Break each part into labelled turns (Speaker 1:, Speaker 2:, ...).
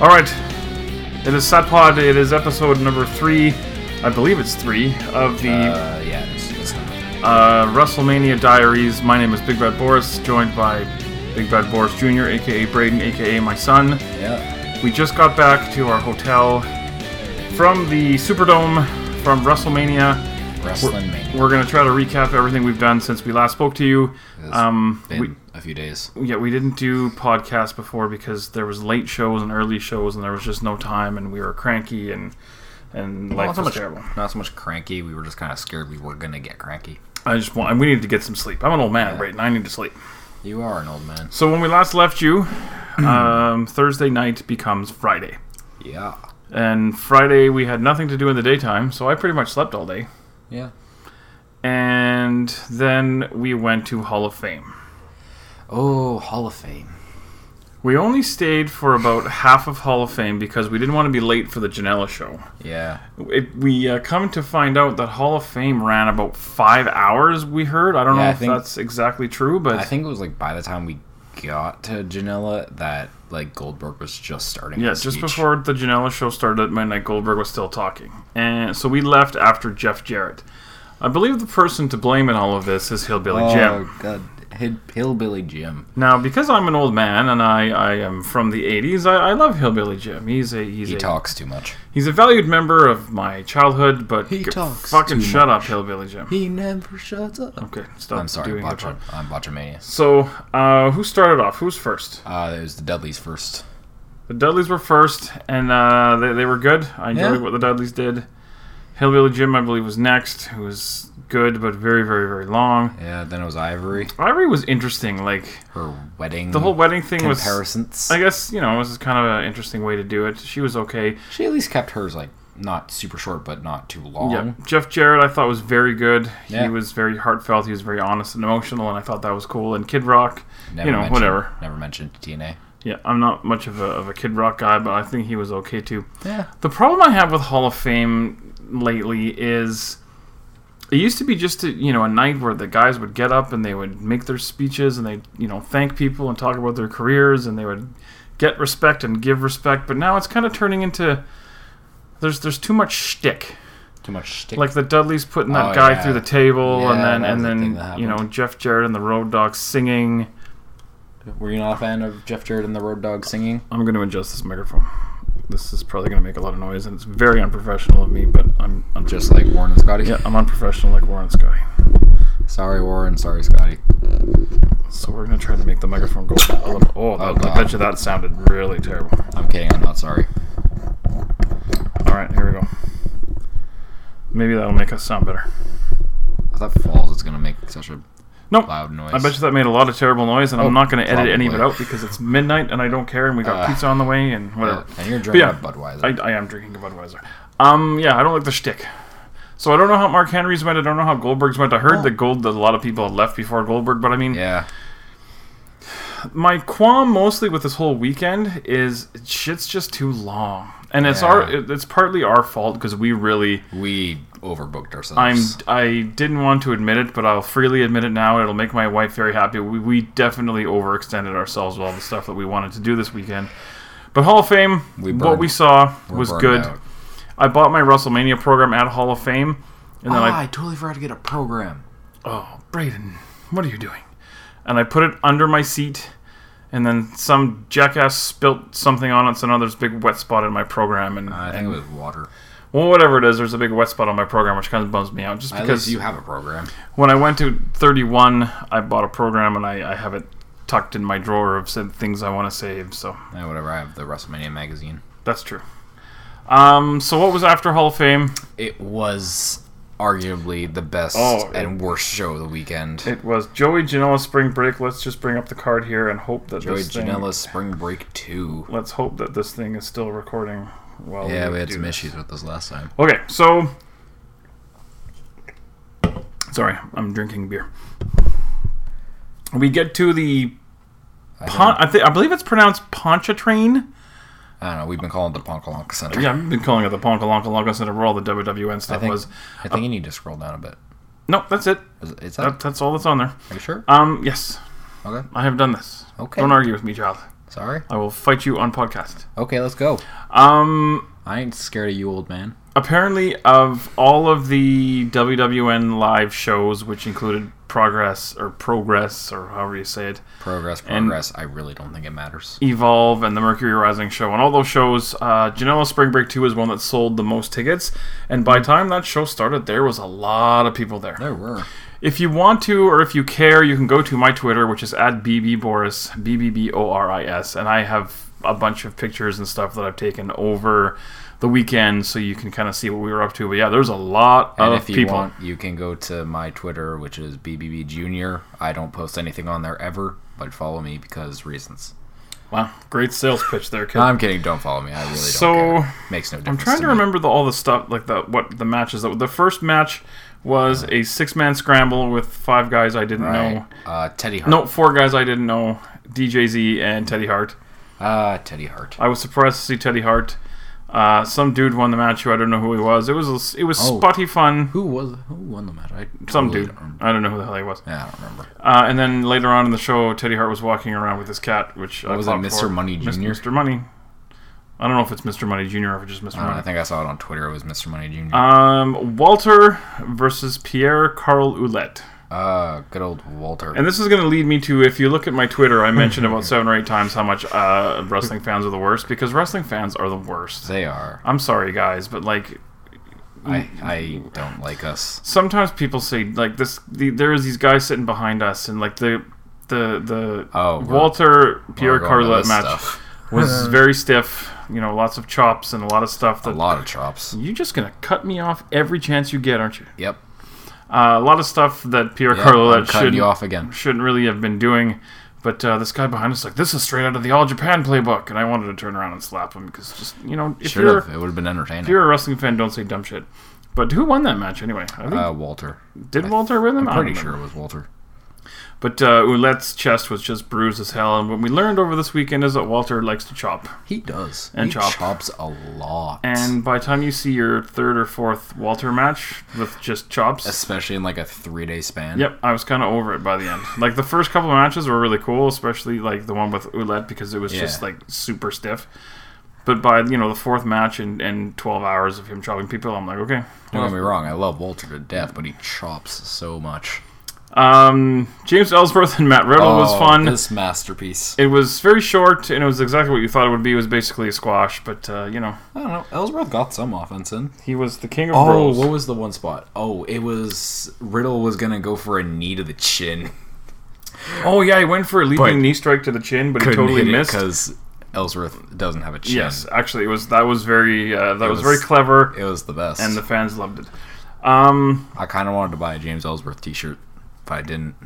Speaker 1: All right. It is Satpod. It is episode number three. I believe it's three of the
Speaker 2: Uh, yeah, it's, it's not.
Speaker 1: uh, WrestleMania Diaries. My name is Big Bad Boris, joined by Big Bad Boris Jr., aka Braden, aka my son.
Speaker 2: Yeah.
Speaker 1: We just got back to our hotel from the Superdome from WrestleMania.
Speaker 2: Wrestling Mania.
Speaker 1: We're gonna try to recap everything we've done since we last spoke to you.
Speaker 2: It's
Speaker 1: Um,
Speaker 2: been
Speaker 1: we-
Speaker 2: a few days.
Speaker 1: yeah, we didn't do podcasts before because there was late shows and early shows, and there was just no time, and we were cranky and and life
Speaker 2: not, so
Speaker 1: was
Speaker 2: much,
Speaker 1: terrible.
Speaker 2: not so much cranky. We were just kind of scared we were going to get cranky.
Speaker 1: I just want and we needed to get some sleep. I'm an old man, right? And I need to sleep.
Speaker 2: You are an old man.
Speaker 1: So when we last left you,
Speaker 2: Hmm.
Speaker 1: um, Thursday night becomes Friday,
Speaker 2: Yeah.
Speaker 1: and Friday we had nothing to do in the daytime, so I pretty much slept all day.
Speaker 2: Yeah.
Speaker 1: And then we went to Hall of Fame.
Speaker 2: Oh, Hall of Fame.
Speaker 1: We only stayed for about half of Hall of Fame because we didn't want to be late for the Janela show.
Speaker 2: Yeah.
Speaker 1: It, we uh, come to find out that Hall of Fame ran about five hours. We heard. I don't
Speaker 2: Yeah,
Speaker 1: know
Speaker 2: I
Speaker 1: if
Speaker 2: think-
Speaker 1: that's exactly true, but
Speaker 2: I think it was like by the time we got to Janela that like Goldberg was just starting.
Speaker 1: yeah,
Speaker 2: his
Speaker 1: just
Speaker 2: speech.
Speaker 1: before the Janela show started at midnight, Goldberg was still talking, and so we left after Jeff Jarrett. I believe the person to blame in all of this is Hillbilly
Speaker 2: Oh,
Speaker 1: Jim.
Speaker 2: God. Hill- Hillbilly Jim.
Speaker 1: Now, because I'm an old man and I, I am from the '80s, I, I love Hillbilly Jim. He's a he's
Speaker 2: He
Speaker 1: a
Speaker 2: talks too much.
Speaker 1: he's a valued member of my childhood, but
Speaker 2: He
Speaker 1: g-
Speaker 2: talks
Speaker 1: fucking
Speaker 2: too
Speaker 1: shut up, Hillbilly Jim.
Speaker 2: He never shuts up.
Speaker 1: Okay, stop
Speaker 2: I'm sorry,
Speaker 1: doing the
Speaker 2: Botcha.
Speaker 1: part.
Speaker 2: I'm Botchamania.
Speaker 1: So, uh, who started off? Who's first?
Speaker 2: Uh, it was the Dudleys first.
Speaker 1: The Dudleys were first, and uh, they, they were good. I enjoyed
Speaker 2: Yeah.
Speaker 1: what the Dudleys did. Hillbilly Jim, I believe, was next, who was good but very, very, very long.
Speaker 2: Yeah, then it was Ivory.
Speaker 1: Ivory was interesting. Like
Speaker 2: Her wedding.
Speaker 1: the whole wedding thing was,
Speaker 2: comparisons.
Speaker 1: I guess you know, it was kind of an interesting way to do it. She was okay.
Speaker 2: she at least kept hers like not super short, but not too long.
Speaker 1: Yeah, Jeff Jarrett, I thought was very good. He
Speaker 2: Yeah.
Speaker 1: was very heartfelt. He was very honest and emotional, and I thought that was cool. And Kid Rock,
Speaker 2: Never
Speaker 1: you know,
Speaker 2: mentioned,
Speaker 1: whatever.
Speaker 2: Never mentioned TNA.
Speaker 1: Yeah, I'm not much of a, of a Kid Rock guy, but I think he was okay too.
Speaker 2: Yeah.
Speaker 1: The problem I have with Hall of Fame lately is it used to be just a, you know a night where the guys would get up and they would make their speeches and they you know thank people and talk about their careers and they would get respect and give respect. But now it's kind of turning into there's there's too much shtick.
Speaker 2: Too much shtick.
Speaker 1: Like the Dudleys putting that
Speaker 2: Oh,
Speaker 1: guy
Speaker 2: yeah.
Speaker 1: through the table
Speaker 2: Yeah,
Speaker 1: and
Speaker 2: that was the
Speaker 1: then
Speaker 2: thing
Speaker 1: and then
Speaker 2: that
Speaker 1: you know Jeff Jarrett and the Road Dogs singing.
Speaker 2: were you not a fan of Jeff Jarrett and the Road Dog singing?
Speaker 1: I'm going to adjust this microphone. This is probably going to make a lot of noise and it's very unprofessional of me, but I'm, I'm
Speaker 2: Just like Warren and Scotty.
Speaker 1: Yeah, I'm unprofessional like Warren Scotty.
Speaker 2: Sorry, Warren. Sorry, Scotty.
Speaker 1: So we're gonna try to make the microphone go a little. Oh, that, I
Speaker 2: God.
Speaker 1: bet you that sounded really terrible.
Speaker 2: I'm kidding. I'm not sorry.
Speaker 1: All right, here we go. Maybe that'll make us sound better.
Speaker 2: If that falls, it's gonna make such a
Speaker 1: No,
Speaker 2: loud noise.
Speaker 1: I bet you that made a lot of terrible noise, and
Speaker 2: Oh,
Speaker 1: I'm not gonna edit any of it
Speaker 2: probably.
Speaker 1: out because it's midnight and I don't care, and we got
Speaker 2: Uh,
Speaker 1: pizza on the way and whatever.
Speaker 2: Yeah, and you're drinking
Speaker 1: yeah,
Speaker 2: a Budweiser.
Speaker 1: I, I am drinking a Budweiser. Um, yeah, I don't like the shtick. So I don't know how Mark Henry's went. I don't know how Goldberg's went. I
Speaker 2: Oh.
Speaker 1: heard that Gold that a lot of people had left before Goldberg, but I mean,
Speaker 2: yeah.
Speaker 1: my qualm mostly with this whole weekend is shit's just too long, and it's
Speaker 2: Yeah.
Speaker 1: our it- it's partly our fault because we really
Speaker 2: We overbooked
Speaker 1: I'm
Speaker 2: ourselves.
Speaker 1: I didn't want to admit it, but I'll freely admit it now. It'll make my wife very happy. We we definitely overextended ourselves with all the stuff that we wanted to do this weekend. But Hall of Fame,
Speaker 2: We
Speaker 1: what
Speaker 2: burned-
Speaker 1: we saw
Speaker 2: We're
Speaker 1: was
Speaker 2: burned
Speaker 1: good.
Speaker 2: out.
Speaker 1: I bought my WrestleMania program at Hall of Fame, and then
Speaker 2: Ah,
Speaker 1: I
Speaker 2: I totally forgot to get a program.
Speaker 1: oh, Braden, what are you doing? And I put it under my seat, and then some jackass spilt something on it, so now there's a big wet spot in my program. And
Speaker 2: I think it was water.
Speaker 1: well, whatever it is, there's a big wet spot on my program, which kind of bums me out. Just
Speaker 2: At
Speaker 1: because
Speaker 2: least you have a program.
Speaker 1: when I went to 31, I bought a program, and I, I have it tucked in my drawer of said things I want to save. So
Speaker 2: Yeah, Eh, whatever. I have the WrestleMania magazine.
Speaker 1: that's true. Um, so what was after Hall of Fame?
Speaker 2: It was arguably the best
Speaker 1: Oh, it-
Speaker 2: and worst show of the weekend.
Speaker 1: It was Joey Janela Spring Break. Let's just bring up the card here and hope that
Speaker 2: Joey
Speaker 1: this thing-
Speaker 2: Janela's Spring Break 2.
Speaker 1: Let's hope that this thing is still recording. While
Speaker 2: Yeah, we had
Speaker 1: do
Speaker 2: some
Speaker 1: this.
Speaker 2: issues with this last time.
Speaker 1: Okay, so sorry, I'm drinking beer. We get to the pon- I, th- I believe it's pronounced Pontchartrain.
Speaker 2: I don't know. We've been calling it the Ponkalonk Center.
Speaker 1: Yeah, I've been calling it the Ponkalonka Lonka Center where all the WWN
Speaker 2: I
Speaker 1: stuff
Speaker 2: think,
Speaker 1: was.
Speaker 2: I think you need to scroll down a bit.
Speaker 1: No, that's it.
Speaker 2: Is, is that,
Speaker 1: That, that's all that's on there.
Speaker 2: are you sure?
Speaker 1: Um, yes,
Speaker 2: Okay.
Speaker 1: I have done this.
Speaker 2: Oh. Okay.
Speaker 1: Don't argue with me, child.
Speaker 2: Sorry.
Speaker 1: I will fight you on podcast.
Speaker 2: Okay, let's go.
Speaker 1: Um,
Speaker 2: I ain't scared of you, old man.
Speaker 1: apparently, of all of the WWN live shows, which included Progress or Progress or however you say it,
Speaker 2: Progress,
Speaker 1: And-
Speaker 2: progress. I really don't think it matters.
Speaker 1: Evolve and the Mercury Rising show. And all those shows, uh, Janela Spring Break 2 is one that sold the most tickets. And by the time that show started, there was a lot of people there.
Speaker 2: There were.
Speaker 1: If you want to or if you care, you can go to my Twitter, which is at BBBoris, B-B-B-O-R-I-S. And I have a bunch of pictures and stuff that I've taken over the weekend so you can kind of see what we were up to. But yeah, there's a lot
Speaker 2: And
Speaker 1: of
Speaker 2: if you
Speaker 1: people.
Speaker 2: want, you can go to my Twitter, which is BBB Junior. I don't post anything on there ever, but follow me because reasons.
Speaker 1: Wow, great sales pitch there, kid.
Speaker 2: No, I'm kidding. Don't follow me. I really don't
Speaker 1: So-
Speaker 2: care. Makes no difference.
Speaker 1: I'm trying to
Speaker 2: me.
Speaker 1: remember the, all the stuff like the what the matches. That the first match was a six man scramble with five guys I didn't know.
Speaker 2: Right. Uh, Teddy Hart.
Speaker 1: No, four guys I didn't know. DJZ and Teddy Hart.
Speaker 2: Uh, Teddy Hart.
Speaker 1: I was surprised to see Teddy Hart. Uh, some dude won the match who I don't know who he was. It was it was
Speaker 2: Oh.
Speaker 1: spotty fun.
Speaker 2: Who was who won the match? I
Speaker 1: Some
Speaker 2: totally
Speaker 1: dude.
Speaker 2: Don't remember.
Speaker 1: I don't know who the hell he was.
Speaker 2: Yeah, I don't remember.
Speaker 1: Uh, and then later on in the show, Teddy Hart was walking around with his cat, which I
Speaker 2: was it,
Speaker 1: popped
Speaker 2: Mr.
Speaker 1: for.
Speaker 2: Money
Speaker 1: Mis-
Speaker 2: Jr.?
Speaker 1: Mr. Money. I don't know if it's Mr. Money Jr. or if it's just Mr.
Speaker 2: Uh, I, don't know, I
Speaker 1: Money.
Speaker 2: think I saw it on Twitter. It was Mr. Money Jr.
Speaker 1: Um, Walter versus Pierre Carl Ouellette.
Speaker 2: Uh, good old Walter.
Speaker 1: And this is going to lead me to if you look at my Twitter, I mentioned about seven or eight times how much uh, wrestling fans are the worst because wrestling fans are the worst.
Speaker 2: They are.
Speaker 1: I'm sorry, guys, but like
Speaker 2: I I don't like us.
Speaker 1: sometimes people say like this, the, there is these guys sitting behind us, and like the the the
Speaker 2: Oh, we're-
Speaker 1: Walter Pierre
Speaker 2: we're going to
Speaker 1: Carlette
Speaker 2: this
Speaker 1: match
Speaker 2: stuff.
Speaker 1: was very stiff. You know, lots of chops and a lot of stuff.
Speaker 2: A
Speaker 1: That
Speaker 2: lot of chops.
Speaker 1: you're just going to cut me off every chance you get, aren't you?
Speaker 2: Yep.
Speaker 1: Uh, a lot of stuff that Pierre
Speaker 2: yep. I'm
Speaker 1: Carlette
Speaker 2: cutting
Speaker 1: should
Speaker 2: you off again.
Speaker 1: shouldn't really have been doing. But uh, this guy behind us, like, this is straight out of the All Japan playbook, and I wanted to turn around and slap him because just you know, if
Speaker 2: Should
Speaker 1: you're
Speaker 2: have. It would have been entertaining.
Speaker 1: if you're a wrestling fan, don't say dumb shit. But who won that match anyway? I think
Speaker 2: uh, Walter.
Speaker 1: did Walter win them?
Speaker 2: I'm
Speaker 1: I don't
Speaker 2: pretty
Speaker 1: remember.
Speaker 2: sure it was Walter.
Speaker 1: But uh, Ouellette's chest was just bruised as hell, and what we learned over this weekend is that Walter likes to chop.
Speaker 2: He does.
Speaker 1: And
Speaker 2: he
Speaker 1: chop.
Speaker 2: chops a lot.
Speaker 1: And by the time you see your third or fourth Walter match with just chops,
Speaker 2: especially in like a three day span.
Speaker 1: Yep, I was kind of over it by the end. Like the first couple of matches were really cool, especially like the one with Ouellette because it was just
Speaker 2: Yeah.
Speaker 1: like super stiff. But by you know the fourth match and, and twelve hours of him chopping people, I'm like okay.
Speaker 2: Don't get me wrong. I love Walter to death, but he chops so much.
Speaker 1: Um, James Ellsworth and Matt Riddle was
Speaker 2: Oh,
Speaker 1: fun.
Speaker 2: This masterpiece.
Speaker 1: It was very short and it was exactly what you thought it would be. It was basically a squash, but uh, you know
Speaker 2: I don't know. Ellsworth got some offense in.
Speaker 1: he was the king of
Speaker 2: Oh,
Speaker 1: bros.
Speaker 2: what was the one spot? Oh, it was Riddle was gonna go for a knee to the chin.
Speaker 1: Oh yeah, he went for a leaping
Speaker 2: But-
Speaker 1: knee strike to the chin, but he
Speaker 2: Couldn't
Speaker 1: totally
Speaker 2: hit it
Speaker 1: missed.
Speaker 2: because Ellsworth doesn't have a chin.
Speaker 1: yes, actually, it was that was very uh, that was,
Speaker 2: was-
Speaker 1: very clever,
Speaker 2: It was the best.
Speaker 1: and the fans loved it. Um,
Speaker 2: I kind of wanted to buy a James Ellsworth T-shirt, but I didn't.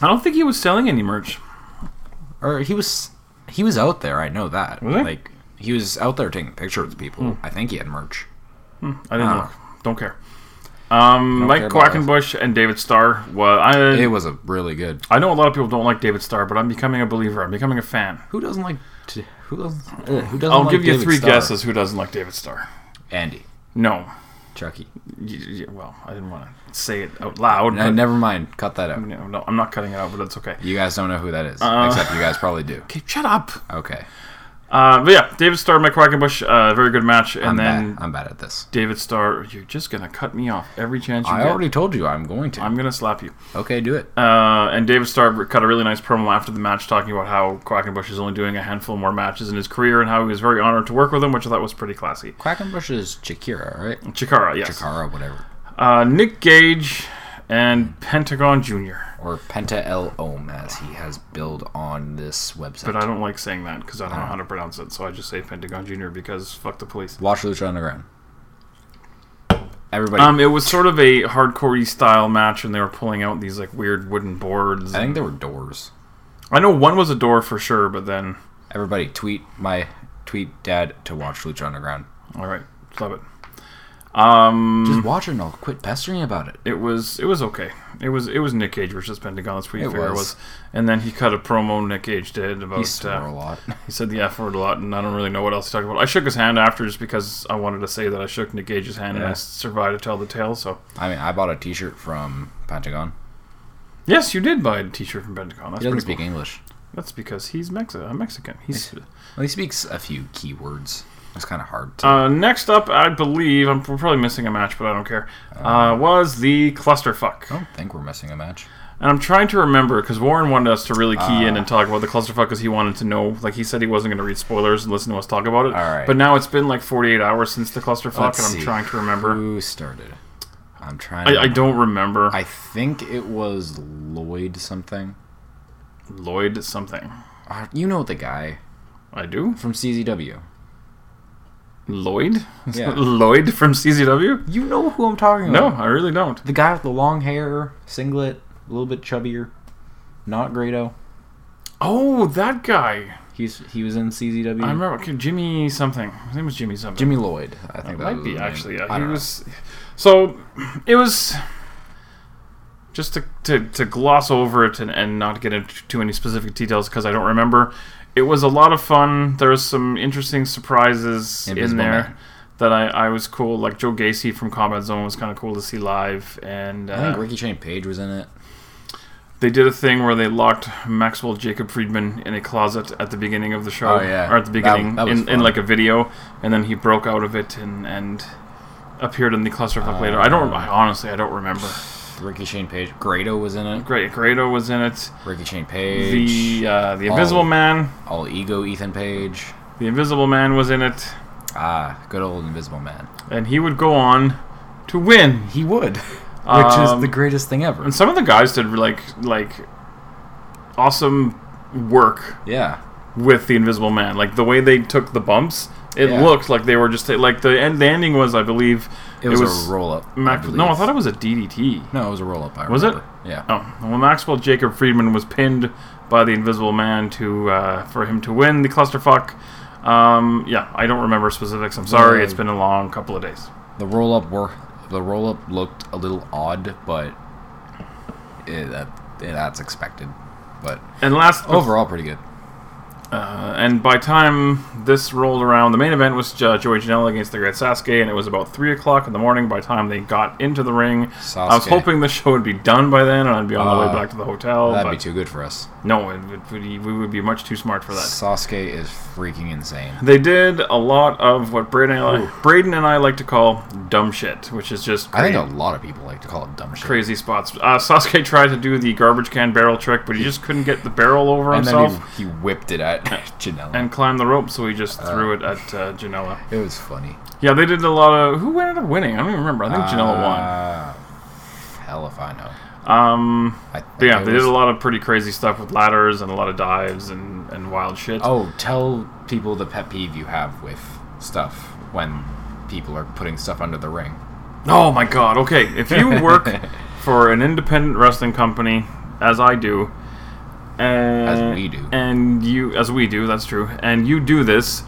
Speaker 1: I don't think he was selling any merch.
Speaker 2: Or he was he was out there. I know that.
Speaker 1: Was he? Hmm.
Speaker 2: Like he was out there taking pictures with people. I think he had merch.
Speaker 1: I didn't
Speaker 2: Oh.
Speaker 1: look. Don't care. Um, Mike
Speaker 2: care about
Speaker 1: Quackenbush and David Starr. Well, I
Speaker 2: It was a really good.
Speaker 1: I know a lot of people don't like David Starr, but I'm becoming a believer. I'm becoming a fan.
Speaker 2: Who doesn't like? t- Who doesn't? uh, who doesn't?
Speaker 1: I'll
Speaker 2: like
Speaker 1: give you
Speaker 2: David
Speaker 1: three
Speaker 2: Starr?
Speaker 1: guesses who doesn't like David Starr.
Speaker 2: Andy,
Speaker 1: No.
Speaker 2: Chucky.
Speaker 1: Y- y- Well, I didn't want to say it out loud.
Speaker 2: No,
Speaker 1: but-
Speaker 2: never mind. Cut that out.
Speaker 1: no, no, I'm not cutting it out, but it's okay.
Speaker 2: You guys don't know who that is,
Speaker 1: Uh-huh.
Speaker 2: except you guys probably do.
Speaker 1: Okay, shut up.
Speaker 2: Okay,
Speaker 1: Uh, but yeah, David Starr, Mike Quackenbush, uh, very good match, and
Speaker 2: I'm
Speaker 1: then
Speaker 2: bad. I'm bad at this.
Speaker 1: David Starr. You're just gonna cut me off every chance you
Speaker 2: I
Speaker 1: get.
Speaker 2: already told you I'm going to.
Speaker 1: I'm gonna slap you.
Speaker 2: okay, do it.
Speaker 1: Uh, and David Starr cut a really nice promo after the match talking about how Quackenbush is only doing a handful more matches in his career and how he was very honored to work with him, which I thought was pretty classy.
Speaker 2: Quackenbush is Chikira, right?
Speaker 1: Chikara, yes.
Speaker 2: Chikara, whatever,
Speaker 1: Uh, Nick Gage and Pentagon Jr.
Speaker 2: or Penta L Om, as he has billed on this website.
Speaker 1: But I don't like saying that because I
Speaker 2: Oh.
Speaker 1: don't know how to pronounce it, so I just say Pentagon Jr. because fuck the police.
Speaker 2: Watch Lucha Underground. Everybody,
Speaker 1: Um, it was sort of a hardcore style match, and they were pulling out these like weird wooden boards.
Speaker 2: I think there were doors.
Speaker 1: I know one was a door for sure, but then
Speaker 2: Everybody, tweet my tweet dad to watch Lucha Underground.
Speaker 1: all right, love it. Mm.
Speaker 2: Just watch it and I'll quit pestering about it.
Speaker 1: it was it was okay. It was it was Nick Cage versus Pentagon. That's what you
Speaker 2: It
Speaker 1: figure it
Speaker 2: was.
Speaker 1: was. And then he cut a promo. Nick Cage did about
Speaker 2: He swore a
Speaker 1: uh,
Speaker 2: lot.
Speaker 1: he said the F word a lot, and I don't really know what else he talked about. I shook his hand after just because I wanted to say that I shook Nick Cage's hand and I
Speaker 2: Yeah.
Speaker 1: survived to tell the tale. So
Speaker 2: I mean, I bought a T-shirt from Pentagon.
Speaker 1: yes, you did buy a T-shirt from Pentagon. That's
Speaker 2: He doesn't
Speaker 1: pretty cool.
Speaker 2: speak English.
Speaker 1: That's because he's Mexi- a Mexican. He's
Speaker 2: Well, he speaks a few key words. It's kind of hard to.
Speaker 1: uh, next up, I believe I'm we're probably missing a match, but I don't care. Uh, was the clusterfuck,
Speaker 2: I don't think we're missing a match.
Speaker 1: and I'm trying to remember because Warren wanted us to really key in
Speaker 2: Ah.
Speaker 1: and talk about the clusterfuck because he wanted to know. Like he said, he wasn't going to read spoilers and listen to us talk about it.
Speaker 2: All right.
Speaker 1: But now it's been like 48 hours since the clusterfuck,
Speaker 2: Let's
Speaker 1: and I'm
Speaker 2: see.
Speaker 1: trying to remember.
Speaker 2: Who started? I'm trying.
Speaker 1: I, I don't remember.
Speaker 2: I think it was Lloyd something.
Speaker 1: Lloyd something.
Speaker 2: Uh, you know the guy
Speaker 1: I do.
Speaker 2: from CZW.
Speaker 1: Lloyd.
Speaker 2: Yeah.
Speaker 1: Lloyd from CZW.
Speaker 2: You know who I'm talking
Speaker 1: No,
Speaker 2: about.
Speaker 1: I really don't.
Speaker 2: The guy with the long hair, singlet, a little bit chubbier. Not Grado.
Speaker 1: Oh, that guy.
Speaker 2: He's he was in CZW.
Speaker 1: I remember okay, Jimmy something. His name was Jimmy something.
Speaker 2: Jimmy Lloyd. I think that
Speaker 1: might
Speaker 2: was
Speaker 1: be
Speaker 2: his name.
Speaker 1: actually.
Speaker 2: Um, I
Speaker 1: Yeah, he
Speaker 2: don't know.
Speaker 1: was. So it was just to, to, to gloss over it and, and not get into too many specific details because I don't remember. It was a lot of fun. There was some interesting surprises in
Speaker 2: Invisible
Speaker 1: there
Speaker 2: Man.
Speaker 1: that I, I was cool. Like Joe Gacy from Combat Zone was kind of cool to see live, and
Speaker 2: I think
Speaker 1: uh,
Speaker 2: Ricky Shane Page was in it.
Speaker 1: they did a thing where they locked Maxwell Jacob Friedman in a closet at the beginning of the show,
Speaker 2: Oh, yeah.
Speaker 1: or at the
Speaker 2: That-
Speaker 1: beginning
Speaker 2: that was
Speaker 1: in, in
Speaker 2: fun.
Speaker 1: like a video, and then he broke out of it and and appeared in the
Speaker 2: Uh,
Speaker 1: clusterfuck later. I don't I, honestly, I don't remember.
Speaker 2: Ricky Shane Page. Grado was in it.
Speaker 1: Great, Grado was in it.
Speaker 2: Ricky Shane Page.
Speaker 1: The uh, the Invisible Man,
Speaker 2: All Ego Ethan Page.
Speaker 1: the Invisible Man was in it,
Speaker 2: Ah, good old Invisible Man.
Speaker 1: and he would go on to win.
Speaker 2: He would. Which
Speaker 1: Um,
Speaker 2: is the greatest thing ever.
Speaker 1: And some of the guys did like like awesome work
Speaker 2: Yeah.
Speaker 1: with the Invisible Man. Like the way they took the bumps, it
Speaker 2: Yeah.
Speaker 1: looked like they were just like the end. The ending was, I believe,
Speaker 2: It was, a roll up.
Speaker 1: Max- no, I thought it was a DDT.
Speaker 2: No, it was a roll up.
Speaker 1: Was it?
Speaker 2: Yeah.
Speaker 1: Oh, well, Maxwell Jacob Friedman was pinned by the Invisible Man to uh, for him to win the clusterfuck. Um, yeah, I don't remember specifics. I'm sorry.
Speaker 2: Yeah.
Speaker 1: It's been a long couple of days.
Speaker 2: The roll up were the roll up looked a little odd, but it, that, it, that's expected. But
Speaker 1: And last
Speaker 2: overall, pretty good.
Speaker 1: Uh, and by time this rolled around, the main event was uh, Joey Janela against the Great Sasuke, and it was about three o'clock in the morning. By the time they got into the ring, I was
Speaker 2: Sasuke.
Speaker 1: hoping the show would be done by then, and I'd be on the way
Speaker 2: Uh,
Speaker 1: back to the hotel.
Speaker 2: That'd
Speaker 1: But
Speaker 2: be too good for us.
Speaker 1: no, it would, we, we would be much too smart for that.
Speaker 2: Sasuke is freaking insane.
Speaker 1: They did a lot of what Braden and I, Braden and I like to call dumb shit, which is just
Speaker 2: I
Speaker 1: crazy,
Speaker 2: think a lot of people like to call it dumb shit.
Speaker 1: crazy spots. Uh, Sasuke tried to do the garbage can barrel trick, but he just couldn't get the barrel over
Speaker 2: And
Speaker 1: himself.
Speaker 2: then he, he whipped it at Janelle.
Speaker 1: and climbed the rope, so he just threw it at uh, Janela.
Speaker 2: it was funny.
Speaker 1: Yeah, they did a lot of. Who ended up winning? I don't even remember. I think Janela
Speaker 2: Uh, hell if I know.
Speaker 1: won. Um,
Speaker 2: I
Speaker 1: but yeah,
Speaker 2: think it
Speaker 1: they
Speaker 2: was-
Speaker 1: did a lot of pretty crazy stuff with ladders and a lot of dives and, and wild shit.
Speaker 2: Oh, tell people the pet peeve you have with stuff when people are putting stuff under the ring.
Speaker 1: Oh my god. Okay, if you work for an independent wrestling company, as I do, and,
Speaker 2: As we do.
Speaker 1: and you, as we do, that's true, and you do this,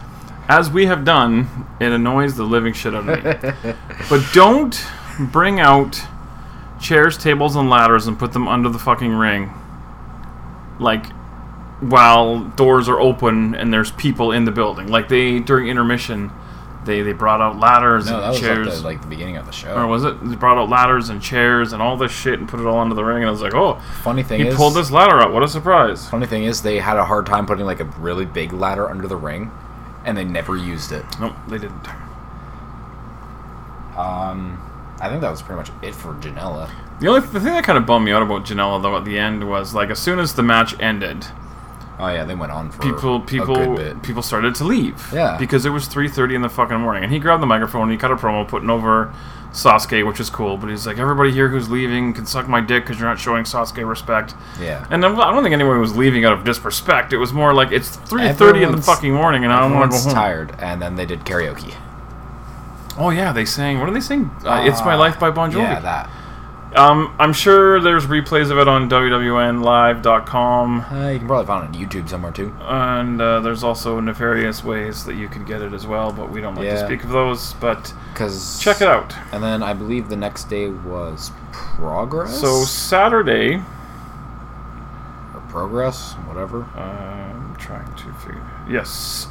Speaker 1: as we have done, it annoys the living shit out of me. but don't bring out chairs, tables, and ladders and put them under the fucking ring, like while doors are open and there's people in the building. Like they during intermission. They, they brought out ladders
Speaker 2: No,
Speaker 1: and
Speaker 2: that was
Speaker 1: chairs
Speaker 2: at the, like the beginning of the show.
Speaker 1: or was it? They brought out ladders and chairs and all this shit and put it all under the ring, and I was like, oh,
Speaker 2: funny thing
Speaker 1: he
Speaker 2: is,
Speaker 1: pulled this ladder out. What a surprise!
Speaker 2: Funny thing is, they had a hard time putting like a really big ladder under the ring, and they never used it.
Speaker 1: Nope, they didn't.
Speaker 2: Um, I think that was pretty much it for Janela.
Speaker 1: The only the thing that kind of bummed me out about Janela though at the end was like as soon as the match ended,
Speaker 2: Oh yeah, they went on for
Speaker 1: people
Speaker 2: a good
Speaker 1: people
Speaker 2: bit.
Speaker 1: people started to leave.
Speaker 2: Yeah.
Speaker 1: because it was three thirty in the fucking morning, and he grabbed the microphone and he cut a promo putting over. Sasuke, which is cool, but he's like, everybody here who's leaving can suck my dick because you're not showing Sasuke respect.
Speaker 2: Yeah,
Speaker 1: And I'm- I don't think anyone was leaving out of disrespect. It was more like it's three thirty in the
Speaker 2: Everyone's-
Speaker 1: fucking morning, and I don't want to go
Speaker 2: everyone's
Speaker 1: home.
Speaker 2: tired, and then they did karaoke.
Speaker 1: Oh yeah, they sang. What are they sing? Uh, it's My Life by Bon Jovi.
Speaker 2: Yeah, that.
Speaker 1: um, I'm sure there's replays of it on WWNLive.com,
Speaker 2: Uh, you can probably find it on YouTube somewhere too.
Speaker 1: and uh, there's also nefarious ways that you can get it as well, but we don't like to
Speaker 2: Yeah.
Speaker 1: speak of those. But
Speaker 2: Cause
Speaker 1: check it out.
Speaker 2: And then I believe the next day was progress.
Speaker 1: So Saturday,
Speaker 2: or progress, whatever.
Speaker 1: um, uh, I'm trying to figure. Yes,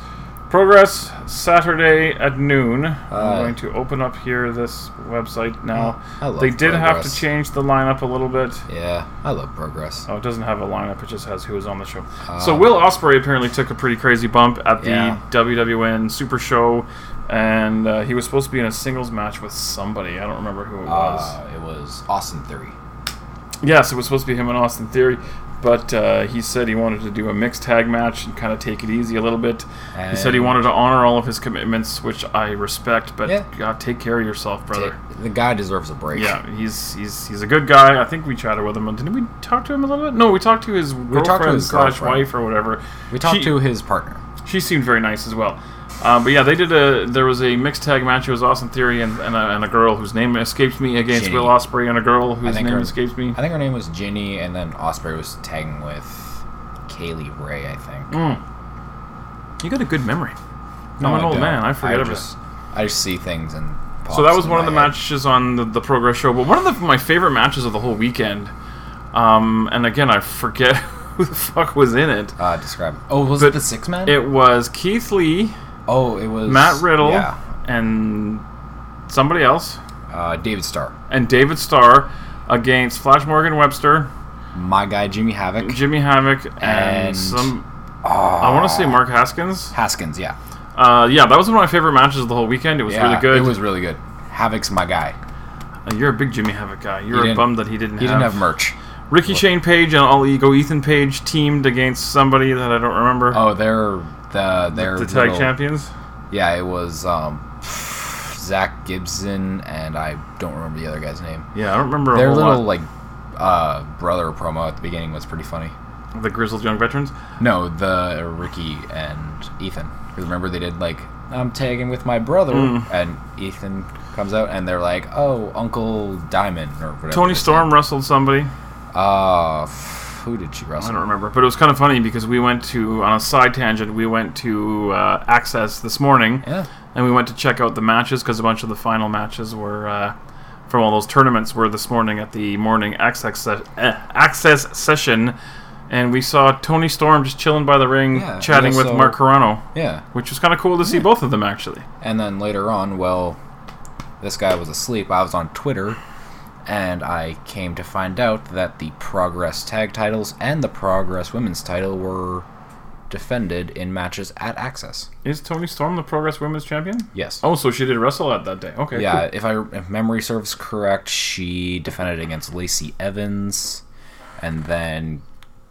Speaker 1: Progress Saturday at noon.
Speaker 2: Uh,
Speaker 1: I'm going to open up here this website now.
Speaker 2: Mm, I love
Speaker 1: They did have to
Speaker 2: Progress.
Speaker 1: change the lineup a little bit.
Speaker 2: Yeah, I love progress.
Speaker 1: Oh, it doesn't have a lineup. It just has who was on the show.
Speaker 2: Ah.
Speaker 1: so Will Osprey apparently took a pretty crazy bump at the
Speaker 2: Yeah.
Speaker 1: WWN Super Show, and uh, he was supposed to be in a singles match with somebody. I don't remember who it was.
Speaker 2: Uh, it was Austin Theory.
Speaker 1: Yes, it was supposed to be him and Austin Theory, but uh, he said he wanted to do a mixed tag match and kind of take it easy a little bit. he said he
Speaker 2: And-
Speaker 1: wanted to honor all of his commitments, which I respect, but
Speaker 2: Yeah.
Speaker 1: God, take care of yourself, brother.
Speaker 2: The guy deserves a break.
Speaker 1: Yeah, he's he's he's a good guy. I think we chatted with him. and Didn't we talk to him a little bit? No, we talked to his girlfriend,
Speaker 2: talked to his
Speaker 1: slash
Speaker 2: girlfriend.
Speaker 1: wife or whatever.
Speaker 2: We talked
Speaker 1: She-
Speaker 2: to his partner.
Speaker 1: she seemed very nice as well. Um, but yeah, they did a. There was a mixed tag match. It was Austin Theory and, and, a, and a girl whose name escapes me against
Speaker 2: Jenny.
Speaker 1: Will Osprey and a girl whose
Speaker 2: think
Speaker 1: name
Speaker 2: her-
Speaker 1: escapes me.
Speaker 2: I think her name was Ginny, and then Osprey was tagging with Kaylee Ray, I think.
Speaker 1: Mm. You got a good memory.
Speaker 2: No,
Speaker 1: I'm an
Speaker 2: Oh, I
Speaker 1: old
Speaker 2: don't.
Speaker 1: man. I forget
Speaker 2: I
Speaker 1: everything.
Speaker 2: Just, I just see things and.
Speaker 1: So that was one of the matches on the, the Progress show, but one of the, my favorite matches of the whole weekend. Um, and again, I forget who the fuck was in it.
Speaker 2: Uh, describe. Oh, was
Speaker 1: But
Speaker 2: it the six man?
Speaker 1: It was Keith Lee,
Speaker 2: oh, it was
Speaker 1: Matt Riddle,
Speaker 2: Yeah.
Speaker 1: and somebody else,
Speaker 2: Uh, David Starr,
Speaker 1: and David Starr against Flash Morgan Webster,
Speaker 2: my guy Jimmy Havoc.
Speaker 1: Jimmy Havoc, and,
Speaker 2: And-
Speaker 1: some.
Speaker 2: Oh,
Speaker 1: I want to say Mark Haskins.
Speaker 2: Haskins. Yeah.
Speaker 1: Uh, yeah, that was one of my favorite matches of the whole weekend. It was
Speaker 2: yeah,
Speaker 1: really good.
Speaker 2: It was really good. Havoc's my guy.
Speaker 1: Uh, You're a big Jimmy Havoc guy. You're a
Speaker 2: didn't-
Speaker 1: bum that he didn't
Speaker 2: He
Speaker 1: have.
Speaker 2: didn't have merch.
Speaker 1: Ricky Shane Page and all ego Ethan Page teamed against somebody that I don't remember.
Speaker 2: Oh, they're the they're
Speaker 1: the tag
Speaker 2: little-
Speaker 1: champions.
Speaker 2: Yeah, it was um, Zach Gibson and I don't remember the other guy's name.
Speaker 1: Yeah, I don't remember a
Speaker 2: Their
Speaker 1: whole
Speaker 2: little
Speaker 1: lot.
Speaker 2: like uh, brother promo at the beginning was pretty funny.
Speaker 1: the grizzled young veterans.
Speaker 2: No, the Ricky and Ethan. 'Cause Remember they did like I'm tagging with my brother,
Speaker 1: Hmm.
Speaker 2: and Ethan comes out and they're like, "Oh, Uncle Diamond or whatever."
Speaker 1: Tony
Speaker 2: they said.
Speaker 1: Storm wrestled somebody.
Speaker 2: Uh, f- who did she
Speaker 1: I
Speaker 2: wrestle?
Speaker 1: don't remember, but it was kind of funny because we went to on a side tangent. We went to uh, Access this morning,
Speaker 2: Yeah.
Speaker 1: and we went to check out the matches because a bunch of the final matches were uh, from all those tournaments were this morning at the morning Access se- eh, Access session, and we saw Tony Storm just chilling by the ring,
Speaker 2: Yeah, and
Speaker 1: chatting with
Speaker 2: also-
Speaker 1: Mark Carano.
Speaker 2: Yeah.
Speaker 1: which was kind of cool to see both of them actually.
Speaker 2: And then later on, well, this guy was asleep. I was on Twitter, and I came to find out that the Progress tag titles and the Progress women's title were defended in matches at Access.
Speaker 1: Is Tony Storm the Progress Women's Champion?
Speaker 2: Yes.
Speaker 1: Oh, so she did wrestle at that day. Okay.
Speaker 2: Yeah, if I if memory serves correct, she defended against Lacey Evans, and then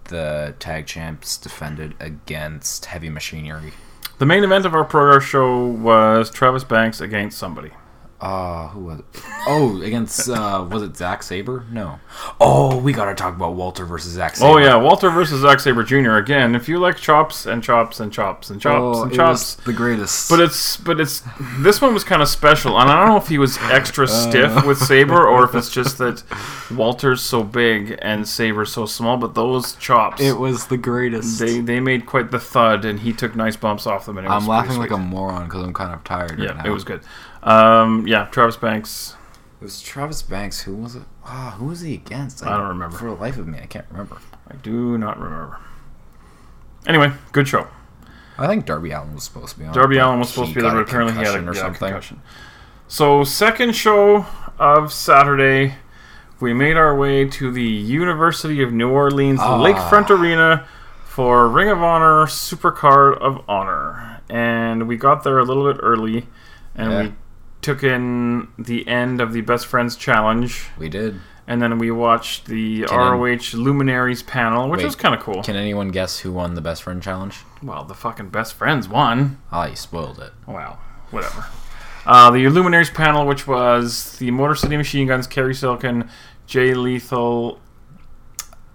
Speaker 2: the tag champs defended against Heavy Machinery.
Speaker 1: cool. The main event of our Progress show was Travis Banks against somebody.
Speaker 2: Uh, who was it? Oh, against uh, was it Zack Saber? No. Oh, we gotta talk about Walter versus Zack. Saber.
Speaker 1: Oh yeah, Walter versus Zack Saber Jr. Again, if you like chops and chops and chops and chops
Speaker 2: Oh,
Speaker 1: and
Speaker 2: it was
Speaker 1: chops.
Speaker 2: the greatest.
Speaker 1: But it's but it's this one was kind of special, and I don't know if he was
Speaker 2: Uh.
Speaker 1: extra stiff with Saber or if it's just that Walter's so big and Saber's so small. But those chops,
Speaker 2: was the greatest.
Speaker 1: they they made quite the thud, and he took nice bumps off them. And it was
Speaker 2: I'm
Speaker 1: pretty
Speaker 2: laughing
Speaker 1: sweet.
Speaker 2: like a moron because I'm kind of tired.
Speaker 1: Yeah,
Speaker 2: right now.
Speaker 1: it was good. Um, yeah, Travis Banks.
Speaker 2: It was Travis Banks. Who was it? Ah, who was he against?
Speaker 1: I don't remember.
Speaker 2: For the life of me, I can't remember.
Speaker 1: I do not remember. Anyway, good show.
Speaker 2: I think Darby Allen was supposed to be on.
Speaker 1: Darby
Speaker 2: but
Speaker 1: Allen was supposed to be there,
Speaker 2: got
Speaker 1: but apparently he had a,
Speaker 2: concussion
Speaker 1: yeah, concussion. So, second show of Saturday, we made our way to the University of New Orleans
Speaker 2: Ah.
Speaker 1: Lakefront Arena for Ring of Honor Supercard of Honor, and we got there a little bit early, and
Speaker 2: Yeah.
Speaker 1: we took in the end of the Best Friends Challenge.
Speaker 2: We did.
Speaker 1: and then we watched the
Speaker 2: I-
Speaker 1: ROH Luminaries panel, which
Speaker 2: Wait,
Speaker 1: was kind of cool.
Speaker 2: Can anyone guess who won the best friend challenge?
Speaker 1: well, the fucking best friends won.
Speaker 2: Ah, you spoiled it.
Speaker 1: Wow, whatever. Uh, the Luminaries panel, which was the Motor City Machine Guns, Kerry Silken, Jay Lethal,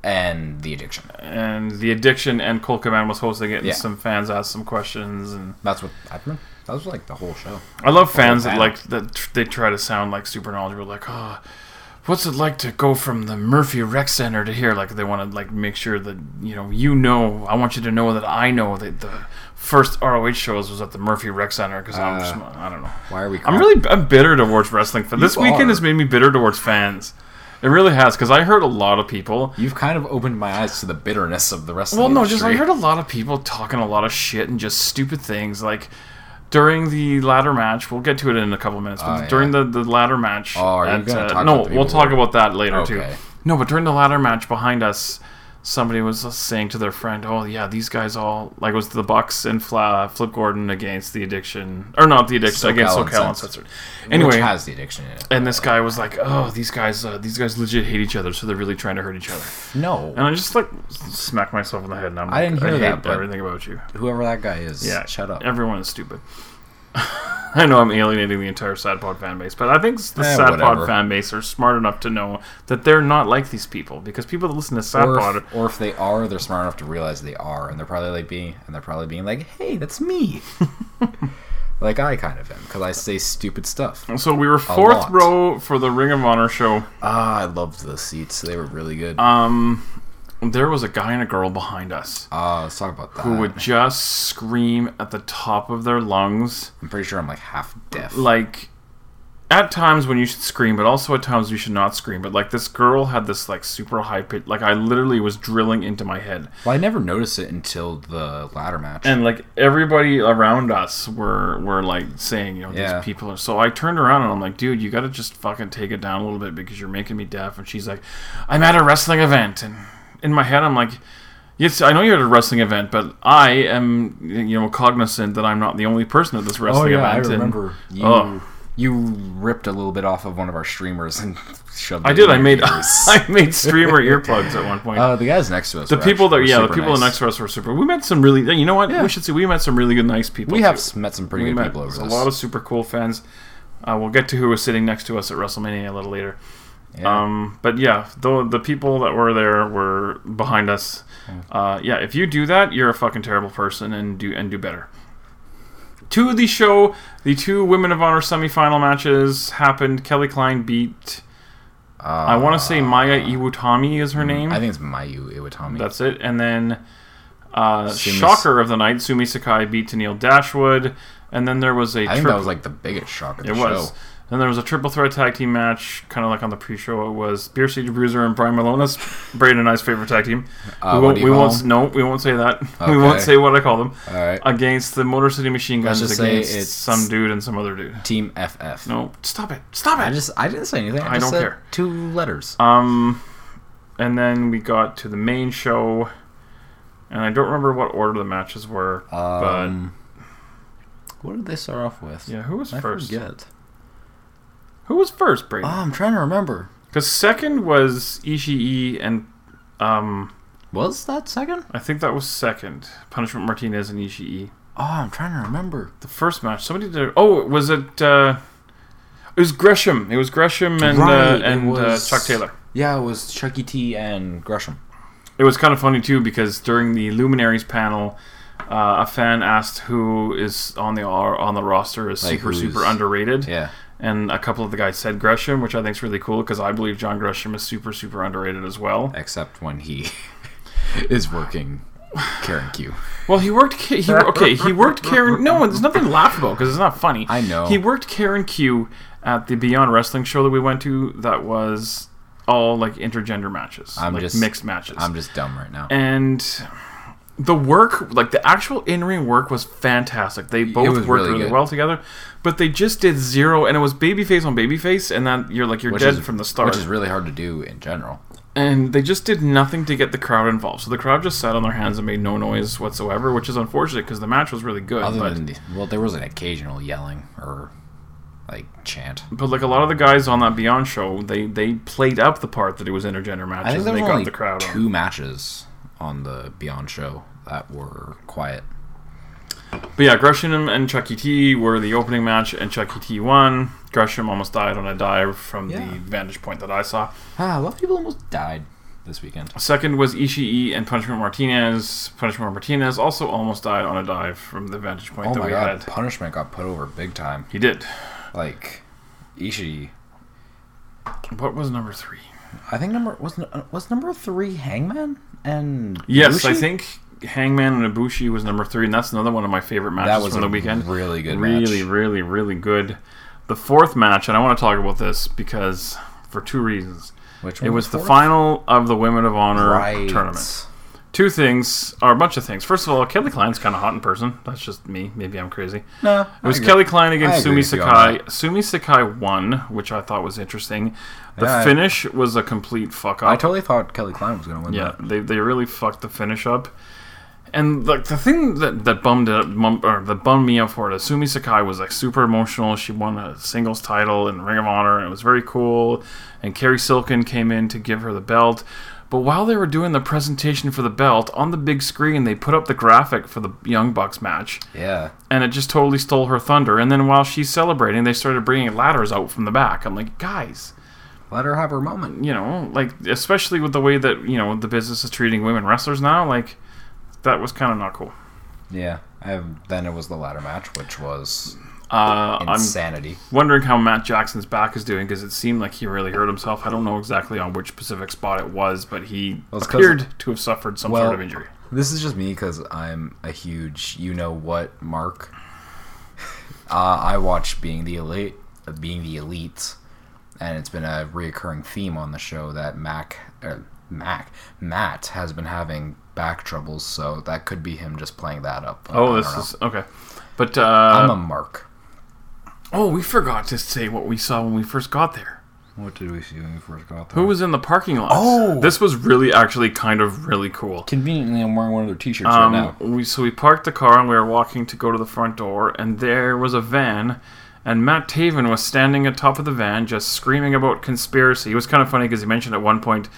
Speaker 2: And the addiction.
Speaker 1: and The Addiction, and Cole Command was hosting it, and
Speaker 2: Yeah.
Speaker 1: some fans asked some questions. And
Speaker 2: That's what I remember. That was like the whole show.
Speaker 1: I love fans that
Speaker 2: panel.
Speaker 1: like that tr- they try to sound like super knowledgeable, like oh. What's it like to go from the Murphy Rec Center to here? Like they want to like make sure that you know you know. I want you to know that I know that the first ROH shows was at the Murphy Rec Center because I'm
Speaker 2: Uh,
Speaker 1: just I don't know.
Speaker 2: Why are we?
Speaker 1: I'm really I'm bitter towards wrestling. Fans. This
Speaker 2: You
Speaker 1: weekend
Speaker 2: are.
Speaker 1: has made me bitter towards fans. It really has because I heard a lot of people.
Speaker 2: You've kind of opened my eyes to the bitterness of the rest
Speaker 1: Well,
Speaker 2: of the
Speaker 1: no, just I
Speaker 2: industry.
Speaker 1: heard a lot of people talking a lot of shit and just stupid things like. During the ladder match, we'll get to it in a couple minutes. But
Speaker 2: Oh, yeah.
Speaker 1: during the, the ladder match, uh,
Speaker 2: Oh, are you gonna talk
Speaker 1: no,
Speaker 2: about the
Speaker 1: we'll
Speaker 2: people
Speaker 1: talk
Speaker 2: who-
Speaker 1: about that later
Speaker 2: Okay.
Speaker 1: too. No, but during the ladder match behind us, somebody was saying to their friend, "Oh yeah, these guys all like it was the Bucks and Fla- Flip Gordon against the Addiction, or not the Addiction
Speaker 2: SoCal
Speaker 1: against
Speaker 2: and
Speaker 1: SoCal and
Speaker 2: Censored.
Speaker 1: Censored." Anyway,
Speaker 2: Which has the addiction in it.
Speaker 1: and this guy was like, "Oh, these guys, uh, these guys legit hate each other, so they're really trying to hurt each other."
Speaker 2: No,
Speaker 1: And I just like smack myself in the head, and I'm like,
Speaker 2: I didn't hear
Speaker 1: I
Speaker 2: that,
Speaker 1: hate
Speaker 2: but-
Speaker 1: everything about you.
Speaker 2: whoever that guy is,
Speaker 1: Yeah,
Speaker 2: shut up.
Speaker 1: Everyone is stupid. I know I'm alienating the entire Sadpod fan base, but I think the
Speaker 2: Eh,
Speaker 1: Sadpod
Speaker 2: whatever.
Speaker 1: fan base are smart enough to know that they're not like these people because people that listen to
Speaker 2: or,
Speaker 1: Sadpod
Speaker 2: if, or if they are, they're smart enough to realize they are, and they're probably like being, and they're probably being like, "Hey, that's me," like I kind of am because I say stupid stuff.
Speaker 1: So we were fourth
Speaker 2: lot.
Speaker 1: row for the Ring of Honor show.
Speaker 2: Ah, I loved those seats; they were really good.
Speaker 1: Um, there was a guy and a girl behind us
Speaker 2: Ah, let's talk about that.
Speaker 1: who would just scream at the top of their lungs,
Speaker 2: I'm pretty sure I'm like half deaf.
Speaker 1: like at times when you should scream, but also at times you should not scream. But like this girl had this like super high pitch, like I literally was drilling into my head,
Speaker 2: well, I never noticed it until the ladder match.
Speaker 1: and like everybody around us were were like saying, you know,
Speaker 2: Yeah.
Speaker 1: these people are. So I turned around and I'm like, dude, you got to just fucking take it down a little bit because you're making me deaf. And she's like, I'm at a wrestling event, and in my head I'm like. Yes, I know you're at a wrestling event, but I am, you know, cognizant that I'm not the only person at this
Speaker 2: oh
Speaker 1: wrestling
Speaker 2: yeah, I
Speaker 1: event. and-
Speaker 2: remember you.
Speaker 1: Oh.
Speaker 2: You ripped a little bit off of one of our streamers and shoved.
Speaker 1: I
Speaker 2: it
Speaker 1: did.
Speaker 2: in
Speaker 1: I
Speaker 2: your
Speaker 1: made
Speaker 2: ears.
Speaker 1: I made streamer earplugs at one point.
Speaker 2: Uh, the guys next to us.
Speaker 1: the
Speaker 2: were
Speaker 1: people that
Speaker 2: actually-
Speaker 1: yeah, the
Speaker 2: were super
Speaker 1: people
Speaker 2: nice.
Speaker 1: that next to us were super. We met some really. You know what? We should see. We met some really good, nice people.
Speaker 2: We have
Speaker 1: too.
Speaker 2: s- met some pretty
Speaker 1: we
Speaker 2: good
Speaker 1: met
Speaker 2: people over
Speaker 1: a
Speaker 2: this.
Speaker 1: lot of super cool fans. Uh, we'll get to who was sitting next to us at WrestleMania a little later.
Speaker 2: Yeah.
Speaker 1: Um, but yeah, the the people that were there were behind us. Uh, yeah, if you do that, you're a fucking terrible person, and do and do better. To the show, the two Women of Honor semifinal matches happened. Kelly Klein beat. I want to say Maya Iwatani is her name.
Speaker 2: Uh, mm, I think it's Mayu Iwatani.
Speaker 1: That's it. And then uh,
Speaker 2: Sumi-
Speaker 1: shocker of the night, Sumi Sakai beat Tennille Dashwood. And then there was a
Speaker 2: I think
Speaker 1: triple.
Speaker 2: that was like the biggest shock of the
Speaker 1: it
Speaker 2: show.
Speaker 1: was. Then there was a triple threat tag team match, kind of like on the pre-show. It was Beer City Bruiser and Brian Malonis, Braden and I's favorite tag team. we
Speaker 2: Uh, what
Speaker 1: won't.
Speaker 2: do you
Speaker 1: we
Speaker 2: call
Speaker 1: won't. s-
Speaker 2: them?
Speaker 1: No, we won't say that.
Speaker 2: Okay.
Speaker 1: We won't say what I call them.
Speaker 2: All right.
Speaker 1: Against the Motor City Machine Guns,
Speaker 2: Let's just say
Speaker 1: against
Speaker 2: it's-
Speaker 1: some dude and some other dude.
Speaker 2: Team FF.
Speaker 1: No, stop it! Stop it!
Speaker 2: I just I didn't say anything. I,
Speaker 1: I
Speaker 2: just
Speaker 1: don't
Speaker 2: said
Speaker 1: care.
Speaker 2: Two letters.
Speaker 1: Um, and then we got to the main show, and I don't remember what order the matches were.
Speaker 2: Um, what did they start off with?
Speaker 1: but yeah, who was
Speaker 2: I
Speaker 1: first?
Speaker 2: forget.
Speaker 1: Who was first,
Speaker 2: Oh,
Speaker 1: Brady?
Speaker 2: I'm trying to remember.
Speaker 1: Because second was Ishii, and um,
Speaker 2: Was that second?
Speaker 1: I think that was second. Punishment Martinez and Ishii.
Speaker 2: Oh, I'm trying to remember.
Speaker 1: The first match, somebody did. Oh, was it? Uh, it was Gresham. It was Gresham and
Speaker 2: Right,
Speaker 1: uh,
Speaker 2: it
Speaker 1: and
Speaker 2: was-
Speaker 1: uh, Chuck Taylor.
Speaker 2: Yeah, it was Chucky T and Gresham.
Speaker 1: It was kind of funny too because during the Luminaries panel, uh, a fan asked who is on the on the roster is
Speaker 2: Like,
Speaker 1: super
Speaker 2: who's-
Speaker 1: super underrated,
Speaker 2: Yeah.
Speaker 1: and a couple of the guys said Gresham, which I think is really cool because I believe John Gresham is super super underrated as well.
Speaker 2: Except when he is working Karen Q.
Speaker 1: Well, he worked K- he okay he worked Karen. No, there's nothing to laugh about because it's not funny.
Speaker 2: I know.
Speaker 1: he worked Karen Q at the Beyond Wrestling show that we went to. That was all like intergender matches,
Speaker 2: I'm
Speaker 1: like
Speaker 2: just-
Speaker 1: mixed matches.
Speaker 2: I'm just dumb right now.
Speaker 1: and the work like the actual in-ring work was fantastic they both
Speaker 2: was
Speaker 1: worked
Speaker 2: really
Speaker 1: really,
Speaker 2: good.
Speaker 1: well together but they just did zero and it was babyface on babyface and then you're like you're dead from the start
Speaker 2: Which is really hard to do in general.
Speaker 1: and they just did nothing to get the crowd involved so the crowd just sat on their hands and made no noise whatsoever which is unfortunate because the match was really good
Speaker 2: Other
Speaker 1: but,
Speaker 2: than the, well, there was an occasional yelling or like chant.
Speaker 1: but like a lot of the guys on that beyond show they they played up the part that it was intergender
Speaker 2: I
Speaker 1: matches
Speaker 2: think there
Speaker 1: and they
Speaker 2: was
Speaker 1: got
Speaker 2: only
Speaker 1: the crowd on.
Speaker 2: two matches on the Beyond show that were quiet.
Speaker 1: But yeah, Gresham and Chucky T were the opening match, and Chucky T won. Gresham almost died on a dive from
Speaker 2: Yeah.
Speaker 1: the vantage point that I saw.
Speaker 2: Ah, a lot of people almost died this weekend.
Speaker 1: Second was Ishii and Punishment Martinez. Punishment Martinez also almost died on a dive from the vantage point
Speaker 2: Oh
Speaker 1: that
Speaker 2: my
Speaker 1: we
Speaker 2: god,
Speaker 1: had.
Speaker 2: punishment got put over big time.
Speaker 1: He did.
Speaker 2: Like Ishii,
Speaker 1: What was number three?
Speaker 2: I think number was n- was number three Hangman and
Speaker 1: Yes, I
Speaker 2: Ibushi?
Speaker 1: think Hangman and Ibushi was number three, and that's another one of my favorite matches
Speaker 2: that was
Speaker 1: from the
Speaker 2: a
Speaker 1: weekend.
Speaker 2: Really good,
Speaker 1: really,
Speaker 2: match.
Speaker 1: really, really good. The fourth match, and I want to talk about this because for two reasons.
Speaker 2: Which
Speaker 1: It
Speaker 2: one
Speaker 1: was the
Speaker 2: fourth?
Speaker 1: final of the Women of Honor
Speaker 2: Right.
Speaker 1: tournament. Two things, or a bunch of things. First of all, Kelly Klein's kind of hot in person. That's just me. Maybe I'm crazy.
Speaker 2: No,
Speaker 1: It was Kelly Klein
Speaker 2: I
Speaker 1: against Sumi
Speaker 2: agree with you on
Speaker 1: Sakai. Sumi Sakai won, which I thought was interesting. The
Speaker 2: Yeah, I-
Speaker 1: finish was a complete fuck up.
Speaker 2: I totally thought Kelly Klein was going to win.
Speaker 1: Yeah,
Speaker 2: that.
Speaker 1: they, they really fucked the finish up. And like the thing that that bummed it, bum, or that bummed me out for it, is Sumi Sakai was like super emotional. She won a singles title in Ring of Honor, and it was very cool. And Kerry Silken came in to give her the belt. But while they were doing the presentation for the belt on the big screen, they put up the graphic for the Young Bucks match,
Speaker 2: yeah.
Speaker 1: and it just totally stole her thunder. And then while she's celebrating, they started bringing ladders out from the back. I'm like, guys,
Speaker 2: Let her have her moment.
Speaker 1: you know, like especially with the way that you know the business is treating women wrestlers now, like that was kind of not cool.
Speaker 2: Yeah. And then it was the ladder match, which was
Speaker 1: Uh, I'm
Speaker 2: insanity.
Speaker 1: wondering how Matt Jackson's back is doing because it seemed like he really hurt himself. I don't know exactly on which specific spot it was, but he
Speaker 2: Well, it's 'cause-
Speaker 1: appeared to have suffered some
Speaker 2: Well-
Speaker 1: sort of injury.
Speaker 2: This is just me because I'm a huge you know what mark. Uh, I watch Being the Elite, uh, Being the Elite, and it's been a reoccurring theme on the show that Mac, er, Mac, Matt has been having back troubles, so that could be him just playing that up.
Speaker 1: Oh,
Speaker 2: I
Speaker 1: this
Speaker 2: don't know. Um,
Speaker 1: is okay. But
Speaker 2: I'm
Speaker 1: uh,
Speaker 2: a mark.
Speaker 1: oh, we forgot to say what we saw when we first got there.
Speaker 2: What did we see when we first got there?
Speaker 1: Who was in the parking lot?
Speaker 2: Oh!
Speaker 1: this was really actually kind of really cool.
Speaker 2: Conveniently, I'm wearing one of their T-shirts
Speaker 1: Um,
Speaker 2: right now.
Speaker 1: we, so we parked the car and we were walking to go to the front door, and there was a van, and Matt Taven was standing atop of the van just screaming about conspiracy. It was kind of funny because he mentioned at one point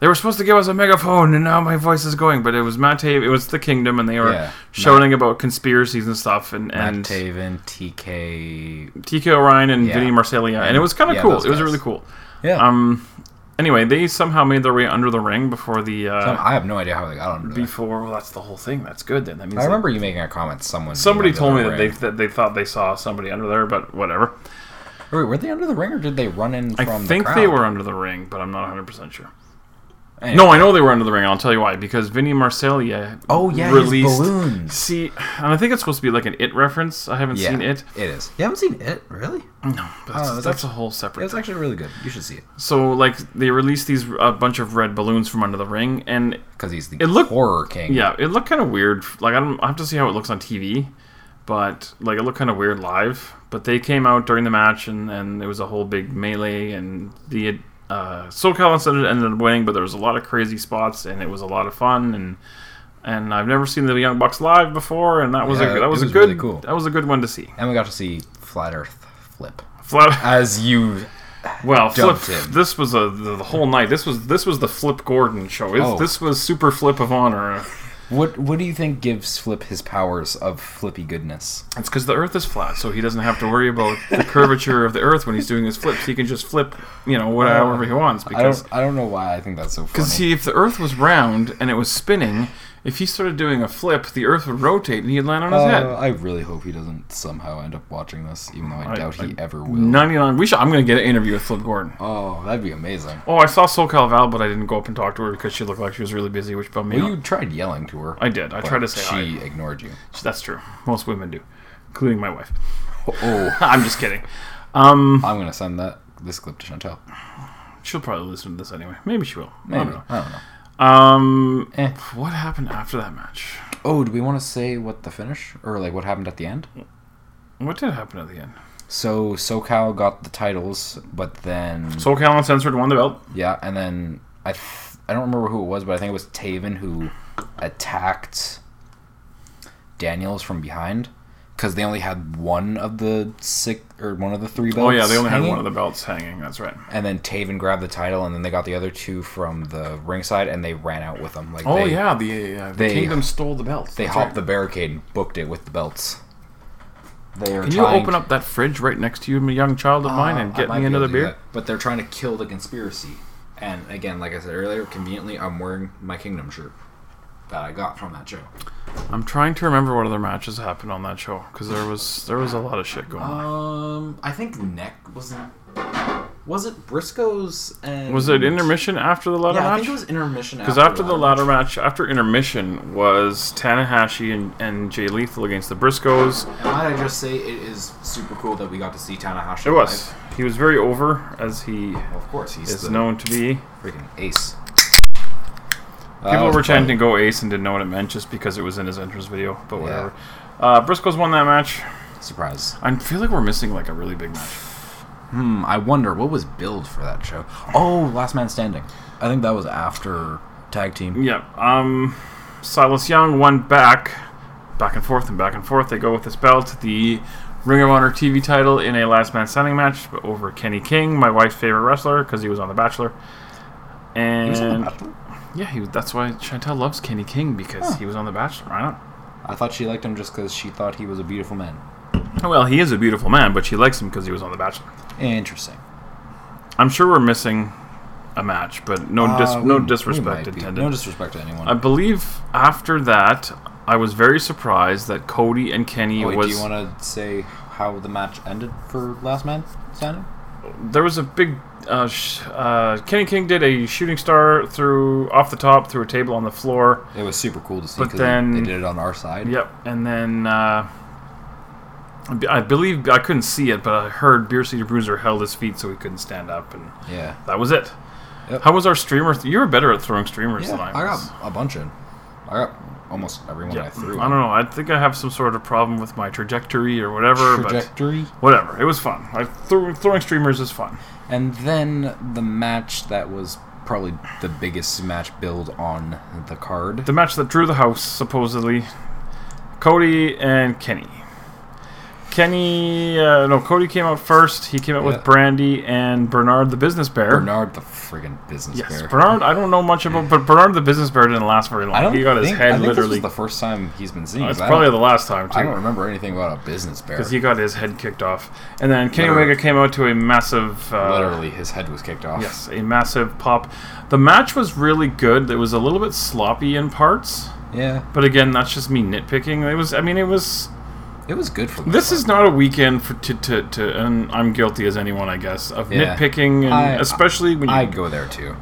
Speaker 1: they were supposed to give us a megaphone, and now my voice is going. But it was Matt Taven, it was the Kingdom, and they were
Speaker 2: Yeah,
Speaker 1: shouting about conspiracies and stuff, and
Speaker 2: Matt
Speaker 1: and
Speaker 2: Taven, TK.
Speaker 1: TK Orion and
Speaker 2: Yeah.
Speaker 1: Vinny Marcellia, and it was kind of
Speaker 2: Yeah,
Speaker 1: cool.
Speaker 2: those
Speaker 1: It was
Speaker 2: guys.
Speaker 1: really cool.
Speaker 2: Yeah.
Speaker 1: Um, anyway, they somehow made their way under the ring before the. Uh,
Speaker 2: I have no idea how they got on. That.
Speaker 1: before well, that's the whole thing. That's good then. That means
Speaker 2: I
Speaker 1: they-
Speaker 2: remember you making a comment. Someone
Speaker 1: Somebody
Speaker 2: being
Speaker 1: told me
Speaker 2: under
Speaker 1: that
Speaker 2: the
Speaker 1: they
Speaker 2: ring.
Speaker 1: that they thought they saw somebody under there, but whatever.
Speaker 2: Wait, were they under the ring or did they run in
Speaker 1: I
Speaker 2: from the
Speaker 1: think
Speaker 2: crowd?
Speaker 1: they were under the ring, but I'm not 100 percent sure.
Speaker 2: Anyway.
Speaker 1: No, I know they were under the ring. and I'll tell you why. Because Vinny Marcellia.
Speaker 2: Oh, yeah, his
Speaker 1: released
Speaker 2: balloons.
Speaker 1: See, and I think it's supposed to be like an it reference. I haven't
Speaker 2: Yeah,
Speaker 1: seen it.
Speaker 2: It is. You haven't seen it, really?
Speaker 1: No, but that's,
Speaker 2: that's
Speaker 1: that's a whole
Speaker 2: It
Speaker 1: separate.
Speaker 2: was actually really good. You should see it
Speaker 1: So like they released these a bunch of red balloons from under the ring, and
Speaker 2: because he's the
Speaker 1: It looked-
Speaker 2: horror king.
Speaker 1: yeah, it looked kind of weird. Like I don't, I have to see how it looks on TV, but like it looked kind of weird live. But they came out during the match, and and it was a whole big melee, and the uh, SoCal incident ended up winning. But there was a lot of crazy spots, and it was a lot of fun, and and I've never seen the Young Bucks live before, and that was
Speaker 2: Yeah,
Speaker 1: a that
Speaker 2: it
Speaker 1: was,
Speaker 2: was
Speaker 1: a good
Speaker 2: really cool.
Speaker 1: that was a good one to see.
Speaker 2: And we got to see Flat Earth Flip.
Speaker 1: Flat,
Speaker 2: As you.
Speaker 1: well, flip.
Speaker 2: dumped him.
Speaker 1: This was a the, the whole night. This was this was the Flip Gordon show. This-
Speaker 2: Oh.
Speaker 1: This was Super Flip of Honor.
Speaker 2: What What do you think gives Flip his powers of flippy goodness?
Speaker 1: It's because the Earth is flat, so he doesn't have to worry about the curvature of the Earth when he's doing his flips. He can just flip, you know, whatever he wants.
Speaker 2: Uh, I
Speaker 1: Because
Speaker 2: don't, I don't know why I think that's so funny.
Speaker 1: because see, if the Earth was round and it was spinning, if he started doing a flip, the Earth would rotate and he'd land on his
Speaker 2: Uh,
Speaker 1: head.
Speaker 2: I really hope he doesn't somehow end up watching this, even though I, doubt he ever will.
Speaker 1: Ninety nine. We should. I'm gonna get an interview with Flip Gordon.
Speaker 2: Oh, that'd be amazing.
Speaker 1: Oh, I saw SoCal Val, but I didn't go up and talk to her because she looked like she was really busy, which bummed me
Speaker 2: Well,
Speaker 1: out.
Speaker 2: you tried yelling to her.
Speaker 1: I did. I
Speaker 2: but
Speaker 1: tried to say hi.
Speaker 2: she ignored you.
Speaker 1: That's true. Most women do, including my wife.
Speaker 2: Oh,
Speaker 1: I'm just kidding. Um,
Speaker 2: I'm gonna send that this clip to Chantel.
Speaker 1: she'll probably listen to this anyway. Maybe she will. I don't
Speaker 2: Maybe
Speaker 1: know.
Speaker 2: I don't know.
Speaker 1: Um,
Speaker 2: Eh.
Speaker 1: what happened after that match?
Speaker 2: Oh, do we want to say what the finish or like what happened at the end?
Speaker 1: What did happen at the end?
Speaker 2: So SoCal got the titles, but then
Speaker 1: SoCal Uncensored won the belt.
Speaker 2: yeah, and then I th- I don't remember who it was, but I think it was Taven who attacked Daniels from behind because they only had one of the six or one of the three belts.
Speaker 1: Oh yeah, they only had
Speaker 2: hanging.
Speaker 1: one of the belts hanging. That's right.
Speaker 2: And then Taven grabbed the title, and then they got the other two from the ringside, and they ran out with them. Like
Speaker 1: Oh
Speaker 2: they,
Speaker 1: yeah, the, uh, the
Speaker 2: they-
Speaker 1: Kingdom stole the belts.
Speaker 2: They
Speaker 1: That's
Speaker 2: hopped
Speaker 1: right.
Speaker 2: the barricade and booked it with the belts. They are
Speaker 1: Can you open up that fridge right next to you, my young child of mine, and get me another beer?
Speaker 2: But they're trying to kill the conspiracy. And again, like I said earlier, conveniently, I'm wearing my Kingdom shirt that I got from that show.
Speaker 1: I'm trying to remember what other matches happened on that show because there was there was a lot of shit going on.
Speaker 2: Um, I think Neck was. not Was it Briscoe's? And
Speaker 1: Was it intermission after the ladder
Speaker 2: Yeah, I
Speaker 1: match?
Speaker 2: think it was intermission.
Speaker 1: Because after the ladder match, after intermission, was Tanahashi and, and Jay Lethal against the Briscoes.
Speaker 2: match. And might I just say it is super cool that we got to see Tanahashi.
Speaker 1: It was.
Speaker 2: live.
Speaker 1: He was very over, as he
Speaker 2: Well, of course, he's
Speaker 1: is
Speaker 2: the
Speaker 1: known to be.
Speaker 2: freaking ace.
Speaker 1: People
Speaker 2: Uh,
Speaker 1: were chanting "Go Ace" and didn't know what it meant just because it was in his entrance video. But
Speaker 2: Yeah.
Speaker 1: whatever. Uh, Briscoes won that match.
Speaker 2: Surprise.
Speaker 1: I feel like we're missing like a really big match.
Speaker 2: Hmm, I wonder what was billed for that show. Oh, Last Man Standing. I think that was after tag team.
Speaker 1: Yeah. Um, Silas Young won back, back and forth and back and forth. They go with this belt, the Ring of Honor TV title in a Last Man Standing match over Kenny King, my wife's favorite wrestler, because he was on The Bachelor. And yeah, he was, that's why Chantel loves Kenny King because he was on The Bachelor. I don't.
Speaker 2: I thought she liked him just because she thought he was a beautiful man.
Speaker 1: Well, he is a beautiful man, but she likes him because he was on The Bachelor.
Speaker 2: Interesting.
Speaker 1: I'm sure we're missing a match, but no, dis-
Speaker 2: Uh,
Speaker 1: no
Speaker 2: we- we might
Speaker 1: disrespect
Speaker 2: be.
Speaker 1: intended.
Speaker 2: No disrespect to anyone.
Speaker 1: I believe after that, I was very surprised that Cody and Kenny
Speaker 2: Oh, wait,
Speaker 1: was.
Speaker 2: do you want to say how the match ended for Last Man Standing?
Speaker 1: there was a big. Uh, sh- uh, Kenny King did a shooting star through off the top through a table on the floor.
Speaker 2: It was super cool to see
Speaker 1: But
Speaker 2: because
Speaker 1: then-
Speaker 2: they did it on our side.
Speaker 1: Yep, and then uh, I be- I believe I couldn't see it, but I heard Beer City Bruiser held his feet so he couldn't stand up, and
Speaker 2: Yeah.
Speaker 1: that was it.
Speaker 2: Yep.
Speaker 1: How was our streamer? Th- you were better at throwing streamers
Speaker 2: Yeah,
Speaker 1: than I
Speaker 2: I
Speaker 1: was.
Speaker 2: got a bunch in. I got almost everyone I
Speaker 1: yeah, I
Speaker 2: threw.
Speaker 1: don't know. I think I have some sort of problem with my trajectory or whatever, but
Speaker 2: Trajectory.
Speaker 1: whatever. It was fun. I threw, throwing streamers is fun.
Speaker 2: And then the match that was probably the biggest match build on the card.
Speaker 1: The match that drew the house, supposedly, Cody and Kenny. Kenny, uh, no, Cody came out first. He came out
Speaker 2: Yeah.
Speaker 1: with Brandy and Bernard the Business Bear.
Speaker 2: Bernard the friggin' business
Speaker 1: yes,
Speaker 2: bear.
Speaker 1: Bernard. I don't know much about, but Bernard the Business Bear didn't last very long.
Speaker 2: I don't
Speaker 1: he got
Speaker 2: think,
Speaker 1: his head
Speaker 2: I think
Speaker 1: literally. Uh,
Speaker 2: this was the first time he's been seen.
Speaker 1: it's
Speaker 2: 'cause I
Speaker 1: probably
Speaker 2: don't-
Speaker 1: the last time
Speaker 2: I don't
Speaker 1: too,
Speaker 2: remember anything about a business bear.
Speaker 1: because he got his head kicked off. And then Kenny
Speaker 2: Literally.
Speaker 1: Omega came out to a massive. Uh,
Speaker 2: Literally, his head was kicked off.
Speaker 1: Yes, a massive pop. The match was really good. It was a little bit sloppy in parts,
Speaker 2: Yeah,
Speaker 1: but again, that's just me nitpicking. It was. I mean, it was.
Speaker 2: it was good for the
Speaker 1: This
Speaker 2: fun.
Speaker 1: is not a weekend for to, to, to and I'm guilty as anyone, I guess, of
Speaker 2: Yeah.
Speaker 1: nitpicking, and
Speaker 2: I-
Speaker 1: especially when you,
Speaker 2: I'd go there too.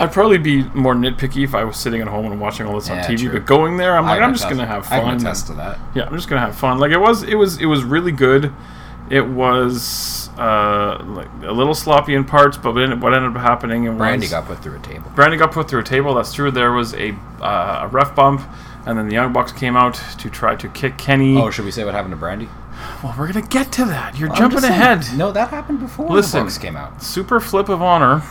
Speaker 1: I'd probably be more nitpicky if I was sitting at home and watching all this on
Speaker 2: Yeah,
Speaker 1: TV.
Speaker 2: true.
Speaker 1: But going there, I'm
Speaker 2: I
Speaker 1: like,
Speaker 2: can
Speaker 1: I'm just
Speaker 2: attest-
Speaker 1: gonna have
Speaker 2: I can
Speaker 1: fun.
Speaker 2: attest to that.
Speaker 1: Yeah, I'm just gonna have fun. Like it was, it was, it was really good. It was uh, like a little sloppy in parts, but then what ended up happening in
Speaker 2: Brandy
Speaker 1: was,
Speaker 2: got put through a table.
Speaker 1: Brandy got put through a table. That's true. There was a uh, a ref bump, and then the Young Bucks came out to try to kick Kenny.
Speaker 2: Oh, should we say what happened to Brandy?
Speaker 1: well, we're gonna get to that. You're
Speaker 2: I'm
Speaker 1: jumping
Speaker 2: just saying-
Speaker 1: ahead.
Speaker 2: No, that happened before
Speaker 1: Listen.
Speaker 2: the books came out.
Speaker 1: Super flip of honor.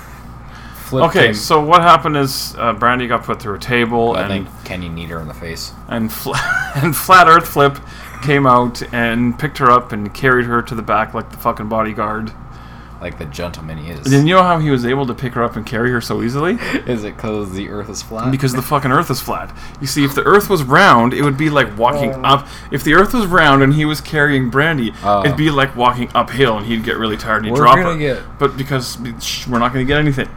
Speaker 2: Flip
Speaker 1: Okay,
Speaker 2: came-
Speaker 1: so what happened is uh, Brandy got put through a table,
Speaker 2: I
Speaker 1: and
Speaker 2: think Kenny kneed her in the face.
Speaker 1: and, fl- and Flat Earth Flip came out and picked her up and carried her to the back like the fucking bodyguard.
Speaker 2: like the gentleman he is.
Speaker 1: And you know how he was able to pick her up and carry her so easily?
Speaker 2: Is it because the Earth is flat?
Speaker 1: Because the fucking Earth is flat. You see, if the Earth was round, it would be like walking up. If the Earth was round and he was carrying Brandy,
Speaker 2: Oh.
Speaker 1: it'd be like walking uphill, and he'd get really tired and he'd
Speaker 2: We're
Speaker 1: drop
Speaker 2: gonna
Speaker 1: her.
Speaker 2: get-
Speaker 1: But because shh, we're not going to get anything,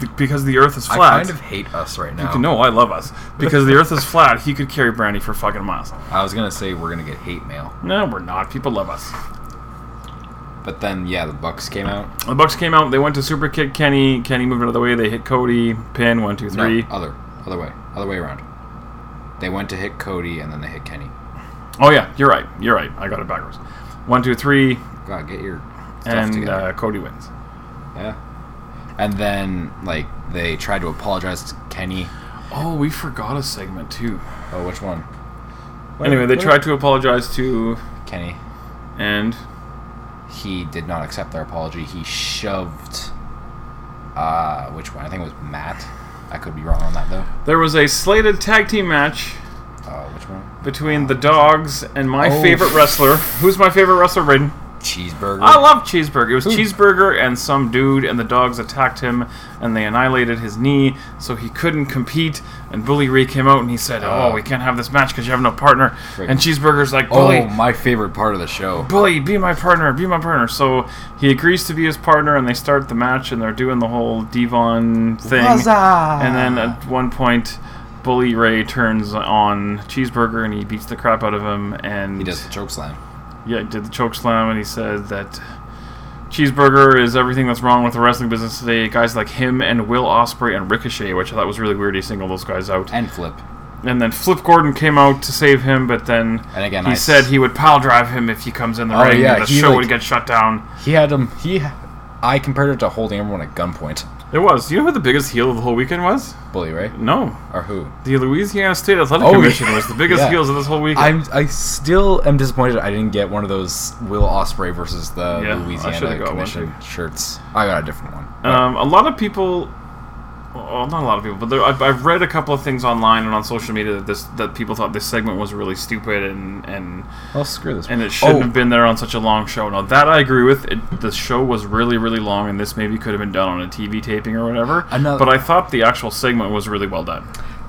Speaker 1: Be- because the Earth is
Speaker 2: I
Speaker 1: flat.
Speaker 2: kind of hate us right now.
Speaker 1: No, I love us because the Earth is flat. He could carry brandy for fucking miles.
Speaker 2: I was gonna say we're gonna get hate mail,
Speaker 1: No, we're not. People love us.
Speaker 2: but then yeah, the Bucks came out.
Speaker 1: The Bucks came out. They went to super kick Kenny. Kenny moved out of the way. They hit Cody. Pin one, two, three.
Speaker 2: No, uh, other other way, other way around. They went to hit Cody and then they hit Kenny.
Speaker 1: Oh yeah, you're right. You're right. I got it backwards. One, two, three,
Speaker 2: God, get your stuff
Speaker 1: and
Speaker 2: together.
Speaker 1: uh, Cody wins.
Speaker 2: yeah, and then like they tried to apologize to Kenny.
Speaker 1: Oh, we forgot a segment too.
Speaker 2: Oh, which one?
Speaker 1: Anyway, they
Speaker 2: Where-
Speaker 1: tried to apologize to,
Speaker 2: Kenny.
Speaker 1: and
Speaker 2: He did not accept their apology. He shoved. Uh, which one? I think it was Matt. I could be wrong on that though.
Speaker 1: there was a slated tag team match
Speaker 2: Uh, which one?
Speaker 1: between the Dogs and my
Speaker 2: Oh.
Speaker 1: favorite wrestler. Who's my favorite wrestler, Raiden?
Speaker 2: Cheeseburger.
Speaker 1: I love Cheeseburger. It was Cheeseburger and some dude, and the dogs attacked him, and they annihilated his knee, so he couldn't compete. And Bully Ray came out and he said, "Oh,
Speaker 2: Uh.
Speaker 1: we can't have this match because you have no partner."
Speaker 2: Right.
Speaker 1: And Cheeseburger's like,
Speaker 2: Oh,
Speaker 1: "Bully,
Speaker 2: my favorite part of the show.
Speaker 1: Bully, be my partner, be my partner." So he agrees to be his partner, and they start the match, and they're doing the whole Devon thing. And then at one point, Bully Ray turns on Cheeseburger, and he beats the crap out of him. And
Speaker 2: he does the choke slam.
Speaker 1: yeah, he did the choke slam, and he said that Cheeseburger is everything that's wrong with the wrestling business today. Guys like him and Will Osprey and Ricochet, which I thought was really weird. He singled those guys out.
Speaker 2: and Flip.
Speaker 1: And then Flip Gordon came out to save him, but then
Speaker 2: And again,
Speaker 1: he
Speaker 2: I s-
Speaker 1: said he would pile drive him if he comes in the
Speaker 2: Oh,
Speaker 1: ring
Speaker 2: yeah,
Speaker 1: and the
Speaker 2: he,
Speaker 1: show
Speaker 2: like-
Speaker 1: would get shut down.
Speaker 2: He had him. He, I compared it to holding everyone at gunpoint.
Speaker 1: It was. You know who the biggest heel of the whole weekend was?
Speaker 2: Bully, right?
Speaker 1: No.
Speaker 2: Or who?
Speaker 1: The Louisiana State Athletic
Speaker 2: Oh,
Speaker 1: Commission
Speaker 2: yeah.
Speaker 1: was the biggest
Speaker 2: Yeah.
Speaker 1: heels of this whole weekend.
Speaker 2: I'm. I still am disappointed. I didn't get one of those Will Osprey versus the
Speaker 1: Yeah, I should've
Speaker 2: Louisiana
Speaker 1: got one,
Speaker 2: Commission shirts. I got a different one.
Speaker 1: Um, a lot of people, well, not a lot of people, but there, I've, I've read a couple of things online and on social media that this that people thought this segment was really stupid and and
Speaker 2: Well, screw this.
Speaker 1: and it shouldn't
Speaker 2: Oh.
Speaker 1: have been there on such a long show. Now that I agree with, it, the show was really really long, and this maybe could have been done on a TV taping or whatever.
Speaker 2: Another-
Speaker 1: but I thought the actual segment was really well done.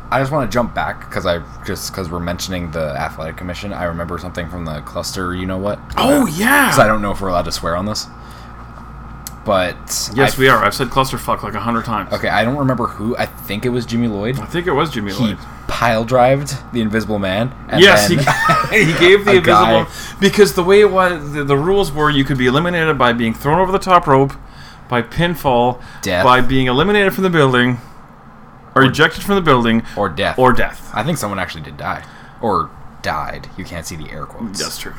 Speaker 2: I just want to jump back because I just because we're mentioning the athletic commission. I remember something from the cluster. You know what?
Speaker 1: yeah.
Speaker 2: Because I don't know if we're allowed to swear on this. But
Speaker 1: Yes,
Speaker 2: I-
Speaker 1: we are. I've said clusterfuck like a hundred times.
Speaker 2: Okay, I don't remember who. I think it was Jimmy Lloyd.
Speaker 1: I think it was Jimmy
Speaker 2: He
Speaker 1: Lloyd.
Speaker 2: pile drived the Invisible Man. And
Speaker 1: yes,
Speaker 2: then-
Speaker 1: he, he gave the
Speaker 2: a
Speaker 1: invisible
Speaker 2: guy-
Speaker 1: because the way it was, the, the rules were you could be eliminated by being thrown over the top rope, by pinfall,
Speaker 2: Death.
Speaker 1: by being eliminated from the building, or ejected from the building,
Speaker 2: or death.
Speaker 1: or death.
Speaker 2: I think someone actually did die, or died. You can't see the air quotes.
Speaker 1: That's true.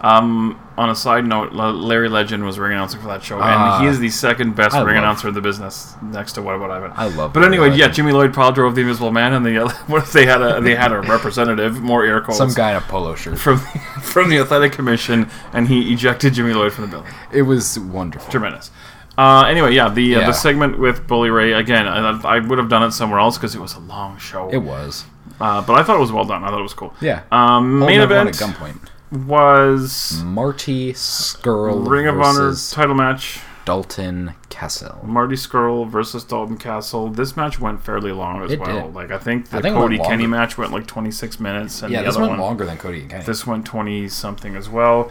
Speaker 1: Um, on a side note, La- Larry Legend was ring announcer for that show,
Speaker 2: Ah.
Speaker 1: and he is the second best
Speaker 2: I
Speaker 1: ring
Speaker 2: love-
Speaker 1: announcer in the business, next to What About Ivan.
Speaker 2: I love
Speaker 1: But
Speaker 2: Larry
Speaker 1: anyway, yeah,
Speaker 2: Legend.
Speaker 1: Jimmy Lloyd Powell drove the Invisible Man, and the other- what if they had a they had a representative, more air quotes,
Speaker 2: Some guy in a polo shirt.
Speaker 1: from from the athletic commission, and he ejected Jimmy Lloyd from the building.
Speaker 2: It was wonderful.
Speaker 1: Tremendous. Uh, anyway, yeah, the uh,
Speaker 2: Yeah.
Speaker 1: the segment with Bully Ray again. I, I would have done it somewhere else because it was a long show.
Speaker 2: It was.
Speaker 1: uh, but I thought it was well done. I thought it was cool.
Speaker 2: Yeah.
Speaker 1: Um,
Speaker 2: Holding
Speaker 1: main
Speaker 2: everyone
Speaker 1: event
Speaker 2: at gunpoint. Mm.
Speaker 1: was
Speaker 2: Marty Skrull
Speaker 1: Ring of Honor
Speaker 2: versus
Speaker 1: title match.
Speaker 2: Dalton Kessel.
Speaker 1: Marty Skrull versus Dalton Castle. This match went fairly long as
Speaker 2: It
Speaker 1: well.
Speaker 2: did.
Speaker 1: Like I think the
Speaker 2: I think it went
Speaker 1: Cody Kenny
Speaker 2: longer.
Speaker 1: match went like 26 minutes, and
Speaker 2: Yeah,
Speaker 1: the
Speaker 2: this
Speaker 1: other
Speaker 2: went
Speaker 1: one
Speaker 2: longer than Cody and Kenny.
Speaker 1: this went 20 something as well.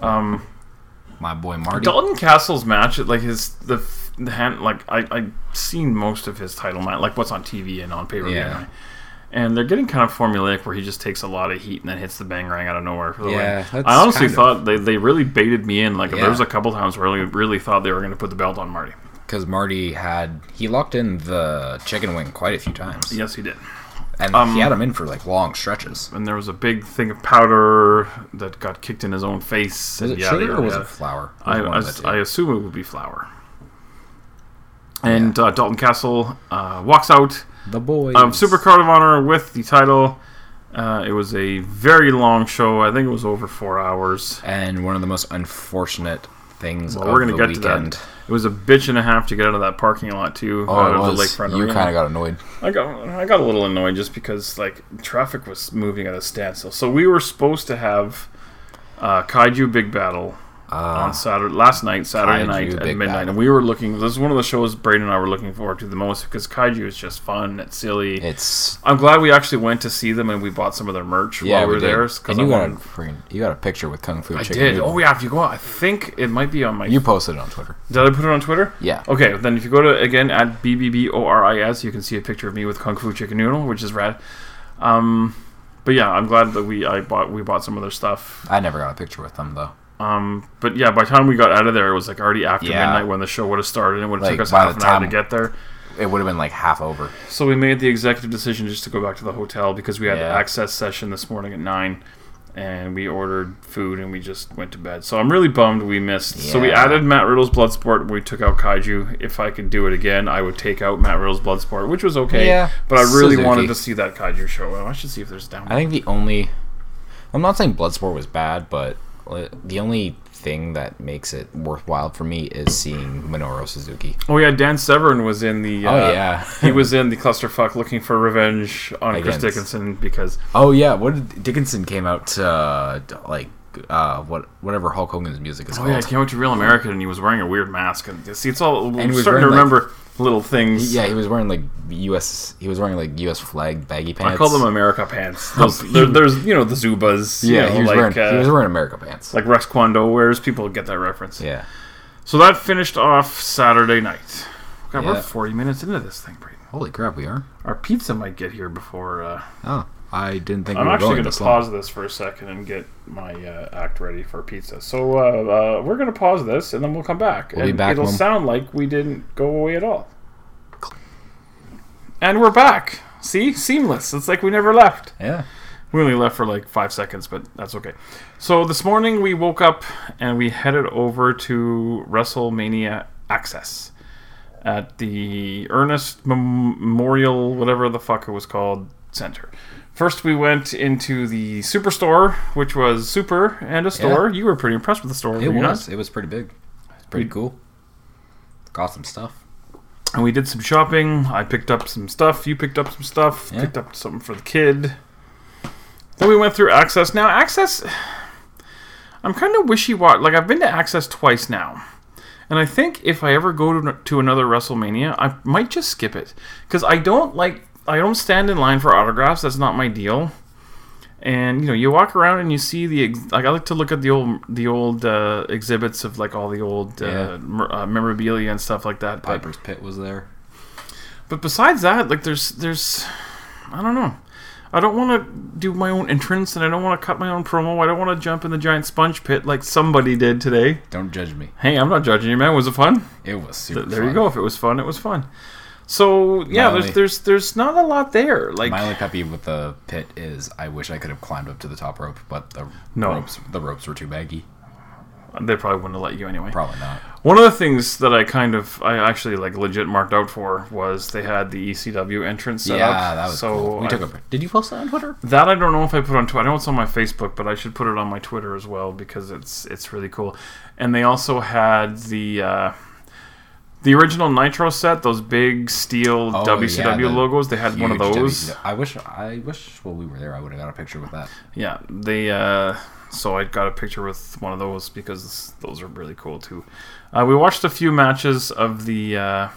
Speaker 1: Um,
Speaker 2: My boy Marty.
Speaker 1: Dalton Castle's match, like his the, f- the hand, like I I seen most of his title match, like what's on TV and on pay per view,
Speaker 2: Yeah.
Speaker 1: anyway. and they're getting kind of formulaic where he just takes a lot of heat and then hits the bang rang out of nowhere. For the
Speaker 2: Yeah,
Speaker 1: win.
Speaker 2: that's
Speaker 1: I honestly
Speaker 2: kind of-
Speaker 1: thought they, they really baited me in. Like
Speaker 2: Yeah.
Speaker 1: there was a couple times where I really, really thought they were going to put the belt on Marty.
Speaker 2: Because Marty had he locked in the chicken wing quite a few times,
Speaker 1: Yes, he did.
Speaker 2: and
Speaker 1: Um,
Speaker 2: he had him in for like long stretches.
Speaker 1: And there was a big thing of powder that got kicked in his own face.
Speaker 2: Was
Speaker 1: and
Speaker 2: it
Speaker 1: yada,
Speaker 2: sugar or
Speaker 1: yada,
Speaker 2: was
Speaker 1: yada.
Speaker 2: it flour? It was
Speaker 1: I,
Speaker 2: one
Speaker 1: I,
Speaker 2: of the
Speaker 1: s-
Speaker 2: two.
Speaker 1: I assume it would be flour. And uh, Dalton Castle uh, walks out.
Speaker 2: the boys.
Speaker 1: um, Super Card of Honor with the title. Uh, it was a very long show. I think it was over four hours.
Speaker 2: and one of the most unfortunate things
Speaker 1: Well,
Speaker 2: of
Speaker 1: we're gonna
Speaker 2: the
Speaker 1: get
Speaker 2: weekend.
Speaker 1: to that. It was a bitch and a half to get out of that parking lot too.
Speaker 2: Oh,
Speaker 1: out
Speaker 2: it
Speaker 1: of
Speaker 2: was.
Speaker 1: the lakefront
Speaker 2: you
Speaker 1: arena.
Speaker 2: kind of got annoyed.
Speaker 1: I got I got a little annoyed just because like traffic was moving at a standstill. So we were supposed to have uh, Kaiju Big Battle on Saturday last night, Saturday
Speaker 2: Ah. Kaiju
Speaker 1: night at
Speaker 2: Big
Speaker 1: midnight,
Speaker 2: Battle.
Speaker 1: and we were looking. This is one of the shows Braden and I were looking forward to the most because Kaiju is just fun. It's silly.
Speaker 2: It's
Speaker 1: I'm glad we actually went to see them and we bought some of their merch
Speaker 2: yeah,
Speaker 1: while we
Speaker 2: we
Speaker 1: were
Speaker 2: did.
Speaker 1: there.
Speaker 2: And
Speaker 1: I
Speaker 2: you got a
Speaker 1: wanted-
Speaker 2: freaking, you got a picture with Kung Fu
Speaker 1: I
Speaker 2: Chicken.
Speaker 1: did.
Speaker 2: Noodle.
Speaker 1: Oh yeah, if you go out, I think it might be on my.
Speaker 2: You posted it on Twitter.
Speaker 1: Did I put it on Twitter?
Speaker 2: Yeah.
Speaker 1: Okay, then if you go to again at bbboris, you can see a picture of me with Kung Fu Chicken Noodle, which is rad. Um, but yeah, I'm glad that we I bought we bought some of their stuff.
Speaker 2: I never got a picture with them though.
Speaker 1: Um, but yeah, by the time we got out of there, it was like already after
Speaker 2: Yeah.
Speaker 1: midnight when the show would have started. and It would have
Speaker 2: Like,
Speaker 1: took us
Speaker 2: by
Speaker 1: half
Speaker 2: the
Speaker 1: an hour to
Speaker 2: time-
Speaker 1: get there.
Speaker 2: It would have been like half over.
Speaker 1: So we made the executive decision just to go back to the hotel because we had
Speaker 2: Yeah.
Speaker 1: the access session this morning at nine, and we ordered food and we just went to bed. So I'm really bummed we missed. So we
Speaker 2: Yeah.
Speaker 1: added Matt Riddle's Bloodsport. We took out Kaiju. If I could do it again, I would take out Matt Riddle's Bloodsport, which was okay.
Speaker 2: Yeah.
Speaker 1: But I really
Speaker 2: Suzuki.
Speaker 1: wanted to see that Kaiju show. Well, I should see if there's down.
Speaker 2: I think the only, I'm not saying Bloodsport was bad, but uh, the only thing that makes it worthwhile for me is seeing Minoru Suzuki.
Speaker 1: Oh yeah, Dan Severn was in the. Uh,
Speaker 2: oh yeah.
Speaker 1: He was in the clusterfuck looking for revenge on Chris
Speaker 2: Against-
Speaker 1: Dickinson because
Speaker 2: Oh yeah, what did Dickinson came out to uh, like uh, what whatever Hulk Hogan's music is
Speaker 1: Oh
Speaker 2: called.
Speaker 1: yeah, he came out to Real America and he was wearing a weird mask. And see, it's all
Speaker 2: he
Speaker 1: we're
Speaker 2: was
Speaker 1: starting to
Speaker 2: wearing, like-
Speaker 1: remember little things.
Speaker 2: Yeah, he was wearing like U.S. He was wearing like U.S. flag baggy pants.
Speaker 1: I call them America pants. Those, there, there's you know the Zubas. you
Speaker 2: yeah,
Speaker 1: know,
Speaker 2: he was
Speaker 1: like
Speaker 2: wearing he was
Speaker 1: uh,
Speaker 2: wearing America pants.
Speaker 1: like Rex Kwando wears. People get that reference.
Speaker 2: yeah,
Speaker 1: So that finished off Saturday night. God, we're
Speaker 2: Yeah.
Speaker 1: 40 minutes into this thing, Brayden.
Speaker 2: Holy crap, we are.
Speaker 1: Our pizza might get here before. Uh,
Speaker 2: Oh, I didn't think
Speaker 1: I'm
Speaker 2: we were
Speaker 1: actually
Speaker 2: going
Speaker 1: going to
Speaker 2: this long.
Speaker 1: pause this for a second and get my uh, act ready for pizza. So uh, uh, we're going to pause this and then we'll come back.
Speaker 2: We'll be
Speaker 1: and
Speaker 2: back,
Speaker 1: it'll
Speaker 2: Mom.
Speaker 1: sound like we didn't go away at all. And we're back. See? Seamless. It's like we never left.
Speaker 2: Yeah.
Speaker 1: We only left for like five seconds, but that's okay. So this morning we woke up and we headed over to WrestleMania Access at the Ernest Mem- Memorial, whatever the fuck it was called, center. First, we went into the Superstore, which was super and a store. You were pretty impressed with the store, were you
Speaker 2: It
Speaker 1: not?
Speaker 2: was. It was pretty big. It's pretty cool. Got some stuff.
Speaker 1: And we did some shopping. I picked up some stuff. You picked up some stuff.
Speaker 2: Yeah.
Speaker 1: Picked up something for the kid. Then we went through Access. Now, Access, I'm kind of wishy washy. Like, I've been to Access twice now. And I think if I ever go to, to another WrestleMania, I might just skip it. Because I don't like, I don't stand in line for autographs. That's not my deal. And you know, you walk around and you see the ex- like I like to look at the old the old uh, exhibits of like all the old uh,
Speaker 2: Yeah.
Speaker 1: mer- uh, memorabilia and stuff like that. But
Speaker 2: Piper's Pit was there.
Speaker 1: but besides that, like there's there's I don't know. I don't want to do my own entrance and I don't want to cut my own promo. I don't want to jump in the giant sponge pit like somebody did today.
Speaker 2: Don't judge me.
Speaker 1: Hey, I'm not judging you, man. Was it fun?
Speaker 2: It was super.
Speaker 1: There you
Speaker 2: fun.
Speaker 1: go. If it was fun, it was fun. So, yeah,
Speaker 2: My only-
Speaker 1: there's there's there's not a lot there. Like
Speaker 2: My only pet peeve with the pit is I wish I could have climbed up to the top rope, but the
Speaker 1: No.
Speaker 2: ropes the ropes were too baggy.
Speaker 1: they probably wouldn't have let you anyway.
Speaker 2: Probably not.
Speaker 1: One of the things that I kind of I actually like legit marked out for was they had the ECW entrance set up.
Speaker 2: yeah, that was
Speaker 1: so
Speaker 2: cool. We
Speaker 1: I-
Speaker 2: took a. Did you post that on Twitter?
Speaker 1: That I don't know if I put on Twitter. I know it's on my Facebook, but I should put it on my Twitter as well because it's it's really cool. And they also had the uh, the original Nitro set, those big steel
Speaker 2: Oh,
Speaker 1: WCW
Speaker 2: yeah, the
Speaker 1: logos. They had one of
Speaker 2: Huge
Speaker 1: those.
Speaker 2: WCW. I wish. I wish. Well, we were there. I would have got a picture with that.
Speaker 1: Yeah, they. Uh, so I got a picture with one of those because those are really cool too. Uh, we watched a few matches of the uh,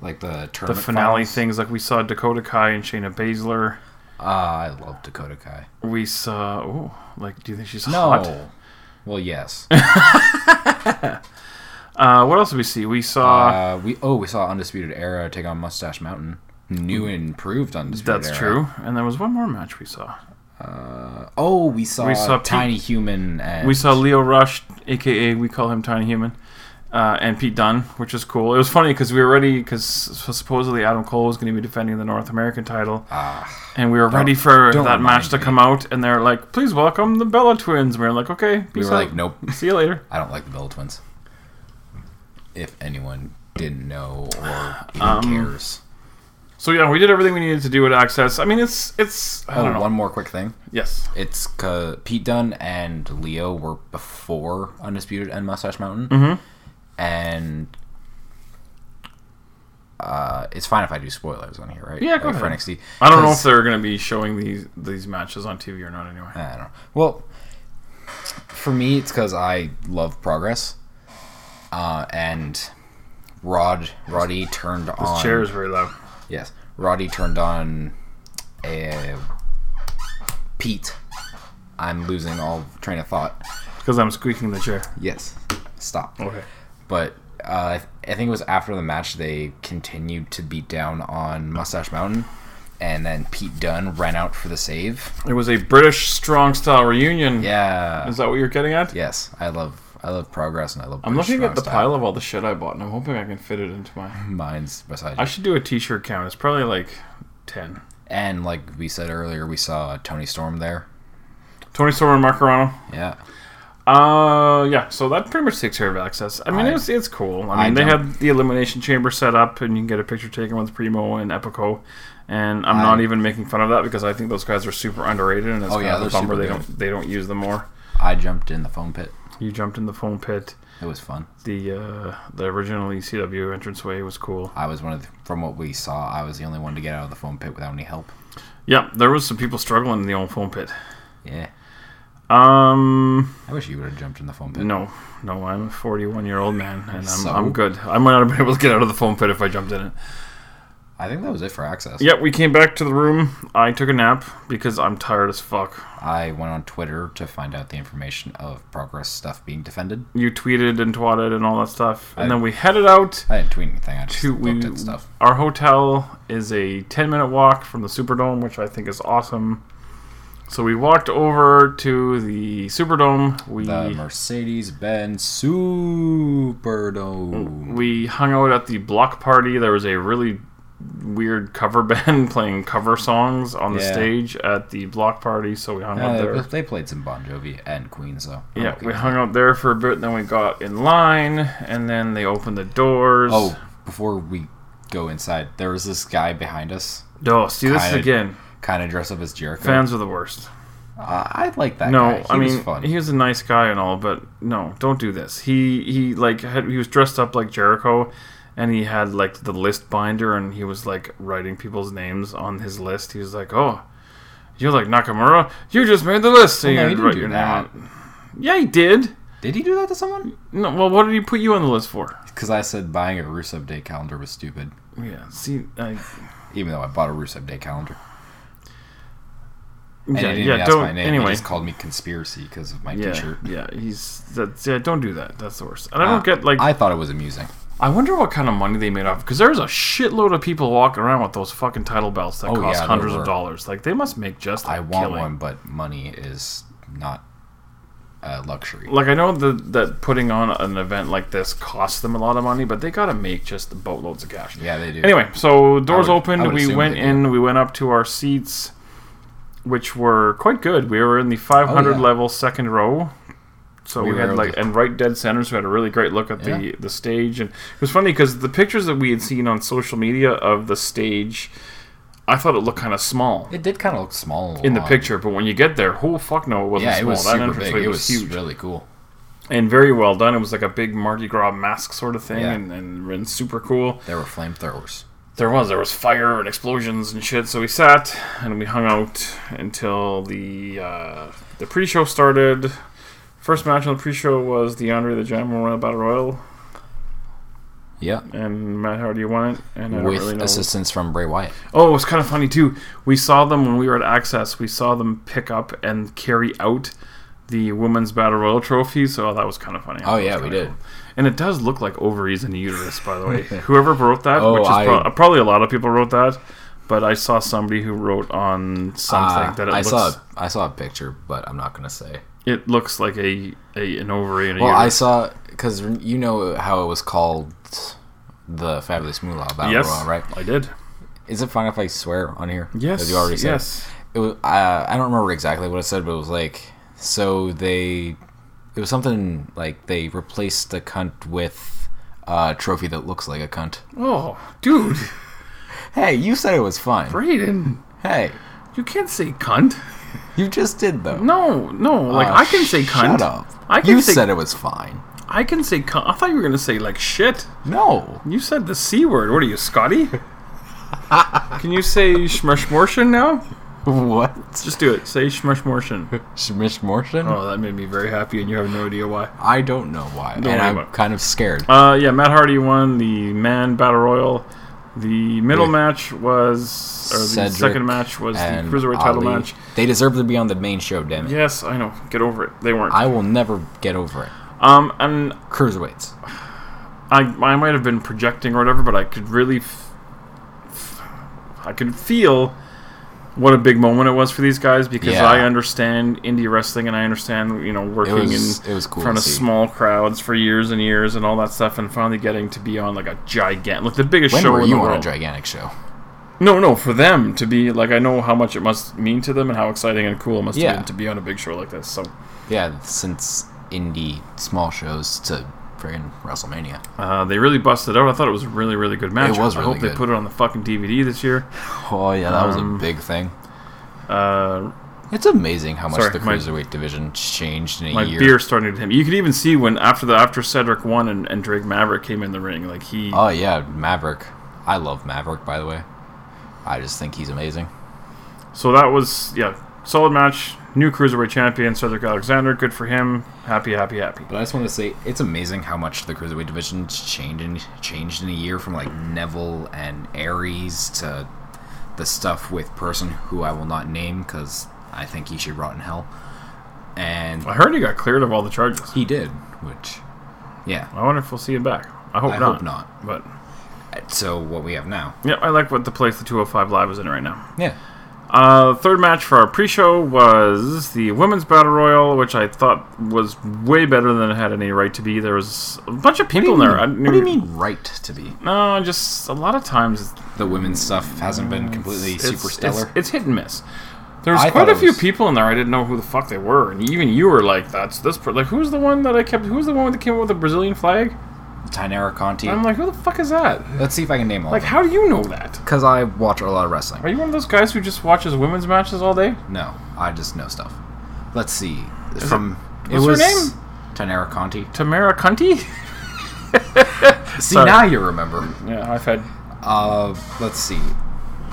Speaker 2: Like the
Speaker 1: the
Speaker 2: tournament
Speaker 1: finale
Speaker 2: finals.
Speaker 1: things, like we saw Dakota Kai and Shayna Baszler.
Speaker 2: Ah, I love Dakota Kai.
Speaker 1: We saw, oh, like, do you think she's
Speaker 2: No.
Speaker 1: hot?
Speaker 2: Well, yes.
Speaker 1: Uh, what else did we see? We saw.
Speaker 2: Uh, we oh we saw Undisputed Era take on Mustache Mountain. New and improved Undisputed
Speaker 1: That's
Speaker 2: Era.
Speaker 1: true. And there was one more match we saw.
Speaker 2: true. Oh, we saw,
Speaker 1: We saw Pete-
Speaker 2: Tiny Human and
Speaker 1: We saw Leo Rush, aka we call him Tiny Human, uh, and Pete Dunne, which is cool. It was funny because we were ready because supposedly Adam Cole was going to be defending the North American title,
Speaker 2: Ah,
Speaker 1: and we were ready for
Speaker 2: don't
Speaker 1: that match
Speaker 2: remind
Speaker 1: to
Speaker 2: me.
Speaker 1: come out. And they're like, "Please welcome the Bella Twins." We were like, "Okay,
Speaker 2: we
Speaker 1: peace
Speaker 2: were
Speaker 1: out.
Speaker 2: like, nope,
Speaker 1: see you later."
Speaker 2: I don't like the Bella Twins. If anyone didn't know or even
Speaker 1: Um,
Speaker 2: cares.
Speaker 1: So yeah, we did everything we needed to do at Access. I mean, it's it's I don't
Speaker 2: Oh,
Speaker 1: know.
Speaker 2: one more quick thing.
Speaker 1: Yes,
Speaker 2: It's ca- Pete Dunne and Leo were before Undisputed and Mustache Mountain, mm-hmm. and uh, it's fine if I do spoilers on here, right?
Speaker 1: Yeah, go
Speaker 2: Like,
Speaker 1: ahead.
Speaker 2: For NXT,
Speaker 1: I don't know
Speaker 2: 'Cause-
Speaker 1: if they're going to be showing these these matches on TV or not. Anyway,
Speaker 2: I don't know. Well, for me, it's because I love progress, uh, and Rod Roddy turned on
Speaker 1: chair is very loud.
Speaker 2: Yes, Roddy turned on a Pete. I'm losing all train of thought.
Speaker 1: Because I'm squeaking the chair.
Speaker 2: Yes, stop.
Speaker 1: Okay.
Speaker 2: But uh, I think it was after the match they continued to beat down on Mustache Mountain, and then Pete Dunne ran out for the save.
Speaker 1: It was a British strong style reunion.
Speaker 2: Yeah.
Speaker 1: Is that what you're getting at?
Speaker 2: Yes, I love I love progress and I love.
Speaker 1: I'm looking at the pile of all the shit I bought, and I'm hoping I can fit it into my.
Speaker 2: Mine's beside
Speaker 1: I
Speaker 2: you.
Speaker 1: should do a T-shirt count. It's probably like ten.
Speaker 2: And like we said earlier, we saw Tony Storm there.
Speaker 1: Tony Storm and Mark Carano.
Speaker 2: Yeah.
Speaker 1: Uh, yeah. So that pretty much takes care of access. I mean,
Speaker 2: I-
Speaker 1: it's it's cool. I mean,
Speaker 2: I
Speaker 1: they
Speaker 2: don't-
Speaker 1: had the elimination chamber set up, and you can get a picture taken with Primo and Epico. And I'm
Speaker 2: I-
Speaker 1: not even making fun of that because I think those guys are super underrated, and it's
Speaker 2: Oh,
Speaker 1: kind
Speaker 2: yeah,
Speaker 1: of a
Speaker 2: they're
Speaker 1: bummer
Speaker 2: super
Speaker 1: they
Speaker 2: good.
Speaker 1: don't they don't use them more.
Speaker 2: I jumped in the foam pit.
Speaker 1: You jumped in the foam pit.
Speaker 2: It was fun.
Speaker 1: The uh, the original ECW entranceway was cool.
Speaker 2: I was one of the, from what we saw, I was the only one to get out of the foam pit without any help.
Speaker 1: Yeah, there was some people struggling in the old foam pit.
Speaker 2: Yeah.
Speaker 1: Um,
Speaker 2: I wish you would have jumped in the foam pit.
Speaker 1: no, no, I'm a 41 year old man, and I'm,
Speaker 2: So?
Speaker 1: I'm good. I might not have been able to get out of the foam pit if I jumped in it.
Speaker 2: I think that was it for access.
Speaker 1: Yep, we came back to the room. I took a nap because I'm tired as fuck.
Speaker 2: I went on Twitter to find out the information of progress stuff being defended.
Speaker 1: You tweeted and twatted and all that stuff, and
Speaker 2: I-
Speaker 1: then we headed out.
Speaker 2: I didn't tweet anything. I just
Speaker 1: to
Speaker 2: looked
Speaker 1: we,
Speaker 2: at stuff.
Speaker 1: our hotel is a 10 minute walk from the Superdome, which I think is awesome. So we walked over to the Superdome. We
Speaker 2: The Mercedes Benz Superdome.
Speaker 1: we hung out at the block party. There was a really weird cover band playing cover songs on the
Speaker 2: Yeah.
Speaker 1: stage at the block party, so we hung out
Speaker 2: Uh,
Speaker 1: there.
Speaker 2: they- they played some Bon Jovi and Queen, so I'm
Speaker 1: yeah,
Speaker 2: okay
Speaker 1: we
Speaker 2: with
Speaker 1: hung out there for a bit, then we got in line, and then they opened the doors.
Speaker 2: Oh, before we go inside, there was this guy behind us,
Speaker 1: no! See, this is
Speaker 2: kinda-
Speaker 1: again.
Speaker 2: kind of dressed up as Jericho.
Speaker 1: Fans are the worst.
Speaker 2: Uh, I like that guy.
Speaker 1: No,
Speaker 2: He
Speaker 1: I
Speaker 2: was
Speaker 1: mean
Speaker 2: fun.
Speaker 1: he was a nice guy and all, but no, don't do this. He he like had, he was dressed up like Jericho, and he had like the list binder, and he was like writing people's names on his list. He was like, "Oh, you're like Nakamura. You just made the list." So
Speaker 2: Well, no,
Speaker 1: you had
Speaker 2: he
Speaker 1: to
Speaker 2: didn't
Speaker 1: write
Speaker 2: do
Speaker 1: your name
Speaker 2: that.
Speaker 1: on- Yeah, he did.
Speaker 2: Did he do that to someone?
Speaker 1: No, well, what did he put you on the list for?
Speaker 2: Because I said buying a Rusev Day calendar was stupid,
Speaker 1: Yeah, see, I,
Speaker 2: even though I bought a Rusev Day calendar. And
Speaker 1: yeah,
Speaker 2: he didn't even
Speaker 1: yeah,
Speaker 2: ask
Speaker 1: don't.
Speaker 2: my name. He
Speaker 1: Anyway,
Speaker 2: just called me conspiracy because of my
Speaker 1: yeah,
Speaker 2: T-shirt.
Speaker 1: yeah, he's that's yeah. Don't do that. That's the worst. And I
Speaker 2: Uh,
Speaker 1: don't get like
Speaker 2: I thought it was amusing.
Speaker 1: I wonder what kind of money they made off because there's a shitload of people walking around with those fucking title belts that
Speaker 2: Oh,
Speaker 1: cost
Speaker 2: yeah, there
Speaker 1: hundreds of
Speaker 2: were.
Speaker 1: dollars. Like they must make just a
Speaker 2: I want
Speaker 1: killing.
Speaker 2: one, but money is not a luxury.
Speaker 1: Like I know that that putting on an event like this costs them a lot of money, but they gotta make just boatloads of cash.
Speaker 2: Yeah, they do.
Speaker 1: Anyway, so doors
Speaker 2: I would- I
Speaker 1: opened.
Speaker 2: would
Speaker 1: We
Speaker 2: assume
Speaker 1: went
Speaker 2: they do.
Speaker 1: in. We went up to our seats, which were quite good. We were in the 500
Speaker 2: Oh, yeah.
Speaker 1: level second row. So
Speaker 2: We
Speaker 1: we,
Speaker 2: were
Speaker 1: had
Speaker 2: able
Speaker 1: like
Speaker 2: to-
Speaker 1: and right dead center, so we had a really great look at the the stage. And it was funny because the pictures that we had seen on social media of the stage, I thought it looked kind of small
Speaker 2: it did kind of look small
Speaker 1: in the
Speaker 2: on-
Speaker 1: picture, but when you get there, oh fuck no, it wasn't
Speaker 2: Yeah, it
Speaker 1: small.
Speaker 2: was
Speaker 1: that
Speaker 2: super
Speaker 1: entrance
Speaker 2: big.
Speaker 1: way
Speaker 2: It was
Speaker 1: huge
Speaker 2: really cool.
Speaker 1: and very well done. It was like a big Mardi Gras mask sort of thing,
Speaker 2: Yeah.
Speaker 1: and, and, and super cool.
Speaker 2: There were flamethrowers.
Speaker 1: There was there was fire and explosions and shit. So we sat and we hung out until the uh, the pre-show started. First match on the pre-show was the Andre the Giant Memorial Battle Royal,
Speaker 2: Yeah,
Speaker 1: and Matt Hardy won it. And I don't
Speaker 2: with
Speaker 1: really know.
Speaker 2: assistance from Bray Wyatt.
Speaker 1: Oh, it was kind of funny too. We saw them when we were at Access. We saw them pick up and carry out the women's battle royal trophy. So that was kind of funny. I
Speaker 2: Oh,
Speaker 1: thought it
Speaker 2: yeah,
Speaker 1: was
Speaker 2: we
Speaker 1: kinda
Speaker 2: did.
Speaker 1: And it does look like ovaries and uterus, by the way. Whoever wrote that,
Speaker 2: Oh,
Speaker 1: which is
Speaker 2: I-
Speaker 1: pro- probably a lot of people wrote that, but I saw somebody who wrote on something
Speaker 2: Uh,
Speaker 1: that it
Speaker 2: I
Speaker 1: looks
Speaker 2: saw. a- I saw a picture, but I'm not gonna say.
Speaker 1: it looks like a, a an ovary and a
Speaker 2: Well, I
Speaker 1: uterus.
Speaker 2: saw because you know how it was called, the Fabulous Moolah Battle
Speaker 1: yes,
Speaker 2: Royale, right?
Speaker 1: I did.
Speaker 2: Is it fine if I swear on here?
Speaker 1: Yes,
Speaker 2: As you already said.
Speaker 1: yes.
Speaker 2: It was. Uh, I don't remember exactly what it said, but it was like so they. It was something like they replaced the cunt with a trophy that looks like a cunt.
Speaker 1: Oh, dude,
Speaker 2: Hey, you said it was fine.
Speaker 1: Braden,
Speaker 2: Hey,
Speaker 1: you can't say cunt.
Speaker 2: you just did though.
Speaker 1: No, no, like
Speaker 2: Uh,
Speaker 1: I can say cunt.
Speaker 2: Shut up.
Speaker 1: I can
Speaker 2: you
Speaker 1: say
Speaker 2: said it was fine.
Speaker 1: I can say. Cu- I thought you were gonna say like shit.
Speaker 2: No.
Speaker 1: You said the c word. What are you, Scotty? can you say schmishmortion now?
Speaker 2: What?
Speaker 1: Just do it. Say schmishmortion.
Speaker 2: Miss Morrison?
Speaker 1: Oh, that made me very happy, and you have no idea why.
Speaker 2: I don't know why.
Speaker 1: Don't
Speaker 2: and
Speaker 1: worry
Speaker 2: I'm
Speaker 1: about it.
Speaker 2: kind of scared.
Speaker 1: Uh, yeah, Matt Hardy won the man battle royal. The middle
Speaker 2: With
Speaker 1: match was, or the
Speaker 2: Cedric
Speaker 1: second match was the
Speaker 2: and
Speaker 1: cruiserweight title
Speaker 2: Ali.
Speaker 1: match.
Speaker 2: They deserve to be on the main show, damn it.
Speaker 1: Yes, I know. Get over it. They weren't.
Speaker 2: I will never get over it.
Speaker 1: um, and
Speaker 2: Cruiserweights.
Speaker 1: I, I might have been projecting or whatever, but I could really, f- f- I could feel what a big moment it was for these guys because
Speaker 2: Yeah.
Speaker 1: I understand indie wrestling and I understand you know working
Speaker 2: was-
Speaker 1: in
Speaker 2: it was cool
Speaker 1: front
Speaker 2: to
Speaker 1: of
Speaker 2: see.
Speaker 1: small crowds for years and years and all that stuff, and finally getting to be on like a gigantic, like the biggest
Speaker 2: When
Speaker 1: show
Speaker 2: were
Speaker 1: in
Speaker 2: you
Speaker 1: the
Speaker 2: on a
Speaker 1: world.
Speaker 2: gigantic show?
Speaker 1: no, no, for them to be like, I know how much it must mean to them and how exciting and cool it must
Speaker 2: Yeah.
Speaker 1: have been to be on a big show like this. So
Speaker 2: Yeah, since indie small shows to friggin' WrestleMania.
Speaker 1: uh, they really busted out. I thought it was a really, really good match.
Speaker 2: was
Speaker 1: I
Speaker 2: really
Speaker 1: hope
Speaker 2: good.
Speaker 1: they put it on the fucking DVD this year.
Speaker 2: Oh yeah, that
Speaker 1: Um,
Speaker 2: was a big thing.
Speaker 1: Uh,
Speaker 2: It's amazing how much
Speaker 1: sorry,
Speaker 2: the
Speaker 1: my-
Speaker 2: cruiserweight division changed in a
Speaker 1: my
Speaker 2: year.
Speaker 1: beer starting to him. You could even see when after the after Cedric won and, and Drake Maverick came in the ring, like he
Speaker 2: Oh yeah, Maverick. I love Maverick, by the way. I just think he's amazing.
Speaker 1: so that was yeah, solid match. new cruiserweight champion Cedric Alexander. Good for him. Happy, happy, happy.
Speaker 2: But I just want to say it's amazing how much the cruiserweight division's changed in, changed in a year from like Neville and Aries to the stuff with person who I will not name because I think he should rot in hell. And
Speaker 1: I heard he got cleared of all the charges.
Speaker 2: he did, which yeah,
Speaker 1: I wonder if we'll see him back. I hope
Speaker 2: I
Speaker 1: not.
Speaker 2: hope not.
Speaker 1: But
Speaker 2: So what we have now,
Speaker 1: yeah, I like what the place the 205 Live is in right now.
Speaker 2: yeah,
Speaker 1: Uh, third match for our pre-show was the women's battle royal, which I thought was way better than it had any right to be. There was a bunch of people in there. I
Speaker 2: What
Speaker 1: didn't
Speaker 2: do you
Speaker 1: even-
Speaker 2: mean right to be?
Speaker 1: No, just a lot of times
Speaker 2: The women's stuff hasn't been completely
Speaker 1: it's,
Speaker 2: super stellar.
Speaker 1: It's, it's hit and miss. There was
Speaker 2: I
Speaker 1: quite
Speaker 2: thought
Speaker 1: a
Speaker 2: it
Speaker 1: few
Speaker 2: was-
Speaker 1: people in there. I didn't know who the fuck they were, and even you were like, "That's this." Per-. Like, who's the one that I kept? Who's the one that came up with the Brazilian flag?
Speaker 2: Tynara Conti.
Speaker 1: I'm like, who the fuck is that?
Speaker 2: Let's see if I can name all.
Speaker 1: Like,
Speaker 2: Like,
Speaker 1: how do you know that?
Speaker 2: because I watch a lot of wrestling.
Speaker 1: Are you one of those guys who just watches women's matches all day?
Speaker 2: No, I just know stuff. Let's see. From
Speaker 1: it- what's her name?
Speaker 2: Tanera Conti.
Speaker 1: Tamara Cunty?
Speaker 2: See
Speaker 1: Sorry.
Speaker 2: now you remember.
Speaker 1: Yeah, I've had.
Speaker 2: Uh, let's see.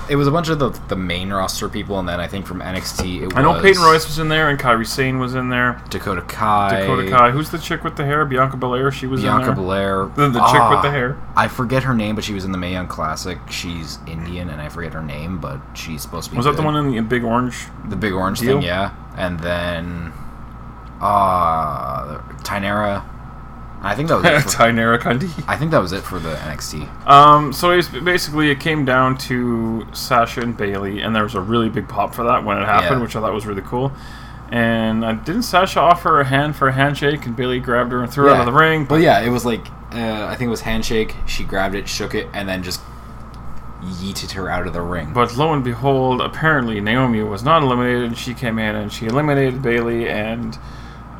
Speaker 2: It was a bunch of the the main roster people, and then I think from NXT it was.
Speaker 1: I know Peyton Royce was in there, and Kyrie Sane was in there.
Speaker 2: Dakota Kai,
Speaker 1: Dakota Kai. Who's the chick with the hair? Bianca Belair. She was
Speaker 2: Bianca
Speaker 1: in there.
Speaker 2: Belair, Ah,
Speaker 1: The- the chick with the hair.
Speaker 2: I forget her name, but she was in the Mae Young Classic. She's Indian, and I forget her name, but she's supposed to be.
Speaker 1: was that the
Speaker 2: good.
Speaker 1: one in the big orange?
Speaker 2: The big orange
Speaker 1: Deal?
Speaker 2: thing, yeah. And then, uh, Tynera. I think that was it for,
Speaker 1: Tynara Cunty.
Speaker 2: I think that was it for the NXT.
Speaker 1: Um, so it's basically, it came down to Sasha and Bailey, and there was a really big pop for that when it happened,
Speaker 2: Yeah.
Speaker 1: which I thought was really cool. And uh, didn't Sasha offer a hand for a handshake, and Bailey grabbed her and threw her out of the ring?
Speaker 2: But yeah, it was like uh, I think it was handshake. She grabbed it, shook it, and then just yeeted her out of the ring.
Speaker 1: But lo and behold, apparently Naomi was not eliminated. She came in and she eliminated Bailey, and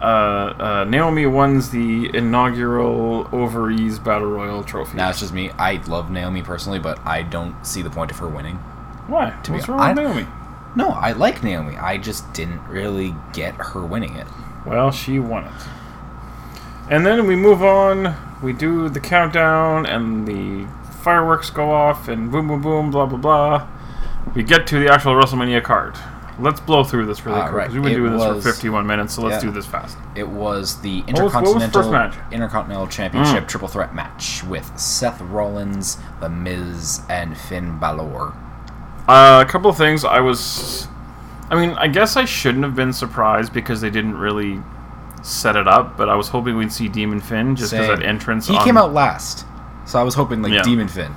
Speaker 1: uh, uh, Naomi wins the inaugural Overease Battle Royal trophy.
Speaker 2: now it's just me. I love Naomi personally, but I don't see the point of her winning.
Speaker 1: Why?
Speaker 2: be
Speaker 1: What's wrong with
Speaker 2: hon-
Speaker 1: Naomi?
Speaker 2: No, I like Naomi. I just didn't really get her winning it.
Speaker 1: Well, she won it. And then we move on. We do the countdown, and the fireworks go off, and boom, boom, boom, blah, blah, blah. We get to the actual WrestleMania card. Let's blow through this really
Speaker 2: Ah,
Speaker 1: quick
Speaker 2: right.
Speaker 1: 'cause we've been
Speaker 2: It
Speaker 1: doing this for
Speaker 2: was-
Speaker 1: 51 minutes, so let's
Speaker 2: yeah.
Speaker 1: do this fast.
Speaker 2: It was the
Speaker 1: was- what was the
Speaker 2: Intercontinental
Speaker 1: first match? Mm.
Speaker 2: Intercontinental Championship triple threat match with Seth Rollins, The Miz, and Finn Balor.
Speaker 1: Uh, a couple of things. I was, I mean, I guess I shouldn't have been surprised because they didn't really set it up, but I was hoping we'd see Demon Finn just because
Speaker 2: Same.
Speaker 1: that entrance.
Speaker 2: He
Speaker 1: on-
Speaker 2: came out last, so I was hoping like
Speaker 1: Yeah.
Speaker 2: Demon Finn.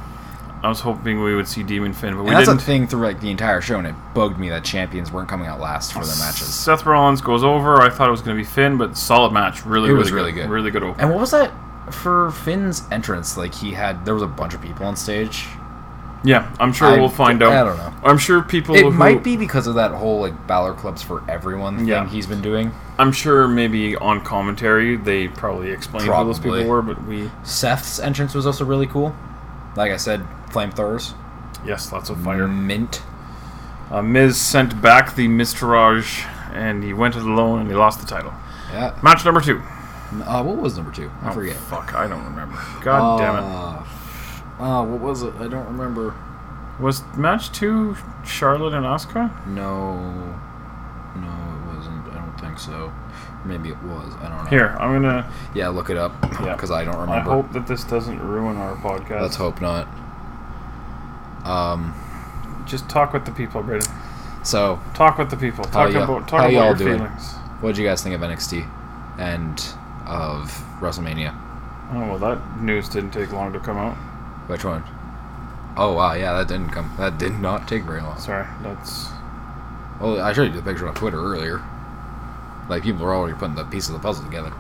Speaker 1: I was hoping we would see Demon Finn, but we
Speaker 2: And that's
Speaker 1: didn't.
Speaker 2: a thing through like the entire show, and it bugged me that champions weren't coming out last for the matches.
Speaker 1: Seth Rollins goes over. I thought it was going to be Finn, but solid match. Really,
Speaker 2: It was
Speaker 1: really
Speaker 2: really good.
Speaker 1: Really good over.
Speaker 2: And what was that for Finn's entrance? Like he had there was a bunch of people on stage.
Speaker 1: yeah, I'm sure
Speaker 2: I-
Speaker 1: we'll find out.
Speaker 2: I don't know.
Speaker 1: I'm sure people.
Speaker 2: It
Speaker 1: who,
Speaker 2: might be because of that whole like Balor clubs for everyone
Speaker 1: Yeah.
Speaker 2: thing he's been doing.
Speaker 1: I'm sure maybe on commentary they probably explained who those
Speaker 2: Probably.
Speaker 1: people were, but we
Speaker 2: Seth's entrance was also really cool. Like I said, flamethrowers,
Speaker 1: yes, lots of fire.
Speaker 2: mint.
Speaker 1: Uh, Miz sent back the Mistourage, and he went it alone, and he lost the title.
Speaker 2: Yeah.
Speaker 1: Match number two. Oh,
Speaker 2: Uh, what was number two? I forget. Uh,
Speaker 1: Fuck, I don't remember. God damn
Speaker 2: it. Uh, what was it? I don't remember.
Speaker 1: it. Was match two Charlotte and Oscar?
Speaker 2: No, no, it wasn't. I don't think so. Maybe it was. I don't know.
Speaker 1: Here, I'm gonna.
Speaker 2: Yeah, look it up
Speaker 1: Yeah.
Speaker 2: because I don't
Speaker 1: I
Speaker 2: remember.
Speaker 1: hope that this doesn't ruin our podcast.
Speaker 2: Let's hope not. Um.
Speaker 1: Just talk with the people, Braden.
Speaker 2: So,
Speaker 1: Talk with the people.
Speaker 2: How
Speaker 1: Talk
Speaker 2: ya-
Speaker 1: about
Speaker 2: how
Speaker 1: talk about
Speaker 2: y'all
Speaker 1: your
Speaker 2: doing?
Speaker 1: feelings.
Speaker 2: what did you guys think of NXT and of WrestleMania?
Speaker 1: Oh well, that news didn't take long to come out.
Speaker 2: Which one? Oh wow, yeah, that didn't come. That did not take very long.
Speaker 1: Sorry, that's
Speaker 2: Well, I showed you the picture on Twitter earlier. Like people were already putting the pieces of the puzzle together.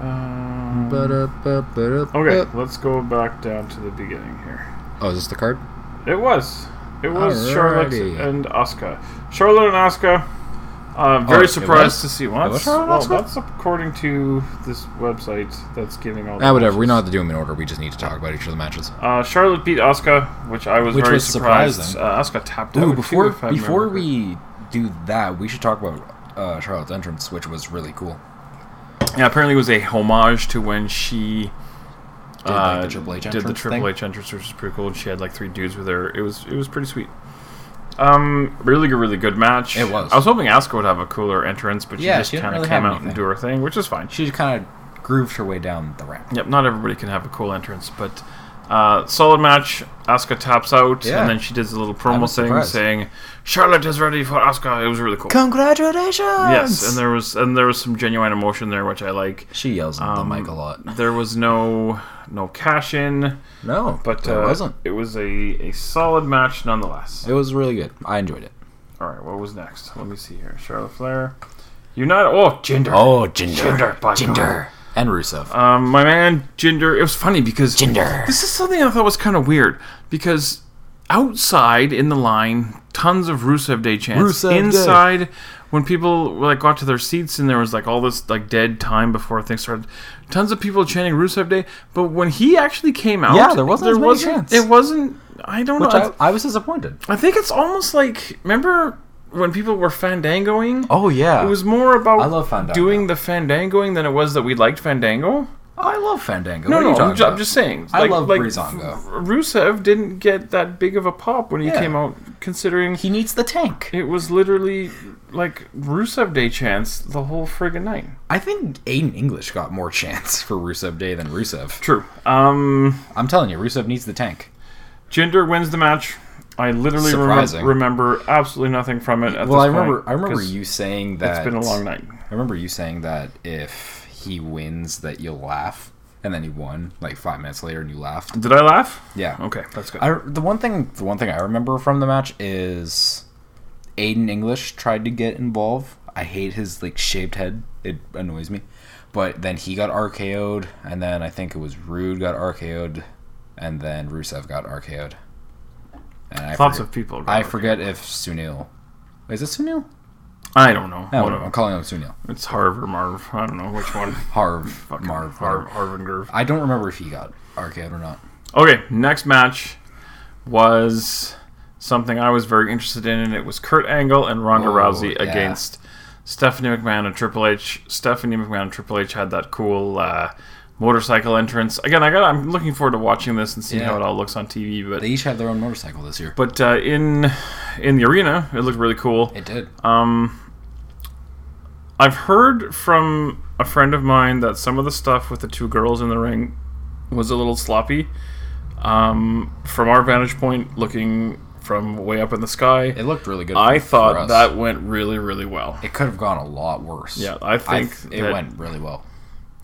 Speaker 1: um,
Speaker 2: uh, Okay.
Speaker 1: okay. Let's go back down to the beginning here.
Speaker 2: Oh, is this the card?
Speaker 1: It was, it was Charlotte
Speaker 2: Alrighty.
Speaker 1: and Asuka. Charlotte and Asuka. Uh, very
Speaker 2: Oh, it was?
Speaker 1: surprised to see. Well,
Speaker 2: It
Speaker 1: that's,
Speaker 2: was Charlotte and
Speaker 1: well,
Speaker 2: Asuka?
Speaker 1: that's according to this website that's giving all. the
Speaker 2: Ah, whatever. We
Speaker 1: matches.
Speaker 2: don't have to do them in order. We just need to talk about each of the matches.
Speaker 1: Uh, Charlotte beat Asuka, which I was
Speaker 2: Which
Speaker 1: very
Speaker 2: was
Speaker 1: surprised.
Speaker 2: surprising.
Speaker 1: Uh, Asuka tapped out.
Speaker 2: Ooh,
Speaker 1: too,
Speaker 2: before
Speaker 1: if I
Speaker 2: before
Speaker 1: remember
Speaker 2: we do that, we should talk about uh, Charlotte's entrance, which was really cool.
Speaker 1: Yeah, apparently it was a homage to when she uh,
Speaker 2: Did, like, the Triple H
Speaker 1: did the
Speaker 2: entrance
Speaker 1: Triple
Speaker 2: thing?
Speaker 1: H entrance, which was pretty cool. And she had like three dudes with her. It was it was pretty sweet. Um, really good, really good match.
Speaker 2: It was.
Speaker 1: I was hoping Asuka would have a cooler entrance, but she
Speaker 2: Yeah,
Speaker 1: just
Speaker 2: she didn't
Speaker 1: kind of
Speaker 2: really
Speaker 1: came
Speaker 2: have
Speaker 1: out and
Speaker 2: anything.
Speaker 1: do her thing, which is fine.
Speaker 2: She kind of grooved her way down the ramp.
Speaker 1: Yep, not everybody can have a cool entrance, but uh, solid match. Asuka taps out,
Speaker 2: Yeah.
Speaker 1: and then she does a little promo
Speaker 2: was
Speaker 1: thing
Speaker 2: surprised.
Speaker 1: saying, "Charlotte is ready for Asuka." It was really cool.
Speaker 2: Congratulations!
Speaker 1: Yes, and there was and there was some genuine emotion there, which I like.
Speaker 2: she yells at
Speaker 1: Um,
Speaker 2: the mic a lot.
Speaker 1: There was no no cash in,
Speaker 2: No,
Speaker 1: but
Speaker 2: it
Speaker 1: uh,
Speaker 2: wasn't.
Speaker 1: It was a, a solid match nonetheless.
Speaker 2: It was really good. I enjoyed it.
Speaker 1: All right, what was next? Let me see here. Charlotte Flair, United. Oh, Jinder.
Speaker 2: Oh, Ginger,
Speaker 1: Jinder, by
Speaker 2: Jinder, and Rusev.
Speaker 1: Um, my man Jinder. It was funny because
Speaker 2: Oh. Jinder.
Speaker 1: This is something I thought was kind of weird because outside in the line, tons of Rusev Day chants.
Speaker 2: Rusev Day.
Speaker 1: Inside, when people like got to their seats and there was like all this like dead time before things started, tons of people chanting Rusev Day. But when he actually came out,
Speaker 2: Yeah, there wasn't as many
Speaker 1: wasn't.
Speaker 2: chants.
Speaker 1: It wasn't. I don't
Speaker 2: which
Speaker 1: know.
Speaker 2: I, I was disappointed.
Speaker 1: I think it's almost like remember when people were fandangoing.
Speaker 2: Oh yeah,
Speaker 1: It was more about
Speaker 2: I love Fandango.
Speaker 1: doing the fandangoing than it was that we liked fandango.
Speaker 2: I love Fandango.
Speaker 1: No,
Speaker 2: what are
Speaker 1: no,
Speaker 2: you talking
Speaker 1: I'm, ju-
Speaker 2: about?
Speaker 1: I'm just saying.
Speaker 2: I love Breezango.
Speaker 1: F- Rusev didn't get that big of a pop when he
Speaker 2: Yeah.
Speaker 1: came out, considering
Speaker 2: he needs the tank.
Speaker 1: it was literally like Rusev Day chance the whole friggin' night.
Speaker 2: I think Aiden English got more chance for Rusev Day than Rusev.
Speaker 1: True. Um,
Speaker 2: I'm telling you, Rusev needs the tank.
Speaker 1: Jinder wins the match. I literally remem-
Speaker 2: Surprising.
Speaker 1: remember absolutely nothing from it. At
Speaker 2: Well,
Speaker 1: this
Speaker 2: I remember,
Speaker 1: point,
Speaker 2: I remember
Speaker 1: 'cause
Speaker 2: you saying that.
Speaker 1: It's been a long night.
Speaker 2: I remember you saying that if he wins, that you'll laugh, and then he won like five minutes later, and you laughed.
Speaker 1: Did I laugh?
Speaker 2: Yeah.
Speaker 1: Okay, that's good.
Speaker 2: I, the one thing, the one thing I remember from the match is Aiden English tried to get involved. I hate his like shaved head; it annoys me. But then he got RKO'd, and then I think it was Rude got RKO'd, and then Rusev got RKO'd. And I
Speaker 1: Lots
Speaker 2: forget,
Speaker 1: of people.
Speaker 2: I forget if Sunil. Is it Sunil?
Speaker 1: I don't know.
Speaker 2: No,
Speaker 1: Whatever.
Speaker 2: I'm calling him Sunil.
Speaker 1: It's Harv or Marv. I don't know which one.
Speaker 2: Harv.
Speaker 1: Fucking
Speaker 2: Marv.
Speaker 1: Harv,
Speaker 2: Harv.
Speaker 1: Harv and Gerv.
Speaker 2: I don't remember if he got RKO'd or not.
Speaker 1: Okay, next match was something I was very interested in, and it was Kurt Angle and Ronda
Speaker 2: Oh,
Speaker 1: Rousey
Speaker 2: yeah.
Speaker 1: against Stephanie McMahon and Triple H. Stephanie McMahon and Triple H had that cool uh, motorcycle entrance. Again, I got I'm looking forward to watching this and seeing
Speaker 2: Yeah.
Speaker 1: how it all looks on TV. But
Speaker 2: They each had their own motorcycle this year.
Speaker 1: but uh, in in the arena, it looked really cool.
Speaker 2: It did.
Speaker 1: I've heard from a friend of mine that some of the stuff with the two girls in the ring was a little sloppy. Um, from our vantage point, looking from way up in the sky,
Speaker 2: it looked really good.
Speaker 1: I
Speaker 2: for- for
Speaker 1: thought
Speaker 2: us.
Speaker 1: that went really, really well.
Speaker 2: It could have gone a lot worse.
Speaker 1: Yeah, I
Speaker 2: I
Speaker 1: think
Speaker 2: th- it
Speaker 1: that-
Speaker 2: went really well.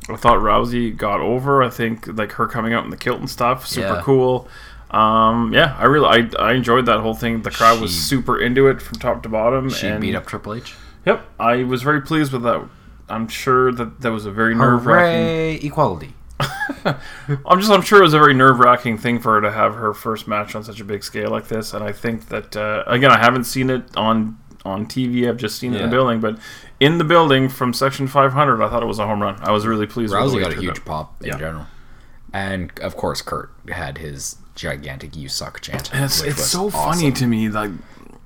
Speaker 1: I thought Rousey got over. I think like her coming out in the kilt and stuff, super
Speaker 2: Yeah.
Speaker 1: cool. Um, yeah, I really, I, I enjoyed that whole thing. The crowd was
Speaker 2: She-
Speaker 1: super into it from top to bottom.
Speaker 2: She
Speaker 1: and
Speaker 2: beat up Triple H.
Speaker 1: Yep, I was very pleased with that. I'm sure that that was a very nerve wracking
Speaker 2: Hooray, equality.
Speaker 1: I'm just I'm sure it was a very nerve wracking thing for her to have her first match on such a big scale like this, and I think that uh, again I haven't seen it on on TV. I've just seen it in
Speaker 2: Yeah.
Speaker 1: the building, but in the building from section 500, I thought it was a home run. I was really pleased. with the
Speaker 2: Rousey
Speaker 1: way
Speaker 2: got
Speaker 1: it
Speaker 2: a
Speaker 1: turned
Speaker 2: huge
Speaker 1: out.
Speaker 2: pop in
Speaker 1: Yeah.
Speaker 2: general, and of course Kurt had his gigantic "You suck" chant.
Speaker 1: And It's,
Speaker 2: which
Speaker 1: it's
Speaker 2: was
Speaker 1: so
Speaker 2: awesome.
Speaker 1: funny to me. Like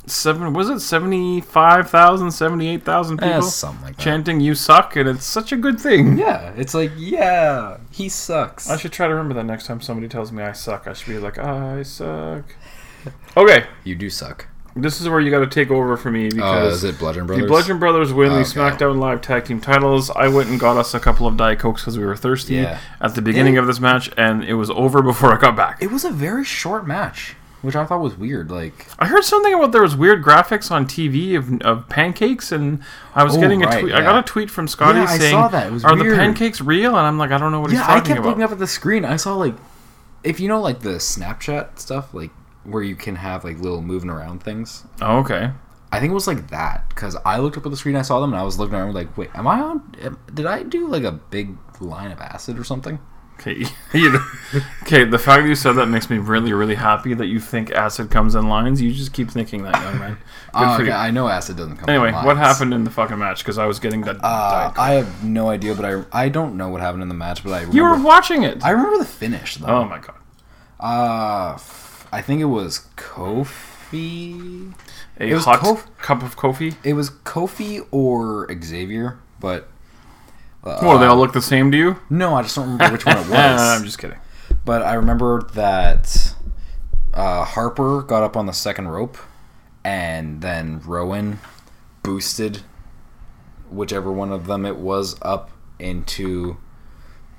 Speaker 1: seven was it 75,000, 78,000 people
Speaker 2: Eh, something like that.
Speaker 1: chanting "You suck," and it's such a good thing.
Speaker 2: yeah, it's like yeah, he sucks.
Speaker 1: I should try to remember that next time somebody tells me I suck. I should be like, I suck. Okay,
Speaker 2: you do suck.
Speaker 1: this is where you got to take over for me
Speaker 2: Uh,
Speaker 1: because
Speaker 2: is it Bludgeon
Speaker 1: The
Speaker 2: Brothers?
Speaker 1: Bludgeon Brothers win the
Speaker 2: Okay.
Speaker 1: SmackDown Live Tag Team titles. I went and got us a couple of Diet Cokes because we were thirsty
Speaker 2: Yeah.
Speaker 1: at the beginning
Speaker 2: Yeah.
Speaker 1: of this match, and it was over before I got back.
Speaker 2: It was a very short match, which I thought was weird. Like
Speaker 1: I heard something about there was weird graphics on TV of, of pancakes, and I was
Speaker 2: Oh,
Speaker 1: getting a
Speaker 2: right,
Speaker 1: tweet. I
Speaker 2: yeah.
Speaker 1: got a tweet from Scotty
Speaker 2: Yeah, I
Speaker 1: saying,
Speaker 2: saw that. It was
Speaker 1: "Are the
Speaker 2: weird.
Speaker 1: pancakes real?" And I'm like, "I don't know what he's
Speaker 2: Yeah, I
Speaker 1: talking
Speaker 2: kept
Speaker 1: about."
Speaker 2: looking up at the screen. I saw like, if you know like the Snapchat stuff, like where you can have like little moving around things.
Speaker 1: oh, okay.
Speaker 2: I think it was like that because I looked up at the screen, I saw them, and I was looking around like, wait, am I on? Am, did I do like a big line of acid or something?
Speaker 1: Okay. You- okay. The fact that you said that makes me really, really happy that you think acid comes in lines. You just keep thinking that, young man. Good
Speaker 2: Oh,
Speaker 1: for
Speaker 2: okay,
Speaker 1: you.
Speaker 2: I know acid doesn't come.
Speaker 1: Anyway,
Speaker 2: in lines.
Speaker 1: what happened in the fucking match? Because I was getting that.
Speaker 2: Uh,
Speaker 1: Diet Coke.
Speaker 2: I have no idea, but I I don't know what happened in the match, but I remember,
Speaker 1: You were watching it.
Speaker 2: I remember the finish though.
Speaker 1: oh my god.
Speaker 2: Uh, f- I think it was Kofi.
Speaker 1: A
Speaker 2: It was
Speaker 1: hot
Speaker 2: Kof-
Speaker 1: cup of coffee.
Speaker 2: It was Kofi or Xavier, but uh,
Speaker 1: Whoa, they all look the same to you?
Speaker 2: No, I just don't remember which one it
Speaker 1: Nah, I'm
Speaker 2: was.
Speaker 1: just kidding.
Speaker 2: but I remember that uh, Harper got up on the second rope and then Rowan boosted whichever one of them it was up into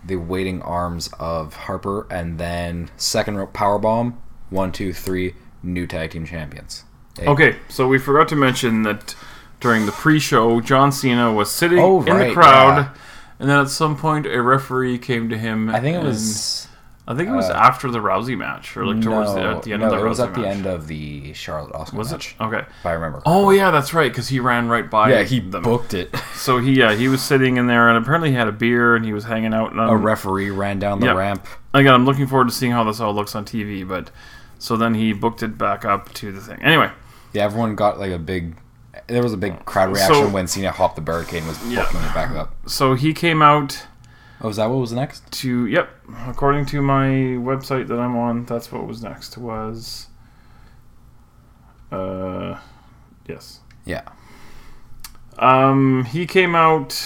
Speaker 2: the waiting arms of Harper, and then second rope power bomb. One, two, three. New tag team champions. They-
Speaker 1: Okay, so we forgot to mention that during the pre-show, John Cena was sitting
Speaker 2: Oh,
Speaker 1: in the
Speaker 2: right,
Speaker 1: crowd,
Speaker 2: yeah.
Speaker 1: and then at some point a referee came to him.
Speaker 2: I think it
Speaker 1: and-
Speaker 2: was
Speaker 1: I think it was
Speaker 2: uh,
Speaker 1: after the Rousey match, or like towards the, at the end
Speaker 2: no,
Speaker 1: of the
Speaker 2: it
Speaker 1: Rousey
Speaker 2: was at the
Speaker 1: match.
Speaker 2: end of the Charlotte Oscar
Speaker 1: was
Speaker 2: match,
Speaker 1: it? Okay.
Speaker 2: if I remember.
Speaker 1: Oh
Speaker 2: correctly.
Speaker 1: yeah, that's right. Because he ran right by.
Speaker 2: yeah, he
Speaker 1: them.
Speaker 2: booked it.
Speaker 1: So he yeah he was sitting in there, and apparently he had a beer, and he was hanging out. And
Speaker 2: A
Speaker 1: I'm,
Speaker 2: referee ran down the
Speaker 1: Yep.
Speaker 2: ramp.
Speaker 1: again, I'm looking forward to seeing how this all looks on TV. But so then he booked it back up to the thing. Anyway,
Speaker 2: Yeah, everyone got like a big. There was a big crowd reaction
Speaker 1: So-
Speaker 2: when Cena hopped the barricade and was booking
Speaker 1: Yeah.
Speaker 2: it back up.
Speaker 1: so he came out.
Speaker 2: Oh, is that what was next?
Speaker 1: to yep according to my website that i'm on that's what was next was uh yes
Speaker 2: Yeah.
Speaker 1: um he came out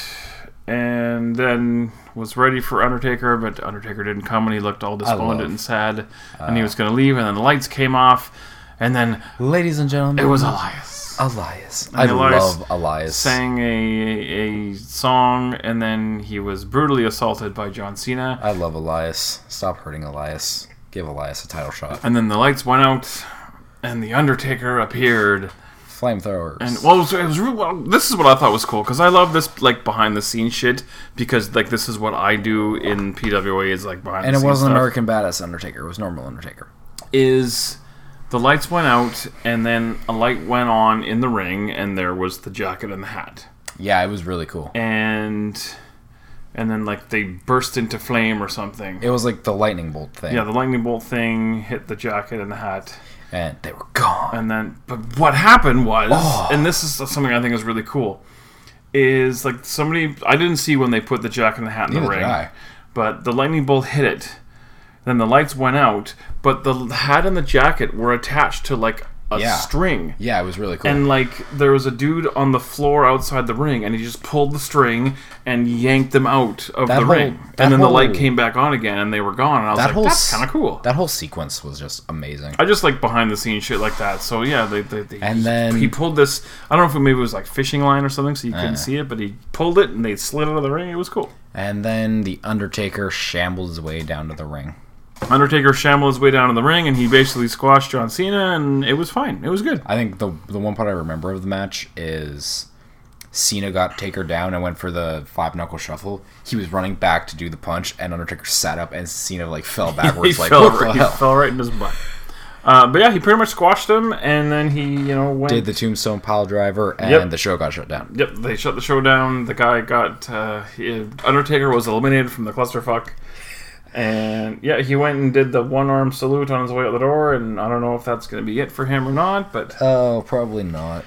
Speaker 1: and then was ready for undertaker but undertaker didn't come and he looked all despondent
Speaker 2: love-
Speaker 1: and sad and he was going to leave and then the lights came off and then
Speaker 2: Ladies and gentlemen,
Speaker 1: it was elias
Speaker 2: Elias. I
Speaker 1: Elias
Speaker 2: love Elias.
Speaker 1: sang a, a song and then he was brutally assaulted by john cena
Speaker 2: I love Elias. Stop hurting Elias. Give Elias a title shot.
Speaker 1: And then the lights went out, and the Undertaker appeared.
Speaker 2: Flamethrowers.
Speaker 1: And well, it was, it was real, well, this is what I thought was cool because I love this like behind the scenes shit because like this is what I do in PWA is like behind.
Speaker 2: and
Speaker 1: the
Speaker 2: it
Speaker 1: scenes
Speaker 2: wasn't
Speaker 1: stuff,
Speaker 2: American Badass Undertaker. It was normal Undertaker.
Speaker 1: Is the lights went out, and then a light went on in the ring, and there was the jacket and the hat,
Speaker 2: Yeah, it was really cool.
Speaker 1: and and then like they burst into flame or something.
Speaker 2: It was like the lightning bolt thing.
Speaker 1: yeah, the lightning bolt thing hit the jacket and the hat.
Speaker 2: and they were gone.
Speaker 1: and then but what happened was
Speaker 2: Oh.
Speaker 1: and this is something i think is really cool is like somebody i didn't see when they put the jack and the hat in the
Speaker 2: Neither
Speaker 1: ring
Speaker 2: did I.
Speaker 1: but the lightning bolt hit it then the lights went out but the hat and the jacket were attached to like a
Speaker 2: Yeah.
Speaker 1: string
Speaker 2: Yeah, it was really cool.
Speaker 1: and like there was a dude on the floor outside the ring and he just pulled the string and yanked them out of
Speaker 2: That
Speaker 1: the
Speaker 2: whole-
Speaker 1: ring
Speaker 2: that
Speaker 1: and then the light
Speaker 2: whole-
Speaker 1: came back on again and they were gone and i was
Speaker 2: That
Speaker 1: like
Speaker 2: whole
Speaker 1: that's
Speaker 2: s-
Speaker 1: kind of cool
Speaker 2: that whole sequence was just amazing.
Speaker 1: I just like behind the scenes shit like that. So yeah, they, they, they
Speaker 2: And
Speaker 1: he,
Speaker 2: then-
Speaker 1: he pulled this. I don't know if it maybe it was like fishing line or something, so you couldn't see it, but he pulled it and they slid out of the ring. It was cool.
Speaker 2: And then the Undertaker shambled his way down to the ring.
Speaker 1: Undertaker shambled his way down in the ring and he basically squashed John Cena, and it was fine. It was good.
Speaker 2: I think the the one part I remember of the match is Cena got Taker down and went for the five knuckle shuffle. He was running back to do the punch, and Undertaker sat up, and Cena like fell
Speaker 1: He,
Speaker 2: backwards, like
Speaker 1: fell,
Speaker 2: what the
Speaker 1: right, he
Speaker 2: hell?
Speaker 1: fell right in his butt. Uh, but yeah, he pretty much squashed him, and then he you know went.
Speaker 2: Did the Tombstone Pile Driver, and
Speaker 1: Yep.
Speaker 2: the show got shut down.
Speaker 1: Yep, they shut the show down. The guy got uh, he- Undertaker was eliminated from the clusterfuck, and yeah, he went and did the one arm salute on his way out the door. And I don't know if that's going to be it for him or not. But
Speaker 2: Oh, probably not.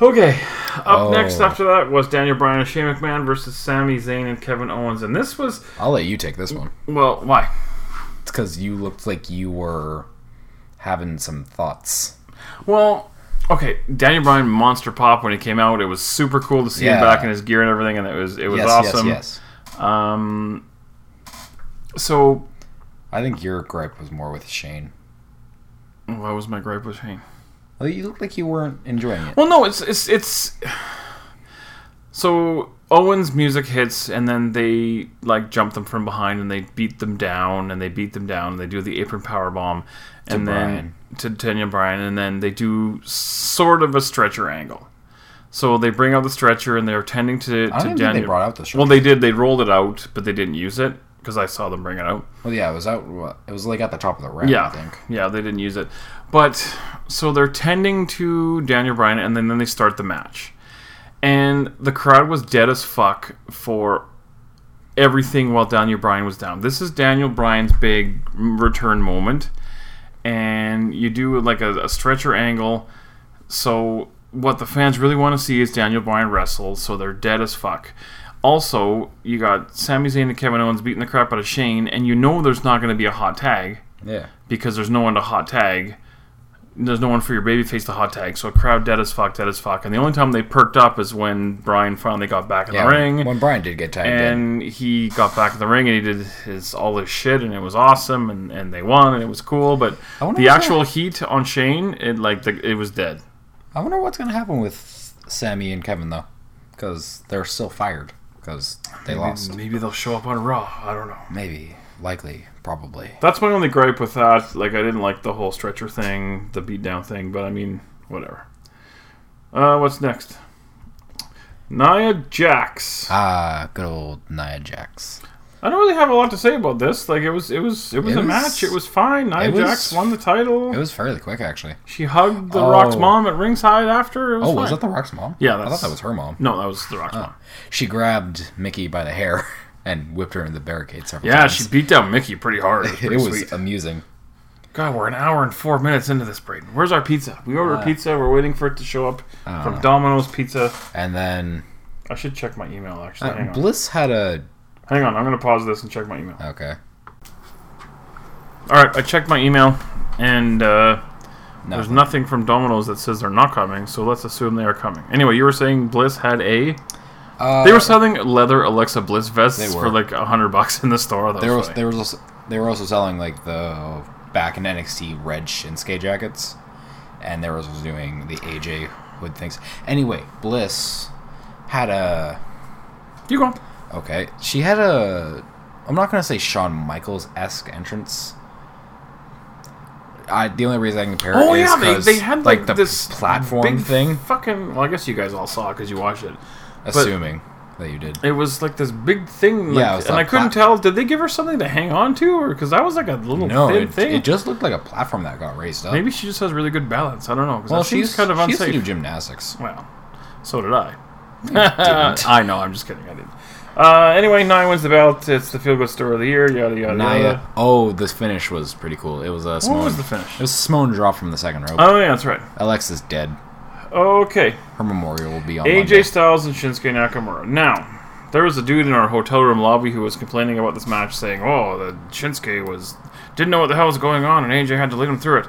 Speaker 1: okay, up
Speaker 2: Oh.
Speaker 1: next after that was Daniel Bryan and Shane McMahon versus Sami Zayn and Kevin Owens, and this was
Speaker 2: I'll let you take this one.
Speaker 1: well, why?
Speaker 2: It's because you looked like you were having some thoughts.
Speaker 1: Well, okay, Daniel Bryan monster pop when he came out. It was super cool to see him
Speaker 2: Yeah.
Speaker 1: back in his gear and everything, and it was it was
Speaker 2: yes,
Speaker 1: awesome.
Speaker 2: yes, yes.
Speaker 1: Um, so
Speaker 2: I think your gripe was more with Shane.
Speaker 1: what was my gripe with Shane?
Speaker 2: Well, you looked like you weren't enjoying it.
Speaker 1: Well, no, it's it's it's. So Owen's music hits, and then they like jump them from behind, and they beat them down, and they beat them down, and they do the apron power bomb, and
Speaker 2: Bryan.
Speaker 1: then to Tanya Bryan, and then they do sort of a stretcher angle. So they bring out the stretcher, and they're tending to.
Speaker 2: I
Speaker 1: to
Speaker 2: don't even think they
Speaker 1: Daniel-
Speaker 2: brought out the show.
Speaker 1: Well, they did. They rolled it out, but they didn't use it because I saw them bring it out.
Speaker 2: Well, yeah, it was out. what- It was like at the top of the round.
Speaker 1: Yeah,
Speaker 2: I think.
Speaker 1: yeah, they didn't use it, but so they're tending to Daniel Bryan, and then, then they start the match, and the crowd was dead as fuck for everything while Daniel Bryan was down. This is Daniel Bryan's big return moment, and you do like a, a stretcher angle. So what the fans really want to see is Daniel Bryan wrestle. So they're dead as fuck. Also, you got Sami Zayn and Kevin Owens beating the crap out of Shane, and you know there's not going to be a hot tag
Speaker 2: Yeah.
Speaker 1: because there's no one to hot tag. There's no one for your babyface to hot tag, so a crowd dead as fuck, dead as fuck. And the only time they perked up is when Brian finally got back in
Speaker 2: Yeah,
Speaker 1: the
Speaker 2: when-
Speaker 1: ring,
Speaker 2: When Brian did get tagged in.
Speaker 1: and he got back in the ring and he did his all his shit, and it was awesome, and, and they won, and it was cool. But
Speaker 2: I wonder
Speaker 1: the
Speaker 2: if that-
Speaker 1: actual heat on Shane, it like the, it was dead.
Speaker 2: I wonder what's going to happen with Sammy and Kevin though, because they're still fired because they
Speaker 1: maybe,
Speaker 2: lost.
Speaker 1: Maybe they'll show up on Raw. I don't know.
Speaker 2: Maybe, likely, probably.
Speaker 1: That's my only gripe with that. Like, I didn't like the whole stretcher thing, the beatdown thing, but I mean, whatever. Uh, what's next? Nia Jax.
Speaker 2: Ah, good old Nia Jax.
Speaker 1: I don't really have a lot to say about this. Like, it was, it was, it was
Speaker 2: It
Speaker 1: a
Speaker 2: was-
Speaker 1: match. It was fine. Nia
Speaker 2: it was-
Speaker 1: Jax won the title.
Speaker 2: It was fairly quick actually.
Speaker 1: she hugged the
Speaker 2: Oh.
Speaker 1: Rock's mom at ringside after. It was
Speaker 2: Oh,
Speaker 1: fine.
Speaker 2: was that Oh, the Rock's mom?
Speaker 1: Yeah,
Speaker 2: I
Speaker 1: that's-
Speaker 2: thought that was her mom.
Speaker 1: No, that was the Rock's mom.
Speaker 2: She grabbed Mickey by the hair and whipped her in the barricade several
Speaker 1: Yeah,
Speaker 2: times.
Speaker 1: she beat down Mickey pretty hard. It was,
Speaker 2: It
Speaker 1: pretty
Speaker 2: was
Speaker 1: sweet.
Speaker 2: amusing.
Speaker 1: God, we're an hour and four minutes into this, Brayden. Where's our pizza? We
Speaker 2: Uh,
Speaker 1: ordered pizza. We're waiting for it to show up from Domino's Pizza.
Speaker 2: And then
Speaker 1: I should check my email actually.
Speaker 2: uh,
Speaker 1: Hang on.
Speaker 2: Bliss had a
Speaker 1: Hang on, I'm gonna pause this and check my email.
Speaker 2: okay.
Speaker 1: All right, I checked my email, and uh,
Speaker 2: No,
Speaker 1: there's nothing from Domino's that says they're not coming. So let's assume they are coming. Anyway, you were saying Bliss had a.
Speaker 2: Uh,
Speaker 1: They were selling leather Alexa Bliss vests
Speaker 2: They
Speaker 1: for
Speaker 2: were.
Speaker 1: like a hundred bucks in the store. That
Speaker 2: there
Speaker 1: was
Speaker 2: was
Speaker 1: funny.
Speaker 2: there was also, they were also selling like the back in NXT red Shinsuke jackets, and there was doing the AJ Hood things. Anyway, Bliss had a
Speaker 1: you go.
Speaker 2: okay. She had a I'm not gonna say Shawn Michaels esque entrance. I, the only reason I can compare
Speaker 1: Oh
Speaker 2: it is
Speaker 1: yeah, they,
Speaker 2: 'cause,
Speaker 1: they had like,
Speaker 2: the
Speaker 1: this
Speaker 2: platform
Speaker 1: big
Speaker 2: thing.
Speaker 1: Fucking well, I guess you guys all saw it because you watched it.
Speaker 2: Assuming that you did.
Speaker 1: It was like this big thing, like,
Speaker 2: Yeah, it was
Speaker 1: and I
Speaker 2: like
Speaker 1: couldn't
Speaker 2: plat-
Speaker 1: tell. Did they give her something to hang on to, or because that was like a little
Speaker 2: No,
Speaker 1: thin
Speaker 2: it,
Speaker 1: thing?
Speaker 2: it just looked like a platform that got raised up.
Speaker 1: Maybe she just has really good balance. I don't know. 'cause
Speaker 2: well,
Speaker 1: that seems
Speaker 2: she's
Speaker 1: kind of
Speaker 2: she used to do
Speaker 1: unsafe.
Speaker 2: gymnastics.
Speaker 1: Well, so did I. I know. I'm just kidding. I didn't. Uh, anyway, Nia wins the belt. It's the feel good story of the year. Yada yada
Speaker 2: Naya.
Speaker 1: yada.
Speaker 2: Oh, this finish was pretty cool. It was a Simone.
Speaker 1: was the finish?
Speaker 2: It was a Simone drop from the second rope.
Speaker 1: Oh yeah, that's right.
Speaker 2: Alexa's dead.
Speaker 1: Okay,
Speaker 2: Her memorial will be on
Speaker 1: AJ
Speaker 2: Monday.
Speaker 1: Styles and Shinsuke Nakamura. Now. There was a dude in our hotel room lobby who was complaining about this match, saying, "Oh, the Shinsuke was didn't know what the hell was going on, and AJ had to lead him through it."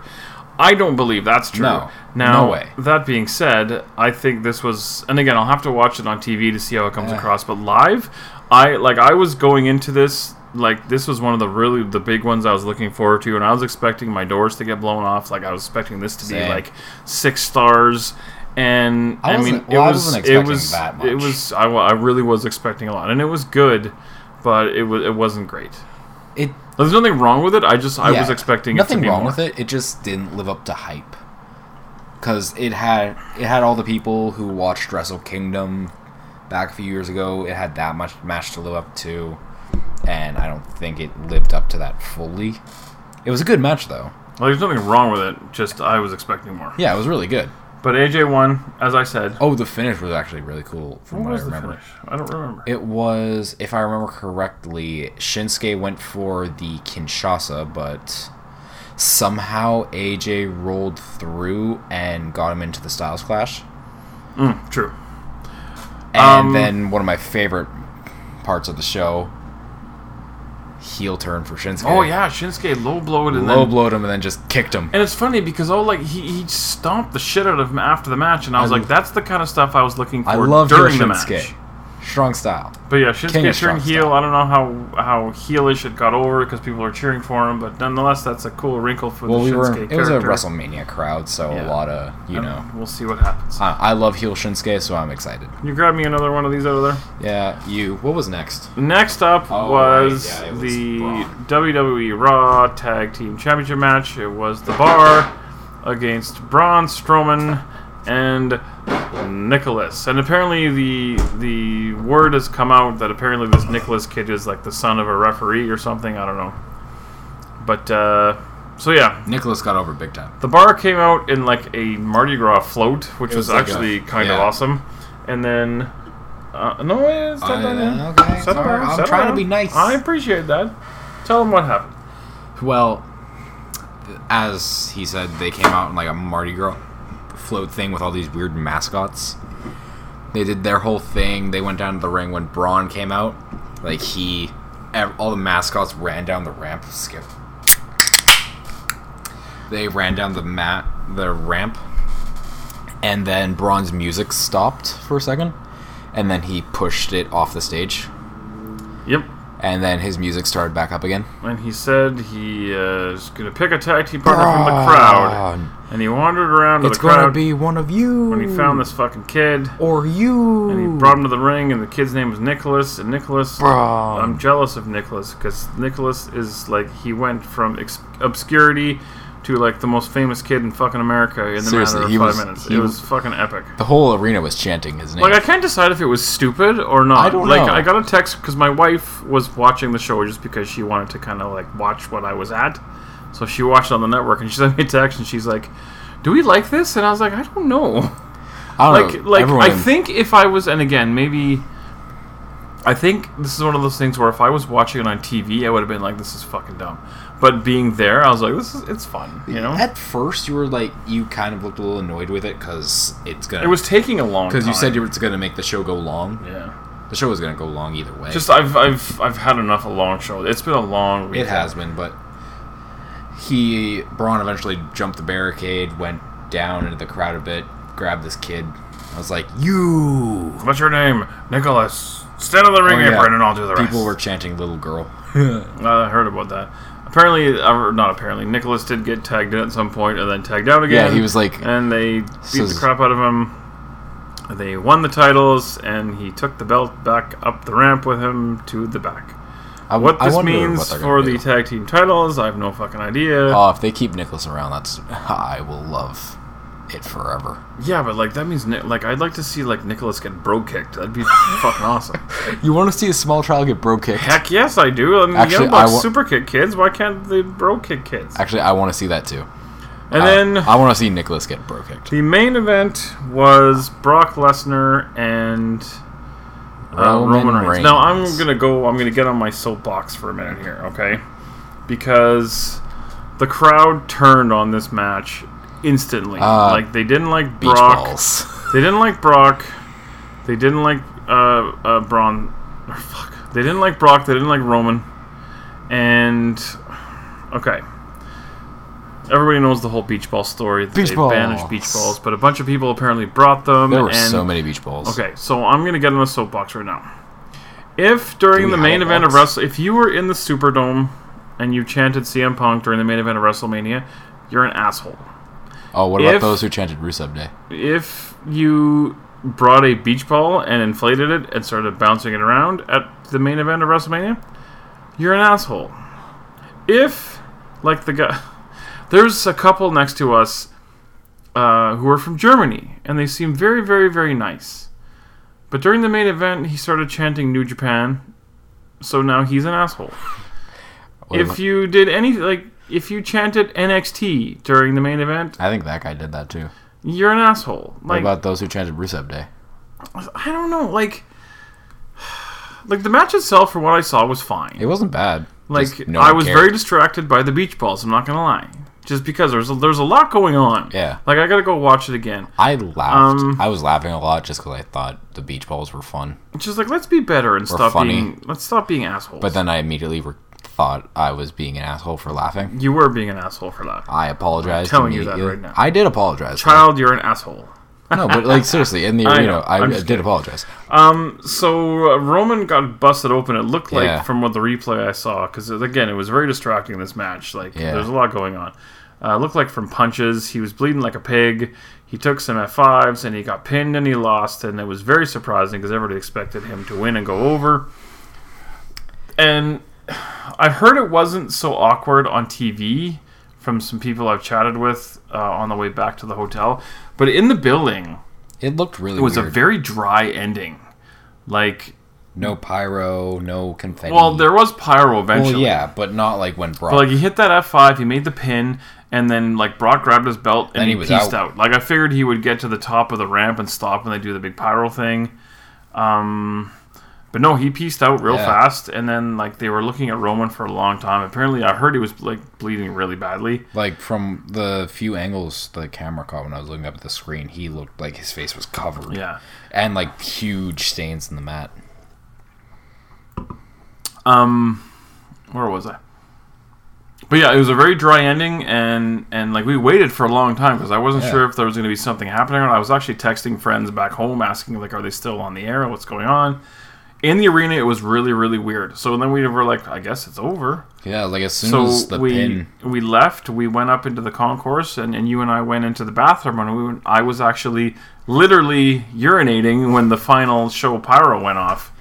Speaker 1: I don't believe that's true.
Speaker 2: No.
Speaker 1: Now,
Speaker 2: No way.
Speaker 1: that being said, I think this was, and again, I'll have to watch it on TV to see how it comes
Speaker 2: Yeah.
Speaker 1: across. But live, I like I was going into this like this was one of the really the big ones I was looking forward to, and I was expecting my doors to get blown off. Like I was expecting this to be
Speaker 2: Same.
Speaker 1: like six stars. And
Speaker 2: I
Speaker 1: I, mean,
Speaker 2: wasn't- well, I
Speaker 1: it was
Speaker 2: wasn't
Speaker 1: it
Speaker 2: expecting
Speaker 1: was
Speaker 2: that
Speaker 1: it
Speaker 2: much.
Speaker 1: was I, wa- I really was expecting a lot, and it was good, but it was it wasn't great.
Speaker 2: It.
Speaker 1: There's nothing wrong with it. I just I
Speaker 2: yeah,
Speaker 1: was expecting
Speaker 2: nothing
Speaker 1: it to be
Speaker 2: wrong
Speaker 1: more.
Speaker 2: with it. It just didn't live up to hype. Cause it had it had all the people who watched Wrestle Kingdom back a few years ago. It had that much match to live up to, and I don't think it lived up to that fully. It was a good match though.
Speaker 1: Like, there's nothing wrong with it. Just I was expecting more.
Speaker 2: Yeah, it was really good.
Speaker 1: But AJ won, as I said.
Speaker 2: Oh, the finish was actually really cool from
Speaker 1: what
Speaker 2: what,
Speaker 1: was
Speaker 2: I
Speaker 1: the
Speaker 2: remember.
Speaker 1: finish? I don't remember.
Speaker 2: It was, if I remember correctly, Shinsuke went for the Kinshasa, but somehow AJ rolled through and got him into the Styles Clash.
Speaker 1: True.
Speaker 2: And
Speaker 1: Um,
Speaker 2: then one of my favorite parts of the show, heel turn for Shinsuke.
Speaker 1: Oh yeah, Shinsuke low blowed and
Speaker 2: Low
Speaker 1: then.
Speaker 2: blowed him and then just kicked him.
Speaker 1: and it's funny because oh like he, he stomped the shit out of him after the match, and I was
Speaker 2: I-
Speaker 1: like, that's the kind of stuff I was looking for
Speaker 2: I love your
Speaker 1: during the
Speaker 2: Shinsuke.
Speaker 1: match.
Speaker 2: Strong style.
Speaker 1: But yeah, Shinsuke
Speaker 2: King of
Speaker 1: turned
Speaker 2: strong
Speaker 1: heel.
Speaker 2: style.
Speaker 1: I don't know how how heelish it got over because people are cheering for him, but nonetheless, that's a cool wrinkle for
Speaker 2: Well,
Speaker 1: the
Speaker 2: we
Speaker 1: Shinsuke
Speaker 2: were.
Speaker 1: character.
Speaker 2: It was a WrestleMania crowd, so
Speaker 1: Yeah.
Speaker 2: a lot of you
Speaker 1: Um,
Speaker 2: know.
Speaker 1: We'll see what happens.
Speaker 2: I, I love heel Shinsuke, so I'm excited.
Speaker 1: You grab me another one of these out of there.
Speaker 2: Yeah, you. What was next?
Speaker 1: Next up
Speaker 2: Oh,
Speaker 1: was
Speaker 2: right, yeah, it was
Speaker 1: the
Speaker 2: Braun.
Speaker 1: WWE Raw Tag Team Championship match. It was The Bar against Braun Strowman and Nicholas. And apparently, the the word has come out that apparently this Nicholas kid is like the son of a referee or something. I don't know. But uh, so yeah,
Speaker 2: Nicholas got over big time.
Speaker 1: the bar came out in like a Mardi Gras float, which
Speaker 2: It
Speaker 1: was,
Speaker 2: was like
Speaker 1: actually
Speaker 2: a-
Speaker 1: kind of
Speaker 2: yeah.
Speaker 1: awesome. And then, uh, no, it's not
Speaker 2: Uh,
Speaker 1: done yet.
Speaker 2: okay,
Speaker 1: Settle
Speaker 2: sorry,
Speaker 1: down,
Speaker 2: I'm
Speaker 1: settle
Speaker 2: trying to
Speaker 1: down.
Speaker 2: be nice.
Speaker 1: I appreciate that. Tell them what happened.
Speaker 2: Well, th- as he said, they came out in like a Mardi Gras float thing with all these weird mascots. They did their whole thing. They went down to the ring when Braun came out. Like he, ev- all the mascots ran down the ramp. Skip. They ran down the mat, the ramp, and then Braun's music stopped for a second, and then he pushed it off the stage.
Speaker 1: Yep.
Speaker 2: And then his music started back up again.
Speaker 1: And he said he uh, is going to pick a tag team partner from the crowd. And he wandered around to
Speaker 2: Ah. It's
Speaker 1: the
Speaker 2: gonna
Speaker 1: crowd
Speaker 2: be one of you.
Speaker 1: when he found this fucking kid.
Speaker 2: Or you.
Speaker 1: And he brought him to the ring, and the kid's name was Nicholas. And Nicholas,
Speaker 2: Braun.
Speaker 1: I'm jealous of Nicholas because Nicholas is like he went from ex- obscurity to like the most famous kid in fucking America in the
Speaker 2: Seriously,
Speaker 1: matter of
Speaker 2: he
Speaker 1: five
Speaker 2: was-
Speaker 1: minutes.
Speaker 2: he
Speaker 1: It
Speaker 2: was-
Speaker 1: was fucking epic.
Speaker 2: the whole arena was chanting his name.
Speaker 1: Like I can't decide if it was stupid or not.
Speaker 2: I don't
Speaker 1: like
Speaker 2: know.
Speaker 1: I got a text because my wife was watching the show just because she wanted to kind of like watch what I was at. So she watched it on the network and she sent me a text and she's like, "Do we like this?" And I was like, "I don't know."
Speaker 2: I don't
Speaker 1: like
Speaker 2: know.
Speaker 1: like
Speaker 2: Oh, Everyone,
Speaker 1: I think if I was and again maybe I think this is one of those things where if I was watching it on TV I would have been like this is fucking dumb but being there I was like this is it's fun you know
Speaker 2: At first, you were like, you kind of looked a little annoyed with it because it's gonna.
Speaker 1: it was taking a long
Speaker 2: because you
Speaker 1: time.
Speaker 2: said you were- it's gonna make the show go long.
Speaker 1: yeah
Speaker 2: The show was gonna go long either way.
Speaker 1: just I've I've I've had enough of long show it's been a long
Speaker 2: it
Speaker 1: weekend.
Speaker 2: has been, but he Braun eventually jumped the barricade, went down into the crowd a bit, grabbed this kid. I was like, you.
Speaker 1: what's your name Nicholas stand on the ring
Speaker 2: Oh, yeah.
Speaker 1: apron and I'll do the rest
Speaker 2: People were chanting "little girl."
Speaker 1: I heard about that apparently or not apparently Nicholas did get tagged in at some point and then tagged out again
Speaker 2: Yeah, he was like,
Speaker 1: and they beat the
Speaker 2: Says-
Speaker 1: crap out of him. They won the titles, and he took the belt back up the ramp with him to the back.
Speaker 2: I,
Speaker 1: What
Speaker 2: I
Speaker 1: this
Speaker 2: wonder
Speaker 1: means
Speaker 2: what they're gonna
Speaker 1: for the
Speaker 2: do.
Speaker 1: tag team titles, I have no fucking idea.
Speaker 2: Oh, if they keep Nicholas around, that's I will love it forever.
Speaker 1: yeah, but like that means Ni- like I'd like to see like Nicholas get bro kicked. That'd be fucking awesome.
Speaker 2: You want to see a small child get bro kicked?
Speaker 1: Heck yes, I do. I mean,
Speaker 2: Actually,
Speaker 1: Young Bucks
Speaker 2: I wa-
Speaker 1: super kick kids. Why can't they bro kick kids?
Speaker 2: Actually, I want to see that too.
Speaker 1: and
Speaker 2: I-
Speaker 1: then
Speaker 2: I want to see Nicholas get bro kicked.
Speaker 1: the main event was Brock Lesnar and Uh, Roman, Reigns. Now I'm gonna go. I'm gonna get on my soapbox for a minute here, okay? Because the crowd turned on this match instantly.
Speaker 2: Ah,
Speaker 1: like they didn't like
Speaker 2: beach
Speaker 1: Brock.
Speaker 2: balls.
Speaker 1: They didn't like Brock. They didn't like uh, uh, Braun. Or fuck. They didn't like Brock. They didn't like Roman. And okay, everybody knows the whole beach ball story. that
Speaker 2: Beach
Speaker 1: they banished beach
Speaker 2: balls.
Speaker 1: balls, but a bunch of people apparently brought them.
Speaker 2: There were
Speaker 1: and
Speaker 2: so many beach balls.
Speaker 1: Okay, so I'm gonna get on a soapbox right now. If during
Speaker 2: we
Speaker 1: the main
Speaker 2: have a
Speaker 1: event of
Speaker 2: box?
Speaker 1: Wrestle, if you were in the Superdome and you chanted CM Punk during the main event of WrestleMania, you're an asshole.
Speaker 2: Oh, what about
Speaker 1: If-
Speaker 2: those who chanted Rusev Day?
Speaker 1: If you brought a beach ball and inflated it and started bouncing it around at the main event of WrestleMania, you're an asshole. If, like the guy, there's a couple next to us uh, who are from Germany, and they seem very, very, very nice. But during the main event, he started chanting New Japan, so now he's an asshole.
Speaker 2: What
Speaker 1: if
Speaker 2: about-
Speaker 1: you did any like, if you chanted NXT during the main event,
Speaker 2: I think that guy did that too.
Speaker 1: you're an asshole.
Speaker 2: What
Speaker 1: Like,
Speaker 2: about those who chanted Rusev Day?
Speaker 1: I don't know, like, like the match itself, for what I saw, was fine.
Speaker 2: It wasn't bad.
Speaker 1: like,
Speaker 2: Just no
Speaker 1: I
Speaker 2: one
Speaker 1: was
Speaker 2: cared.
Speaker 1: very distracted by the beach balls. I'm not gonna lie, just because there's a, there's a lot going on.
Speaker 2: Yeah.
Speaker 1: like I gotta go watch it again.
Speaker 2: I laughed.
Speaker 1: Um,
Speaker 2: I was laughing a lot just because I thought the beach balls were fun.
Speaker 1: It's just like let's be better and stop
Speaker 2: funny.
Speaker 1: being let's stop being assholes.
Speaker 2: But then I immediately re- thought I was being an asshole for laughing.
Speaker 1: you were being an asshole for that.
Speaker 2: I apologized.
Speaker 1: telling you that
Speaker 2: immediately.
Speaker 1: right now.
Speaker 2: I did apologize.
Speaker 1: Child, you're an asshole.
Speaker 2: No, but like seriously, in the
Speaker 1: I
Speaker 2: arena,
Speaker 1: know.
Speaker 2: I,
Speaker 1: I'm
Speaker 2: I
Speaker 1: just
Speaker 2: did apologize.
Speaker 1: Um, so uh, Roman got busted open. It looked like
Speaker 2: Yeah.
Speaker 1: from what the replay I saw, because again, it was very distracting. This match, like,
Speaker 2: Yeah.
Speaker 1: there's a lot going on. Uh, it looked like from punches, he was bleeding like a pig. He took some F fives and he got pinned and he lost, and it was very surprising because everybody expected him to win and go over. And I heard it wasn't so awkward on TV from some people I've chatted with uh, on the way back to the hotel, but in the building,
Speaker 2: It looked really
Speaker 1: it was
Speaker 2: weird.
Speaker 1: a very dry ending. Like
Speaker 2: no pyro, no confetti.
Speaker 1: Well, there was pyro eventually.
Speaker 2: Well, yeah, but not like when Brock.
Speaker 1: But, like he hit that F five, he made the pin, and then like Brock grabbed his belt and
Speaker 2: he
Speaker 1: he,
Speaker 2: was
Speaker 1: pieced
Speaker 2: out.
Speaker 1: out. Like I figured he would get to the top of the ramp and stop when they do the big pyro thing. Um, but no, he pieced out real
Speaker 2: Yeah.
Speaker 1: fast, and then like they were looking at Roman for a long time. Apparently, I heard he was like bleeding really badly.
Speaker 2: like from the few angles the camera caught when I was looking up at the screen, he looked like his face was covered.
Speaker 1: Yeah.
Speaker 2: and like huge stains in the mat.
Speaker 1: Um, where was I? But yeah, it was a very dry ending, and and like we waited for a long time because I wasn't
Speaker 2: Yeah.
Speaker 1: sure if there was going to be something happening. or not. I was actually texting friends back home asking like, are they still on the air? What's going on? in the arena, it was really, really weird. So then we were like, I guess it's over.
Speaker 2: Yeah, like as soon
Speaker 1: So
Speaker 2: as the
Speaker 1: we
Speaker 2: pin.
Speaker 1: we left. We went up into the concourse, and, and you and I went into the bathroom, and we went, I was actually literally urinating when the final show pyro went off.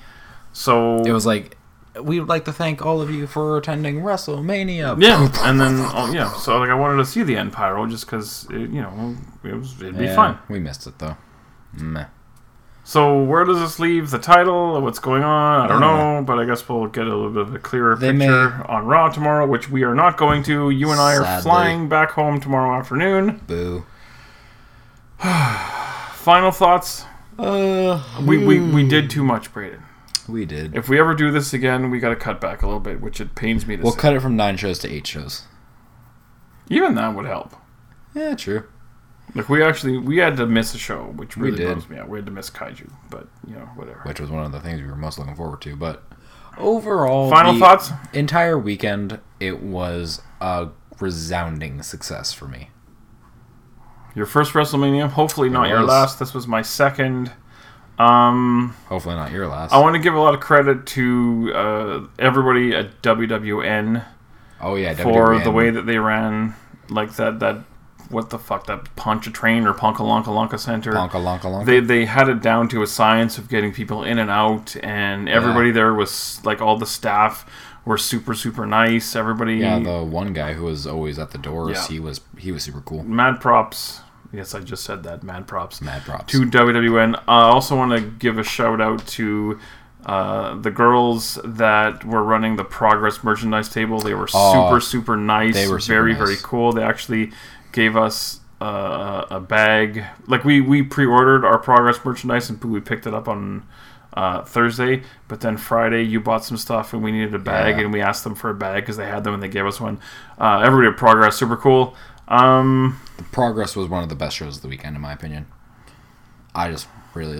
Speaker 1: So
Speaker 2: It was like, we would like to thank all of you for attending WrestleMania.
Speaker 1: yeah, and then oh, yeah, so like I wanted to see the end pyro just because you know it was it'd be
Speaker 2: Yeah,
Speaker 1: fun.
Speaker 2: We missed it though. Meh.
Speaker 1: So where does this leave the title? What's going on? I don't
Speaker 2: Yeah.
Speaker 1: know, but I guess we'll get a little bit of a clearer
Speaker 2: Oh. They may-
Speaker 1: picture on Raw tomorrow, which we are not going to. You and I are
Speaker 2: Sadly.
Speaker 1: flying back home tomorrow afternoon.
Speaker 2: Boo.
Speaker 1: Final thoughts?
Speaker 2: Uh,
Speaker 1: We we, we did too much, Braden.
Speaker 2: we did.
Speaker 1: If we ever do this again, we got to cut back a little bit, which it pains me to
Speaker 2: We'll
Speaker 1: say.
Speaker 2: cut it from nine shows to eight shows.
Speaker 1: Even that would help.
Speaker 2: Yeah, true.
Speaker 1: Like we actually we had to miss a show, which really
Speaker 2: did.
Speaker 1: bums me out. We had to miss Kaiju, but you know whatever.
Speaker 2: Which was one of the things we were most looking forward to. But overall,
Speaker 1: Final
Speaker 2: the
Speaker 1: thoughts?
Speaker 2: Entire weekend, it was a resounding success for me.
Speaker 1: Your first WrestleMania, hopefully not your
Speaker 2: was.
Speaker 1: last. This was my second. Um,
Speaker 2: Hopefully, not your last.
Speaker 1: I want to give a lot of credit to uh, everybody at WWN
Speaker 2: oh yeah,
Speaker 1: for the
Speaker 2: WWN.
Speaker 1: way that they ran, like that that what the fuck that Poncha Train or Ponkalonka Lonka Center.
Speaker 2: Lonka Lonka Lonka.
Speaker 1: They they had it down to a science of getting people in and out, and everybody there was like all the staff were super super nice. Everybody,
Speaker 2: yeah, the one guy who was always at the doors,
Speaker 1: Yeah.
Speaker 2: he was he was super cool.
Speaker 1: mad props. Yes, I just said that. Mad props.
Speaker 2: Mad props.
Speaker 1: to WWN. I also want to give a shout out to uh, the girls that were running the Progress merchandise table. They were
Speaker 2: Oh,
Speaker 1: super, super nice.
Speaker 2: they were super
Speaker 1: very,
Speaker 2: nice.
Speaker 1: very cool. They actually gave us uh, a bag. Like we we pre-ordered our Progress merchandise and we picked it up on. Uh, Thursday, but then Friday you bought some stuff and we needed a bag
Speaker 2: Yeah.
Speaker 1: and we asked them for a bag because they had them and they gave us one. Uh, everybody at Progress, super cool. Um,
Speaker 2: The Progress was one of the best shows of the weekend, in my opinion. I just really,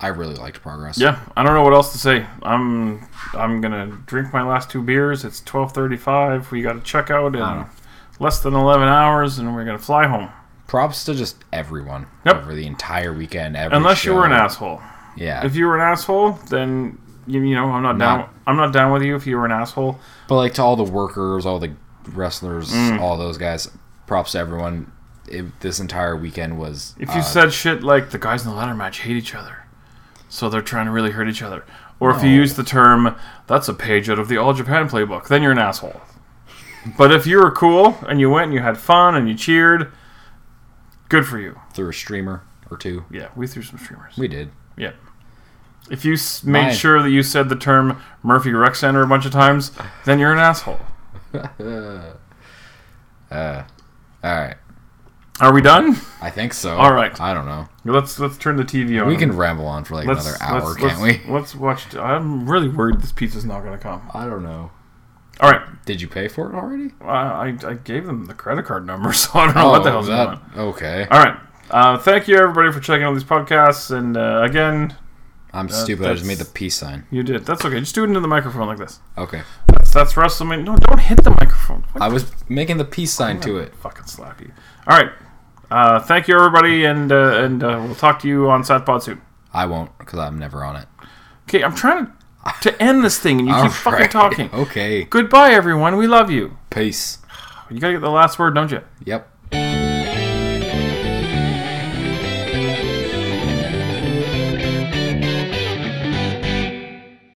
Speaker 2: I really liked Progress.
Speaker 1: Yeah, I don't know what else to say. I'm I'm gonna drink my last two beers. It's twelve thirty-five. We got to check out in
Speaker 2: Wow.
Speaker 1: less than eleven hours, and we're gonna fly home.
Speaker 2: Props to just everyone
Speaker 1: Yep.
Speaker 2: over the entire weekend. Every
Speaker 1: Unless you were an
Speaker 2: show.
Speaker 1: asshole.
Speaker 2: Yeah.
Speaker 1: If you were an asshole, then you, you know I'm not down.
Speaker 2: Not-
Speaker 1: I'm not down with you if you were an asshole.
Speaker 2: But like to all the workers, all the wrestlers,
Speaker 1: Mm.
Speaker 2: all those guys. Props to everyone. It, this entire weekend was.
Speaker 1: If you
Speaker 2: uh,
Speaker 1: said shit like the guys in the ladder match hate each other, so they're trying to really hurt each other, or if you
Speaker 2: No.
Speaker 1: use the term "that's a page out of the All Japan playbook," then you're an asshole. But if you were cool and you went and you had fun and you cheered, good for you.
Speaker 2: through a streamer or two,
Speaker 1: Yeah, we threw some streamers.
Speaker 2: we did.
Speaker 1: yeah. If you s- made
Speaker 2: Mine.
Speaker 1: sure that you said the term Murphy Rec Center a bunch of times, then you're an asshole.
Speaker 2: Uh, All right,
Speaker 1: Are we done?
Speaker 2: I think so.
Speaker 1: All right.
Speaker 2: I don't know.
Speaker 1: Let's let's turn the TV on.
Speaker 2: We can ramble on for like another hour, can't
Speaker 1: let's-
Speaker 2: we?
Speaker 1: Let's watch. I'm really worried this pizza's not going to come.
Speaker 2: I don't know.
Speaker 1: All right,
Speaker 2: Did you pay for it already? Oh,
Speaker 1: I, I I gave them the credit card number, so I don't know what the hell's
Speaker 2: that-
Speaker 1: going on.
Speaker 2: Okay.
Speaker 1: All right. Uh, thank you everybody for checking out these podcasts, and uh, again,
Speaker 2: I'm stupid. I just made
Speaker 1: that's-
Speaker 2: the peace sign.
Speaker 1: you did. That's okay. Just do it into the microphone like this.
Speaker 2: Okay.
Speaker 1: That's, that's WrestleMania. No, don't hit the microphone. What
Speaker 2: I was making the peace sign to it.
Speaker 1: Fucking slap you. All right. Uh, thank you, everybody, and uh, and uh, we'll talk to you on SatPod soon.
Speaker 2: I won't because I'm never on it.
Speaker 1: Okay, I'm trying to to end this thing, and you
Speaker 2: All
Speaker 1: keep fucking
Speaker 2: right. Oh.
Speaker 1: talking.
Speaker 2: Okay.
Speaker 1: Goodbye, everyone. We love you.
Speaker 2: Peace.
Speaker 1: You gotta get the last word, don't you?
Speaker 2: Yep.